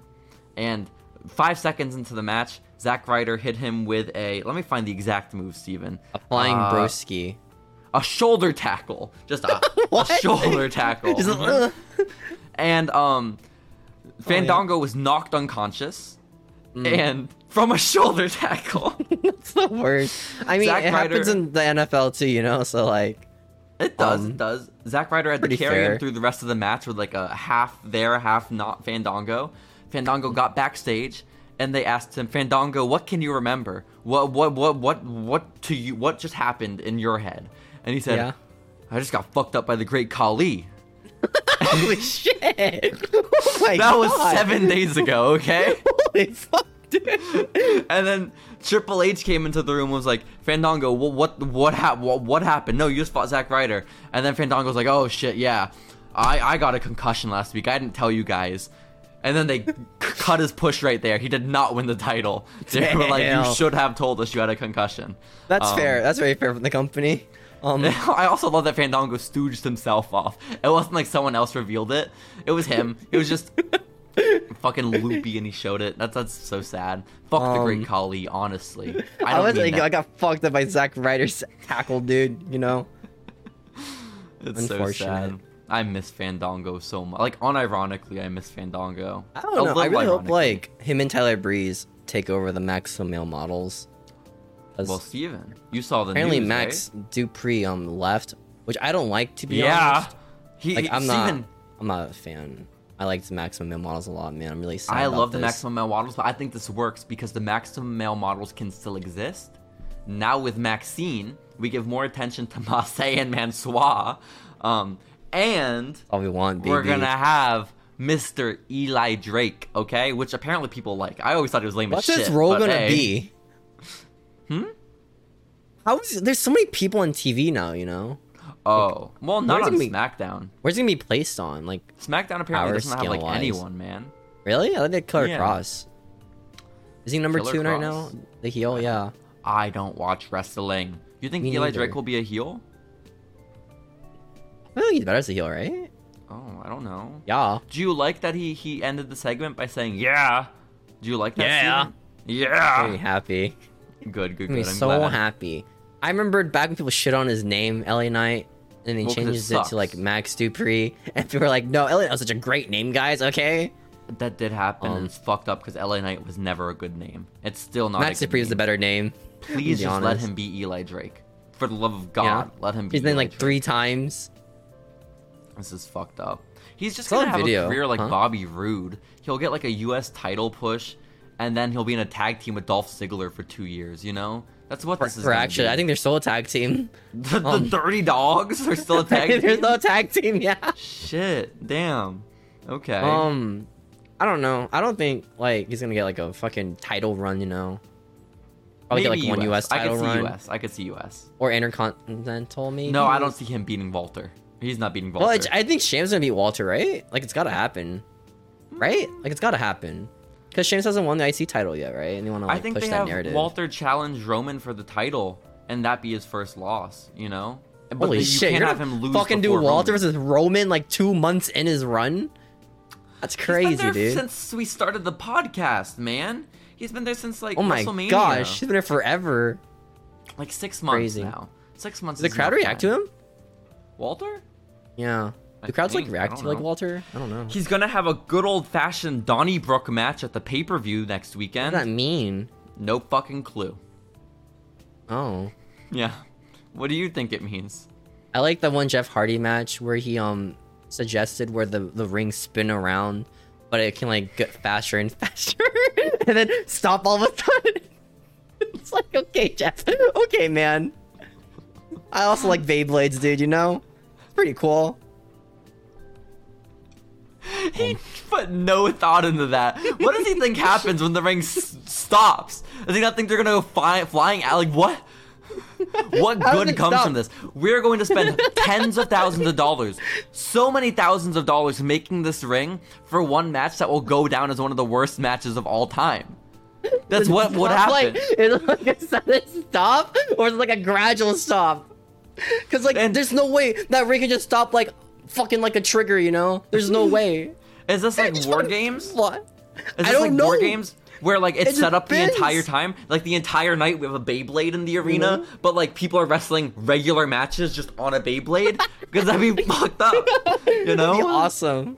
[SPEAKER 1] And five seconds into the match, Zack Ryder hit him with a let me find the exact move, Steven.
[SPEAKER 2] Applying
[SPEAKER 1] Uh,
[SPEAKER 2] [laughs] broski.
[SPEAKER 1] A shoulder tackle.
[SPEAKER 2] [laughs]
[SPEAKER 1] Just a, a
[SPEAKER 2] What?
[SPEAKER 1] shoulder tackle. Mm-hmm.
[SPEAKER 2] Just, uh,
[SPEAKER 1] and um
[SPEAKER 2] Oh,
[SPEAKER 1] Fandango was knocked unconscious
[SPEAKER 2] Mm.
[SPEAKER 1] and from a
[SPEAKER 2] [laughs]
[SPEAKER 1] shoulder tackle.
[SPEAKER 2] that's the worst. I mean,
[SPEAKER 1] Zack
[SPEAKER 2] it happens
[SPEAKER 1] Ryder-
[SPEAKER 2] in the NFL too, you know. So like,
[SPEAKER 1] It does,
[SPEAKER 2] Um,
[SPEAKER 1] it does. Zack Ryder had to
[SPEAKER 2] pretty
[SPEAKER 1] carry him
[SPEAKER 2] fair.
[SPEAKER 1] through the rest of the match with like a half there, half not Fandango.
[SPEAKER 2] [laughs]
[SPEAKER 1] Fandango got backstage and they asked him, Fandango, what can you remember? What what what what what to you what just happened in your head? And he said,
[SPEAKER 2] Yeah.
[SPEAKER 1] I just got fucked up by the great Kali.
[SPEAKER 2] holy [laughs] shit! [laughs] Oh my
[SPEAKER 1] That was
[SPEAKER 2] God.
[SPEAKER 1] seven days ago, okay?
[SPEAKER 2] [laughs] Holy fuck, dude.
[SPEAKER 1] and then Triple H came into the room and was like, Fandango, what what what, hap- what what happened? No, you just fought Zack Ryder. And then Fandango's like, oh shit, yeah. I, I got a concussion last week. I didn't tell you guys. And then they [laughs] c- cut his push right there. He did not win the title. [laughs] They were like, you
[SPEAKER 2] Damn.
[SPEAKER 1] should have told us you had a concussion.
[SPEAKER 2] That's
[SPEAKER 1] Um,
[SPEAKER 2] fair. That's very fair from the company. Um,
[SPEAKER 1] [laughs] I also love that Fandango stooged himself off. It wasn't like someone else revealed it. It was him. It
[SPEAKER 2] [laughs]
[SPEAKER 1] was just fucking loopy, and he showed it. That's that's so sad. Fuck the
[SPEAKER 2] Um,
[SPEAKER 1] great
[SPEAKER 2] [laughs]
[SPEAKER 1] Kali, honestly. I
[SPEAKER 2] I,
[SPEAKER 1] don't
[SPEAKER 2] was
[SPEAKER 1] mean
[SPEAKER 2] like,
[SPEAKER 1] that.
[SPEAKER 2] I got fucked up by Zack Ryder's tackle, dude. You know,
[SPEAKER 1] It's so
[SPEAKER 2] Unfortunate.
[SPEAKER 1] sad. I miss Fandango so much. Like, unironically, I miss Fandango. Oh,
[SPEAKER 2] I
[SPEAKER 1] A
[SPEAKER 2] don't know. I
[SPEAKER 1] little
[SPEAKER 2] really hope
[SPEAKER 1] ironically.
[SPEAKER 2] like him and Tyler Breeze take over the Max male models. 'Cause
[SPEAKER 1] Well, Steven, you saw the
[SPEAKER 2] apparently
[SPEAKER 1] news,
[SPEAKER 2] Max
[SPEAKER 1] right?
[SPEAKER 2] Dupree um left, which I don't like to be
[SPEAKER 1] eh? Yeah.
[SPEAKER 2] honest.
[SPEAKER 1] He,
[SPEAKER 2] Like
[SPEAKER 1] he-
[SPEAKER 2] I'm not,
[SPEAKER 1] Steven,
[SPEAKER 2] I'm not a fan. I liked Maximum Male Models a lot, man. I'm really sad.
[SPEAKER 1] I
[SPEAKER 2] about
[SPEAKER 1] love the
[SPEAKER 2] this.
[SPEAKER 1] maximum male models, but I think this works because the maximum male models can still exist. Now with Maxine, we give more attention to [laughs] Marseille and Mansois, um, and
[SPEAKER 2] All we want, baby.
[SPEAKER 1] we're gonna have Mr. Eli Drake, okay? Which apparently people like. I always thought it was lame
[SPEAKER 2] What's
[SPEAKER 1] as shit.
[SPEAKER 2] this role
[SPEAKER 1] but
[SPEAKER 2] gonna
[SPEAKER 1] hey.
[SPEAKER 2] be? Hmm. How is there's so many people on TV now? You know,
[SPEAKER 1] Oh, well, not
[SPEAKER 2] Where's
[SPEAKER 1] on
[SPEAKER 2] it gonna be-
[SPEAKER 1] SmackDown.
[SPEAKER 2] where's it gonna be placed on? Like,
[SPEAKER 1] SmackDown apparently
[SPEAKER 2] Power
[SPEAKER 1] doesn't have like
[SPEAKER 2] skill-wise.
[SPEAKER 1] anyone, man.
[SPEAKER 2] really? I like that Killer
[SPEAKER 1] Yeah.
[SPEAKER 2] Cross. Is he number
[SPEAKER 1] Killer
[SPEAKER 2] two right now?
[SPEAKER 1] Cross.
[SPEAKER 2] The heel, yeah.
[SPEAKER 1] I don't watch wrestling. You think
[SPEAKER 2] Me
[SPEAKER 1] Eli
[SPEAKER 2] neither.
[SPEAKER 1] Drake will be a heel?
[SPEAKER 2] I feel like he's better as a heel, right?
[SPEAKER 1] Oh, I don't know.
[SPEAKER 2] Yeah.
[SPEAKER 1] Do you like that he he ended the segment by saying yeah? Do you like that?
[SPEAKER 2] Yeah.
[SPEAKER 1] Steven? Yeah.
[SPEAKER 2] Made me happy.
[SPEAKER 1] Good, good, good.
[SPEAKER 2] Made me
[SPEAKER 1] I'm
[SPEAKER 2] so
[SPEAKER 1] glad.
[SPEAKER 2] happy. I remembered back when people shit on his name, LA Knight, and he
[SPEAKER 1] Well, 'cause it
[SPEAKER 2] changes it
[SPEAKER 1] sucks.
[SPEAKER 2] to like Max Dupree, and people were like, "No, LA Knight was such a great name, guys." Okay,
[SPEAKER 1] That did happen.
[SPEAKER 2] Um,
[SPEAKER 1] and it's fucked up because LA Knight was never a good name. It's still not.
[SPEAKER 2] Max
[SPEAKER 1] a good
[SPEAKER 2] Dupree is the
[SPEAKER 1] name.
[SPEAKER 2] better name.
[SPEAKER 1] Please
[SPEAKER 2] be
[SPEAKER 1] just let
[SPEAKER 2] honest.
[SPEAKER 1] him be Eli Drake. For the love of God, let him be.
[SPEAKER 2] He's been
[SPEAKER 1] Eli
[SPEAKER 2] like
[SPEAKER 1] Drake.
[SPEAKER 2] three times.
[SPEAKER 1] This is fucked up. He's just
[SPEAKER 2] Saw
[SPEAKER 1] gonna
[SPEAKER 2] that
[SPEAKER 1] have
[SPEAKER 2] video,
[SPEAKER 1] a career like
[SPEAKER 2] huh?
[SPEAKER 1] Bobby Roode. He'll get like a U.S. title push, and then he'll be in a tag team with Dolph Ziggler for two years. You know, that's what this is.
[SPEAKER 2] Or
[SPEAKER 1] gonna
[SPEAKER 2] actually,
[SPEAKER 1] be.
[SPEAKER 2] I think they're still a tag team.
[SPEAKER 1] [laughs]
[SPEAKER 2] [laughs]
[SPEAKER 1] the, the
[SPEAKER 2] um,
[SPEAKER 1] Dirty Dogs
[SPEAKER 2] [laughs]
[SPEAKER 1] are still a tag team.
[SPEAKER 2] they're still a tag team. Yeah.
[SPEAKER 1] Shit, damn. Okay.
[SPEAKER 2] Um, I don't know. I don't think like he's gonna get like a fucking title run. You know, probably get like one U.S.
[SPEAKER 1] I
[SPEAKER 2] title
[SPEAKER 1] could see
[SPEAKER 2] run
[SPEAKER 1] US. I could see US.
[SPEAKER 2] or intercontinental. Maybe.
[SPEAKER 1] No, I don't see him beating Walter. He's not beating Walter.
[SPEAKER 2] Well, it's, I think Shane's gonna beat Walter, right? Like it's gotta happen, right? Like it's gotta happen because Shane hasn't won the IC title yet, right? And they want to
[SPEAKER 1] I
[SPEAKER 2] like
[SPEAKER 1] think
[SPEAKER 2] push
[SPEAKER 1] they
[SPEAKER 2] that
[SPEAKER 1] have
[SPEAKER 2] narrative.
[SPEAKER 1] Walter challenge Roman for the title, and that be his first loss. You know. But
[SPEAKER 2] Holy
[SPEAKER 1] you
[SPEAKER 2] shit!
[SPEAKER 1] can't
[SPEAKER 2] You're
[SPEAKER 1] have
[SPEAKER 2] gonna
[SPEAKER 1] him lose
[SPEAKER 2] fucking do
[SPEAKER 1] before
[SPEAKER 2] Walter
[SPEAKER 1] Roman.
[SPEAKER 2] versus Roman like two months in his run. That's
[SPEAKER 1] He's
[SPEAKER 2] crazy,
[SPEAKER 1] been there
[SPEAKER 2] dude.
[SPEAKER 1] Since we started the podcast, man, he's been there since like
[SPEAKER 2] oh my
[SPEAKER 1] WrestleMania.
[SPEAKER 2] gosh, he's been there forever.
[SPEAKER 1] like six months
[SPEAKER 2] Crazy.
[SPEAKER 1] now. Six months.
[SPEAKER 2] Did the
[SPEAKER 1] is
[SPEAKER 2] crowd
[SPEAKER 1] enough
[SPEAKER 2] react
[SPEAKER 1] time.
[SPEAKER 2] to him?
[SPEAKER 1] Walter?
[SPEAKER 2] Yeah.
[SPEAKER 1] I
[SPEAKER 2] The crowd's like
[SPEAKER 1] think, I
[SPEAKER 2] reacting
[SPEAKER 1] don't
[SPEAKER 2] to like
[SPEAKER 1] know.
[SPEAKER 2] Walter. I don't know. What
[SPEAKER 1] He's gonna have a good old fashioned Donnybrook match at the pay per view next
[SPEAKER 2] does
[SPEAKER 1] weekend.
[SPEAKER 2] that mean?
[SPEAKER 1] No fucking clue.
[SPEAKER 2] Oh,
[SPEAKER 1] Yeah. What do you think it means?
[SPEAKER 2] I like the one Jeff Hardy match where he um suggested where the the rings spin around, but it can like get faster and [laughs] faster and then stop all of a sudden. [laughs] It's like okay, Jeff. Okay, man. I also like Beyblades, dude. You know, it's pretty cool.
[SPEAKER 1] He put no thought into that.
[SPEAKER 2] [laughs]
[SPEAKER 1] What does he think happens when the ring s- stops? Does he not think they're gonna go fly- flying out? Like what? What
[SPEAKER 2] How does
[SPEAKER 1] good
[SPEAKER 2] it
[SPEAKER 1] comes
[SPEAKER 2] stop?
[SPEAKER 1] from this? We're going
[SPEAKER 2] [laughs]
[SPEAKER 1] to spend tens of thousands of dollars, so many thousands of dollars making this ring for one match that will go down as one of the worst matches of all time. That's what would
[SPEAKER 2] Stop,
[SPEAKER 1] happen.
[SPEAKER 2] Like, it's like a sudden stop, or it's like a gradual stop. Because like,
[SPEAKER 1] And-
[SPEAKER 2] there's no way that ring can just stop like fucking like a trigger. You know, there's
[SPEAKER 1] [laughs]
[SPEAKER 2] no way.
[SPEAKER 1] Is this like war games?
[SPEAKER 2] What?
[SPEAKER 1] Is
[SPEAKER 2] I
[SPEAKER 1] this
[SPEAKER 2] don't
[SPEAKER 1] like
[SPEAKER 2] know.
[SPEAKER 1] war games where like it's
[SPEAKER 2] It
[SPEAKER 1] set up
[SPEAKER 2] depends.
[SPEAKER 1] the entire time, like the entire night we have a Beyblade in the arena,
[SPEAKER 2] know?
[SPEAKER 1] but like people are wrestling regular matches just on a Beyblade [laughs] because
[SPEAKER 2] [laughs]
[SPEAKER 1] that'd be fucked up, you know?
[SPEAKER 2] That'd be awesome.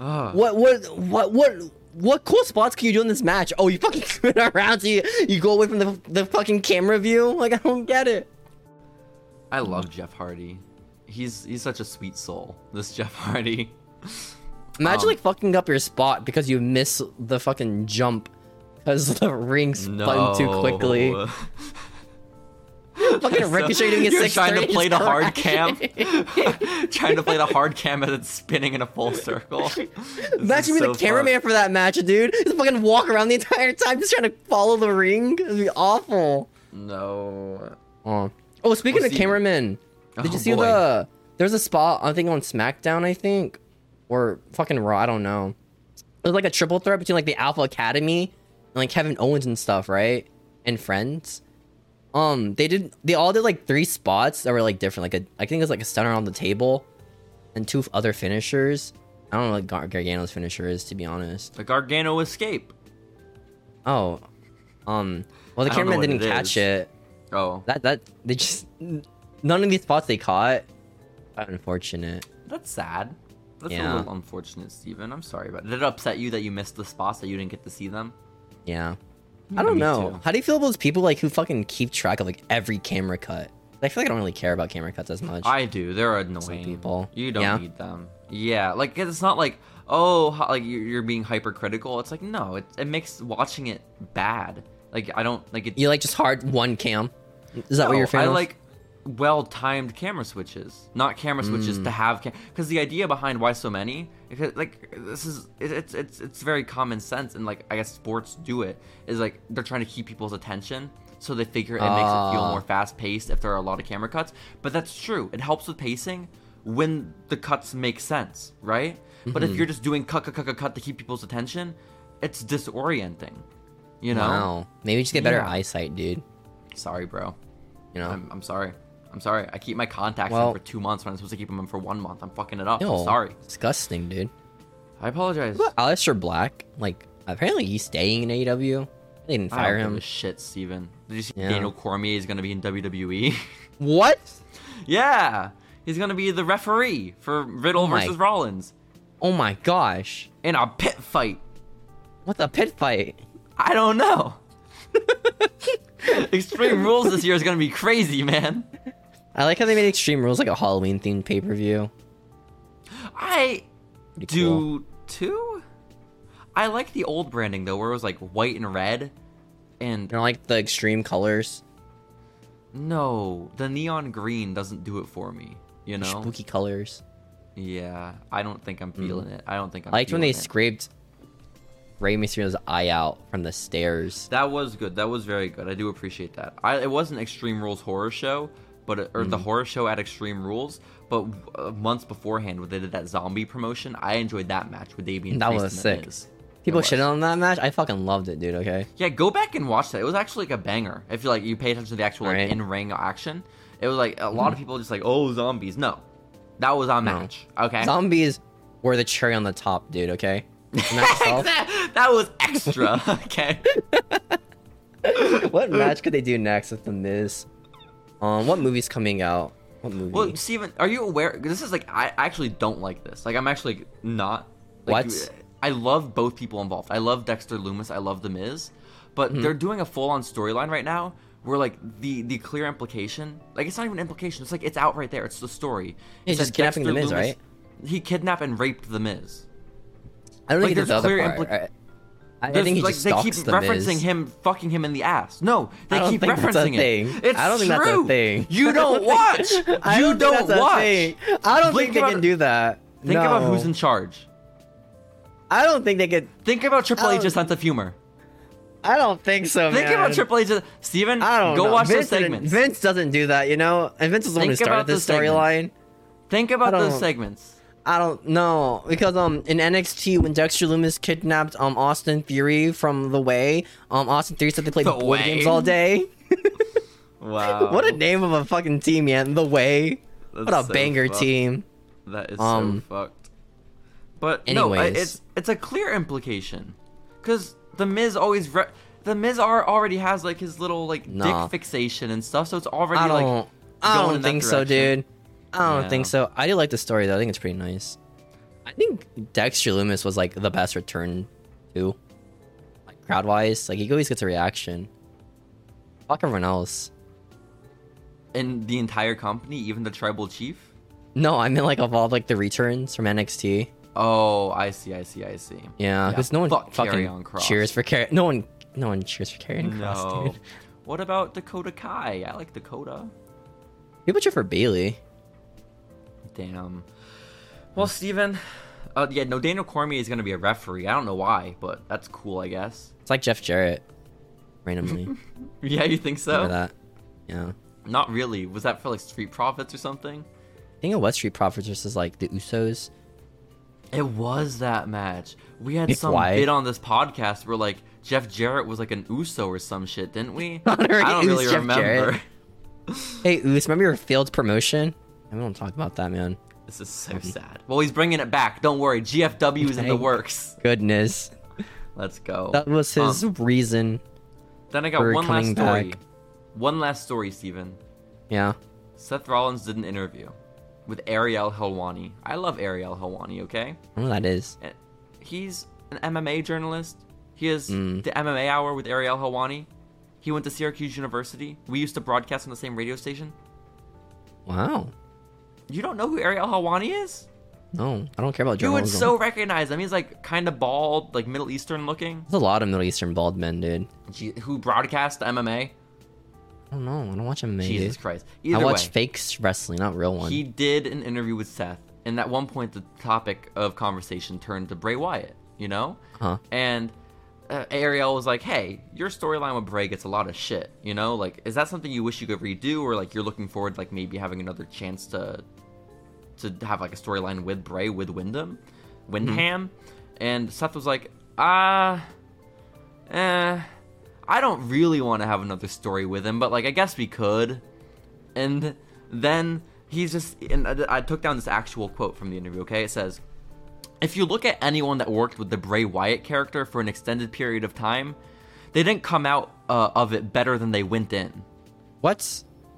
[SPEAKER 1] Ugh.
[SPEAKER 2] What? What? What? What? What cool spots can you do in this match? Oh, you fucking [laughs] spin around, so you, you go away from the, the fucking camera view. [laughs] Like I don't get it.
[SPEAKER 1] I love Jeff Hardy. He's he's such a sweet soul. This
[SPEAKER 2] [laughs]
[SPEAKER 1] Jeff Hardy.
[SPEAKER 2] Imagine
[SPEAKER 1] Um,
[SPEAKER 2] like fucking up your spot because you miss the fucking jump because [laughs] the ring spun
[SPEAKER 1] No.
[SPEAKER 2] too
[SPEAKER 1] [laughs]
[SPEAKER 2] quickly. Fucking ricocheting at
[SPEAKER 1] You're
[SPEAKER 2] six
[SPEAKER 1] trying to play
[SPEAKER 2] [laughs]
[SPEAKER 1] the hard cam. [laughs] trying to play the hard cam as it's spinning in a full circle. This
[SPEAKER 2] [laughs]
[SPEAKER 1] is
[SPEAKER 2] Imagine being
[SPEAKER 1] so
[SPEAKER 2] the
[SPEAKER 1] fun.
[SPEAKER 2] cameraman for that match, dude. Just fucking walk around the entire time, just trying to follow the ring. It'd be awful.
[SPEAKER 1] No.
[SPEAKER 2] Oh, oh speaking
[SPEAKER 1] We'll
[SPEAKER 2] of
[SPEAKER 1] see.
[SPEAKER 2] cameraman, did
[SPEAKER 1] Uh, Oh,
[SPEAKER 2] you see
[SPEAKER 1] boy.
[SPEAKER 2] the? There's a spot I think on SmackDown, I think, or fucking Raw. I don't know. It was like a triple threat between like the Alpha Academy and like Kevin Owens and stuff, right? And friends. Um, they did. They all did like three spots that were like different. Like a, I think it was like a stunner on the table, and two other finishers. I don't know what Gar- Gargano's finisher is, to be honest.
[SPEAKER 1] The Gargano escape.
[SPEAKER 2] Oh, um, well the
[SPEAKER 1] I don't know
[SPEAKER 2] cameraman
[SPEAKER 1] what
[SPEAKER 2] didn't
[SPEAKER 1] it
[SPEAKER 2] catch
[SPEAKER 1] is.
[SPEAKER 2] it.
[SPEAKER 1] Oh,
[SPEAKER 2] That that they just none of these spots they caught. Unfortunate.
[SPEAKER 1] that's sad. That's
[SPEAKER 2] Yeah.
[SPEAKER 1] a little unfortunate, Steven. I'm sorry about it. Did it upset you that you missed the spots that you didn't get to see them?
[SPEAKER 2] Yeah.
[SPEAKER 1] Yeah,
[SPEAKER 2] I don't
[SPEAKER 1] me
[SPEAKER 2] know.
[SPEAKER 1] too.
[SPEAKER 2] How do you feel about those people like who fucking keep track of like every camera cut? I feel like I don't really care about camera cuts as much.
[SPEAKER 1] I do. They're annoying.
[SPEAKER 2] people.
[SPEAKER 1] You don't
[SPEAKER 2] Yeah.
[SPEAKER 1] need them. Yeah, like 'cause it's not like oh, ho- like you're you're being hypercritical. It's like no, it it makes watching it bad. Like I don't like it.
[SPEAKER 2] you like just hard one cam. Is that what
[SPEAKER 1] No,
[SPEAKER 2] Oh, you're a fan
[SPEAKER 1] I
[SPEAKER 2] of?
[SPEAKER 1] like well timed camera switches, not camera switches
[SPEAKER 2] Hmm.
[SPEAKER 1] to have cam. Because the idea behind why so many, because like this is it, it's it's it's very common sense, and like I guess sports do it is like they're trying to keep people's attention. So they figure it makes it feel
[SPEAKER 2] Ah.
[SPEAKER 1] more fast paced if there are a lot of camera cuts. But that's true. It helps with pacing when the cuts make sense, right? But
[SPEAKER 2] Mm-hmm.
[SPEAKER 1] if you're just doing cut cut cut cut cut to keep people's attention, it's disorienting. You know?
[SPEAKER 2] Wow. Maybe just get better
[SPEAKER 1] Yeah.
[SPEAKER 2] eyesight, dude.
[SPEAKER 1] Sorry, bro.
[SPEAKER 2] You know.
[SPEAKER 1] I'm, I'm sorry. I'm sorry. I keep my contacts
[SPEAKER 2] Oh. Well-
[SPEAKER 1] in for two months when I'm supposed to keep them in for one month. I'm fucking it up.
[SPEAKER 2] Ew.
[SPEAKER 1] I'm sorry.
[SPEAKER 2] Disgusting, dude.
[SPEAKER 1] I apologize.
[SPEAKER 2] Alistair Black, like apparently he's staying in AEW. They didn't
[SPEAKER 1] I
[SPEAKER 2] fire
[SPEAKER 1] don't give
[SPEAKER 2] him.
[SPEAKER 1] a shit, Steven. Did you see
[SPEAKER 2] Yeah.
[SPEAKER 1] Daniel Cormier is gonna be in WWE?
[SPEAKER 2] what?
[SPEAKER 1] [laughs] yeah, he's gonna be the referee for Riddle
[SPEAKER 2] Oh my-
[SPEAKER 1] versus Rollins
[SPEAKER 2] Oh my gosh.
[SPEAKER 1] in a pit fight.
[SPEAKER 2] What the pit fight?
[SPEAKER 1] I
[SPEAKER 2] [laughs]
[SPEAKER 1] don't know. Extreme Rules this year is gonna be crazy, man.
[SPEAKER 2] I like how they made Extreme Rules like a Halloween themed pay per view.
[SPEAKER 1] I do too. I like the old branding though, where it was like white and red, and
[SPEAKER 2] You know, like the extreme colors,
[SPEAKER 1] No, the neon green doesn't do it for me. You know?
[SPEAKER 2] spooky colors.
[SPEAKER 1] Yeah, I don't think I'm feeling it. I don't think I'm.
[SPEAKER 2] I liked when they
[SPEAKER 1] feeling it.
[SPEAKER 2] scraped Rey Mysterio's eye out from the stairs.
[SPEAKER 1] That was good. That was very good. I do appreciate that. I, it was an Extreme Rules horror show, but it, or the
[SPEAKER 2] Mm.
[SPEAKER 1] horror show at Extreme Rules. But uh, months beforehand, when they did that zombie promotion, I enjoyed that match with Damien.
[SPEAKER 2] That
[SPEAKER 1] Priest
[SPEAKER 2] was
[SPEAKER 1] and The
[SPEAKER 2] sick.
[SPEAKER 1] Miz.
[SPEAKER 2] People
[SPEAKER 1] was.
[SPEAKER 2] shitting on that match. I fucking loved it, dude. Okay.
[SPEAKER 1] Yeah, go back and watch that. It was actually like a banger. If you like, you pay attention to the actual like,
[SPEAKER 2] Alright.
[SPEAKER 1] in ring action. It was like a
[SPEAKER 2] Mm.
[SPEAKER 1] lot of people just like, oh, zombies. No, that was our match. Okay,
[SPEAKER 2] Zombies were the cherry on the top, dude. Okay. And
[SPEAKER 1] [laughs]
[SPEAKER 2] that itself-
[SPEAKER 1] Exact- that was extra.
[SPEAKER 2] [laughs]
[SPEAKER 1] okay.
[SPEAKER 2] what match could they do next with the Miz? Um, what movie's coming out? What movie?
[SPEAKER 1] Well, Steven, are you aware? This is like I I actually don't like this. Like I'm actually not. Like,
[SPEAKER 2] What?
[SPEAKER 1] I love both people involved. I love Dexter Loomis. I love The Miz, but
[SPEAKER 2] Mm-hmm.
[SPEAKER 1] they're doing a full on storyline right now where like the the clear implication, like it's not even an implication. It's like it's out right there. It's the story.
[SPEAKER 2] He's
[SPEAKER 1] It's that
[SPEAKER 2] just kidnapping The Miz, right?
[SPEAKER 1] He kidnapped and raped The Miz.
[SPEAKER 2] I don't
[SPEAKER 1] like,
[SPEAKER 2] think it's the
[SPEAKER 1] there's
[SPEAKER 2] other
[SPEAKER 1] clear
[SPEAKER 2] part.
[SPEAKER 1] impli-
[SPEAKER 2] right? I, I
[SPEAKER 1] There's,
[SPEAKER 2] think he
[SPEAKER 1] like
[SPEAKER 2] just
[SPEAKER 1] they
[SPEAKER 2] stalks
[SPEAKER 1] keep
[SPEAKER 2] the
[SPEAKER 1] referencing
[SPEAKER 2] Miz.
[SPEAKER 1] him fucking him in the ass. No, they
[SPEAKER 2] I don't
[SPEAKER 1] keep
[SPEAKER 2] think
[SPEAKER 1] referencing
[SPEAKER 2] that's a
[SPEAKER 1] it.
[SPEAKER 2] thing.
[SPEAKER 1] It's
[SPEAKER 2] I don't think that's a
[SPEAKER 1] true.
[SPEAKER 2] thing. [laughs]
[SPEAKER 1] You don't watch.
[SPEAKER 2] I
[SPEAKER 1] you
[SPEAKER 2] don't,
[SPEAKER 1] don't
[SPEAKER 2] think that's a
[SPEAKER 1] watch.
[SPEAKER 2] thing. I don't
[SPEAKER 1] Blink
[SPEAKER 2] think they
[SPEAKER 1] about-
[SPEAKER 2] can do that.
[SPEAKER 1] Think about
[SPEAKER 2] No.
[SPEAKER 1] who's in charge.
[SPEAKER 2] I don't think they could.
[SPEAKER 1] Think about Triple
[SPEAKER 2] I
[SPEAKER 1] H's
[SPEAKER 2] don't-
[SPEAKER 1] sense of humor.
[SPEAKER 2] I don't think so,
[SPEAKER 1] Think
[SPEAKER 2] man.
[SPEAKER 1] about Triple H's. Steven,
[SPEAKER 2] I don't
[SPEAKER 1] go
[SPEAKER 2] know.
[SPEAKER 1] watch
[SPEAKER 2] Vince
[SPEAKER 1] those
[SPEAKER 2] didn't-
[SPEAKER 1] segments.
[SPEAKER 2] Vince doesn't do that, you know. And Vince is the one who
[SPEAKER 1] Think about
[SPEAKER 2] started this
[SPEAKER 1] those segments.
[SPEAKER 2] storyline.
[SPEAKER 1] Think about
[SPEAKER 2] I
[SPEAKER 1] those
[SPEAKER 2] don't- [laughs]
[SPEAKER 1] segments.
[SPEAKER 2] I don't know because um in NXT when Dexter Loomis kidnapped um Austin Theory from the Way, um Austin Theory said they played
[SPEAKER 1] The
[SPEAKER 2] board
[SPEAKER 1] Way?
[SPEAKER 2] games all day. [laughs]
[SPEAKER 1] Wow.
[SPEAKER 2] what a name of a fucking team, man! The Way. what a
[SPEAKER 1] That's so
[SPEAKER 2] banger
[SPEAKER 1] fucked.
[SPEAKER 2] team.
[SPEAKER 1] That is
[SPEAKER 2] Um,
[SPEAKER 1] so fucked. But no, I-
[SPEAKER 2] anyways.
[SPEAKER 1] it's it's a clear implication, because the Miz always re- the Miz are, already has like his little like
[SPEAKER 2] Nah.
[SPEAKER 1] dick fixation and stuff, so it's already
[SPEAKER 2] I don't.
[SPEAKER 1] like
[SPEAKER 2] I
[SPEAKER 1] going
[SPEAKER 2] don't
[SPEAKER 1] in that
[SPEAKER 2] think so,
[SPEAKER 1] direction.
[SPEAKER 2] dude. I don't
[SPEAKER 1] Yeah.
[SPEAKER 2] think so. I do like the story though. I think it's pretty nice. I think Dexter Loomis was like the best return too, like crowd wise. Like he always gets a reaction. Fuck everyone else.
[SPEAKER 1] in the entire company, even the tribal chief.
[SPEAKER 2] No, I meant like of all like the returns from NXT.
[SPEAKER 1] Oh, I see, I see, I see.
[SPEAKER 2] Yeah, because no one
[SPEAKER 1] fuck
[SPEAKER 2] fucking
[SPEAKER 1] Karrion Kross.
[SPEAKER 2] cheers for Car- No one, no one cheers for Karrion Cross,
[SPEAKER 1] No.
[SPEAKER 2] dude.
[SPEAKER 1] What about Dakota Kai? I like Dakota.
[SPEAKER 2] People cheer for Bailey.
[SPEAKER 1] Damn. Well, Steven, uh, yeah, no, Daniel Cormier is going to be a referee. I don't know why, but that's cool, I guess. [laughs]
[SPEAKER 2] It's like Jeff Jarrett, randomly. Remember
[SPEAKER 1] Yeah, you think so?
[SPEAKER 2] that? Yeah.
[SPEAKER 1] Not really. Was that for like Street Profits or something?
[SPEAKER 2] I think a West Street Profits versus like the Usos.
[SPEAKER 1] It was that match. We had
[SPEAKER 2] Nick
[SPEAKER 1] some
[SPEAKER 2] White.
[SPEAKER 1] bit on this podcast where like Jeff Jarrett was like an Uso or some shit, didn't we?
[SPEAKER 2] [laughs]
[SPEAKER 1] I
[SPEAKER 2] Not already
[SPEAKER 1] don't really
[SPEAKER 2] Us Jeff
[SPEAKER 1] remember. [laughs]
[SPEAKER 2] Jarrett. Hey, Us, remember your failed promotion? I don't talk about that, man.
[SPEAKER 1] This is so sad. Well, he's bringing it back. Don't worry. GFW is in the
[SPEAKER 2] Thank
[SPEAKER 1] works.
[SPEAKER 2] Goodness,
[SPEAKER 1] Let's go.
[SPEAKER 2] that was his
[SPEAKER 1] Um,
[SPEAKER 2] reason.
[SPEAKER 1] then I got
[SPEAKER 2] for
[SPEAKER 1] one last
[SPEAKER 2] coming
[SPEAKER 1] story.
[SPEAKER 2] back.
[SPEAKER 1] One last story, Steven.
[SPEAKER 2] Yeah.
[SPEAKER 1] Seth Rollins did an interview with Ariel Helwani. I love Ariel Helwani, okay?
[SPEAKER 2] I don't know what that is.
[SPEAKER 1] And He's an MMA journalist. He has
[SPEAKER 2] Mm.
[SPEAKER 1] the MMA hour with Ariel Helwani. He went to Syracuse University. We used to broadcast on the same radio station.
[SPEAKER 2] Wow.
[SPEAKER 1] You don't know who Ariel Hawani is?
[SPEAKER 2] No, I don't care about
[SPEAKER 1] You would
[SPEAKER 2] journalism.
[SPEAKER 1] so recognize him. He's like kind of bald, like Middle Eastern looking.
[SPEAKER 2] There's a lot of Middle Eastern bald men, dude.
[SPEAKER 1] Gee, who broadcast MMA?
[SPEAKER 2] I don't know. I don't watch MMA.
[SPEAKER 1] Jesus
[SPEAKER 2] dude.
[SPEAKER 1] Christ.
[SPEAKER 2] I
[SPEAKER 1] Either
[SPEAKER 2] watch
[SPEAKER 1] way,
[SPEAKER 2] fake s- wrestling, not real one.
[SPEAKER 1] he did an interview with Seth, and at one point the topic of conversation turned to Bray Wyatt. You know?
[SPEAKER 2] Huh.
[SPEAKER 1] And uh, Ariel was like, "Hey, your storyline with Bray gets a lot of shit. You know, like, is that something you wish you could redo, or like you're looking forward, to, like maybe having another chance to to have like a storyline with Bray with Wyndham,
[SPEAKER 2] Mm-hmm.
[SPEAKER 1] Windham?" And Seth was like, "Ah, eh, I don't really want to have another story with him, but like I guess we could." And then he's just, and I I took down this actual quote from the interview. Okay, it says. If you look at anyone that worked with the Bray Wyatt character for an extended period of time, they didn't come out uh, of it better than they went in. [laughs]
[SPEAKER 2] What?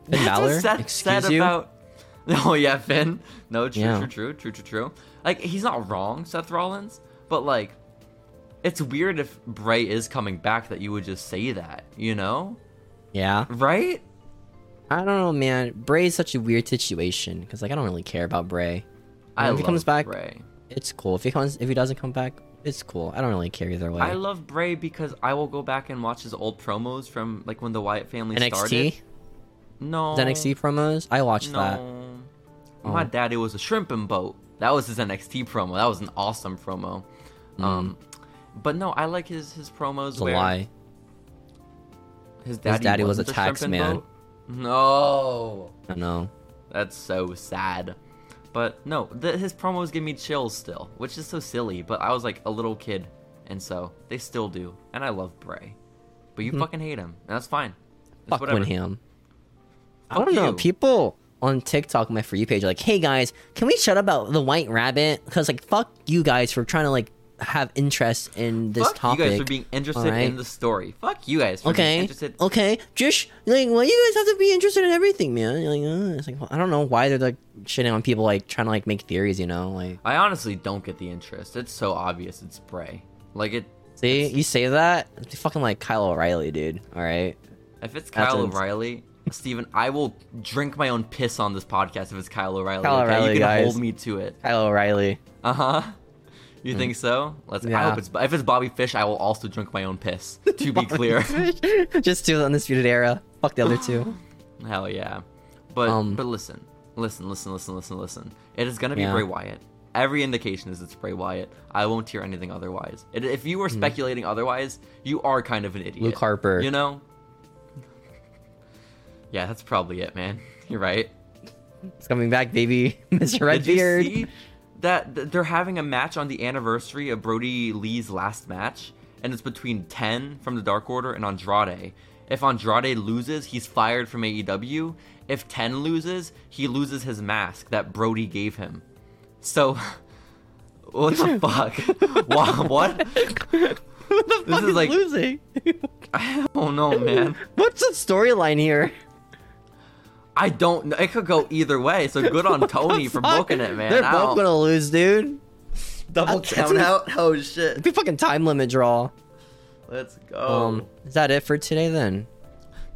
[SPEAKER 2] Finn
[SPEAKER 1] That's
[SPEAKER 2] Balor?
[SPEAKER 1] what Seth
[SPEAKER 2] Excuse
[SPEAKER 1] said
[SPEAKER 2] you?
[SPEAKER 1] about. [laughs] Oh yeah, Finn. No, true,
[SPEAKER 2] Yeah.
[SPEAKER 1] true, true, true, true, true. Like he's not wrong, Seth Rollins, but like, it's weird if Bray is coming back that you would just say that, you know?
[SPEAKER 2] yeah.
[SPEAKER 1] Right?
[SPEAKER 2] I don't know, man. Bray is such a weird situation because like I don't really care about Bray.
[SPEAKER 1] I
[SPEAKER 2] if he comes
[SPEAKER 1] love
[SPEAKER 2] back,
[SPEAKER 1] Bray.
[SPEAKER 2] it's cool. If he comes, if he doesn't come back, it's cool. I don't really care either way.
[SPEAKER 1] I love Bray because I will go back and watch his old promos from like when the Wyatt family
[SPEAKER 2] NXT,
[SPEAKER 1] started. No,
[SPEAKER 2] The NXT promos. I watched that.
[SPEAKER 1] No. My
[SPEAKER 2] Oh.
[SPEAKER 1] daddy was a shrimping boat. That was his NXT promo. That was an awesome promo. Um, but no, I like his his promos.
[SPEAKER 2] Mm. It's a
[SPEAKER 1] where
[SPEAKER 2] lie.
[SPEAKER 1] His daddy,
[SPEAKER 2] daddy was
[SPEAKER 1] wasn't
[SPEAKER 2] a tax
[SPEAKER 1] shrimping
[SPEAKER 2] man.
[SPEAKER 1] boat. No,
[SPEAKER 2] I know.
[SPEAKER 1] that's so sad. But no, th- his promos give me chills still, which is so silly. But I was like a little kid, and so they still do. And I love Bray, but you fucking hate him, and that's fine. It's
[SPEAKER 2] Mm-hmm. Fuck
[SPEAKER 1] whatever.
[SPEAKER 2] Winham. I
[SPEAKER 1] Fuck
[SPEAKER 2] don't know.
[SPEAKER 1] you.
[SPEAKER 2] People on TikTok, my for you page, are like, hey guys, can we shut up about the White Rabbit? Because like, fuck you guys for trying to like have interest in this
[SPEAKER 1] Fuck
[SPEAKER 2] topic.
[SPEAKER 1] you guys for being interested in
[SPEAKER 2] alright?
[SPEAKER 1] the story. Fuck you guys for being
[SPEAKER 2] Okay.
[SPEAKER 1] interested
[SPEAKER 2] Okay. Just like, well, you guys have to be interested in everything, man. You're like, uh, it's like, well, I don't know why they're like shitting on people, like trying to like make theories, you know? Like,
[SPEAKER 1] I honestly don't get the interest. It's so obvious it's Bray. Like it
[SPEAKER 2] see, you say that, it's fucking like Kyle O'Reilly, dude. All right.
[SPEAKER 1] if
[SPEAKER 2] That's
[SPEAKER 1] it's Kyle
[SPEAKER 2] ins-
[SPEAKER 1] O'Reilly, Steven, I will drink my own piss on this podcast if it's Kyle O'Reilly.
[SPEAKER 2] Kyle
[SPEAKER 1] okay?
[SPEAKER 2] O'Reilly,
[SPEAKER 1] you can
[SPEAKER 2] guys.
[SPEAKER 1] hold me to it.
[SPEAKER 2] Kyle O'Reilly. [laughs]
[SPEAKER 1] Uh-huh. You think so? Let's I
[SPEAKER 2] Mm. Yeah.
[SPEAKER 1] hope it's if it's Bobby Fish, I will also drink my
[SPEAKER 2] [laughs]
[SPEAKER 1] own piss. To be clear.
[SPEAKER 2] Just do the Undisputed Era. Fuck the other two.
[SPEAKER 1] [laughs] Hell yeah. But
[SPEAKER 2] Um,
[SPEAKER 1] but listen. Listen, listen, listen, listen, listen. It is gonna be
[SPEAKER 2] Yeah.
[SPEAKER 1] Bray Wyatt. Every indication is it's Bray Wyatt. I won't hear anything otherwise. And if you were speculating otherwise, you are kind of an idiot.
[SPEAKER 2] Mm. Luke Harper.
[SPEAKER 1] You know? [laughs] Yeah, that's probably it, man. [laughs] You're right.
[SPEAKER 2] It's coming back, baby. [laughs] Mr. Redbeard.
[SPEAKER 1] Did you see that th- they're having a match on the anniversary of Brody Lee's last match, and it's between Ten from the Dark Order and Andrade. If Andrade loses, he's fired from AEW. If Ten loses, he loses his mask that Brody gave him. So, [laughs] what
[SPEAKER 2] [laughs]
[SPEAKER 1] the fuck? Wha- what?
[SPEAKER 2] Who the fuck
[SPEAKER 1] is
[SPEAKER 2] is
[SPEAKER 1] like-
[SPEAKER 2] losing? [laughs]
[SPEAKER 1] I don't know, Oh, man.
[SPEAKER 2] What's the storyline here?
[SPEAKER 1] I don't. know. It could go either way. So good
[SPEAKER 2] [laughs]
[SPEAKER 1] on Tony for
[SPEAKER 2] Fuck.
[SPEAKER 1] booking it, man.
[SPEAKER 2] They're
[SPEAKER 1] I
[SPEAKER 2] both
[SPEAKER 1] don't-
[SPEAKER 2] gonna lose, dude.
[SPEAKER 1] double
[SPEAKER 2] That's- that's
[SPEAKER 1] count
[SPEAKER 2] an-
[SPEAKER 1] out. Oh shit.
[SPEAKER 2] Be fucking time limit draw.
[SPEAKER 1] Let's go.
[SPEAKER 2] Um, is that it for today then?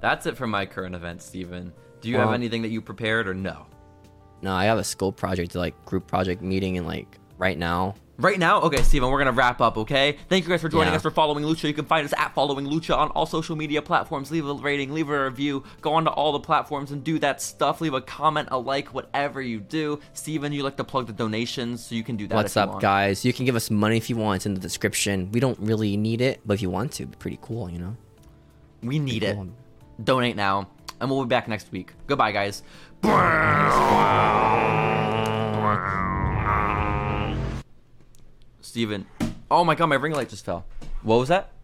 [SPEAKER 1] That's it for my current event, Steven. Do you have
[SPEAKER 2] Um,
[SPEAKER 1] anything that you prepared or no?
[SPEAKER 2] No, I have a school project, like group project meeting, and like right now.
[SPEAKER 1] Right now, okay, Steven, we're gonna wrap up, okay? Thank you guys for joining
[SPEAKER 2] Yeah.
[SPEAKER 1] us for following Lucha. You can find us at following Lucha on all social media platforms. Leave a rating, leave a review, go onto all the platforms and do that stuff. Leave a comment, a like, whatever you do. Steven, you like to plug the donations, so you can do that.
[SPEAKER 2] What's
[SPEAKER 1] if you
[SPEAKER 2] up,
[SPEAKER 1] want.
[SPEAKER 2] guys? You can give us money if you want. It's in the description. We don't really need it, but if you want to, it'd be pretty cool, you know.
[SPEAKER 1] We need it.
[SPEAKER 2] Go on.
[SPEAKER 1] Donate now, and we'll be back next week. Goodbye, guys. Steven. Oh my god, my ring light just fell. What was that?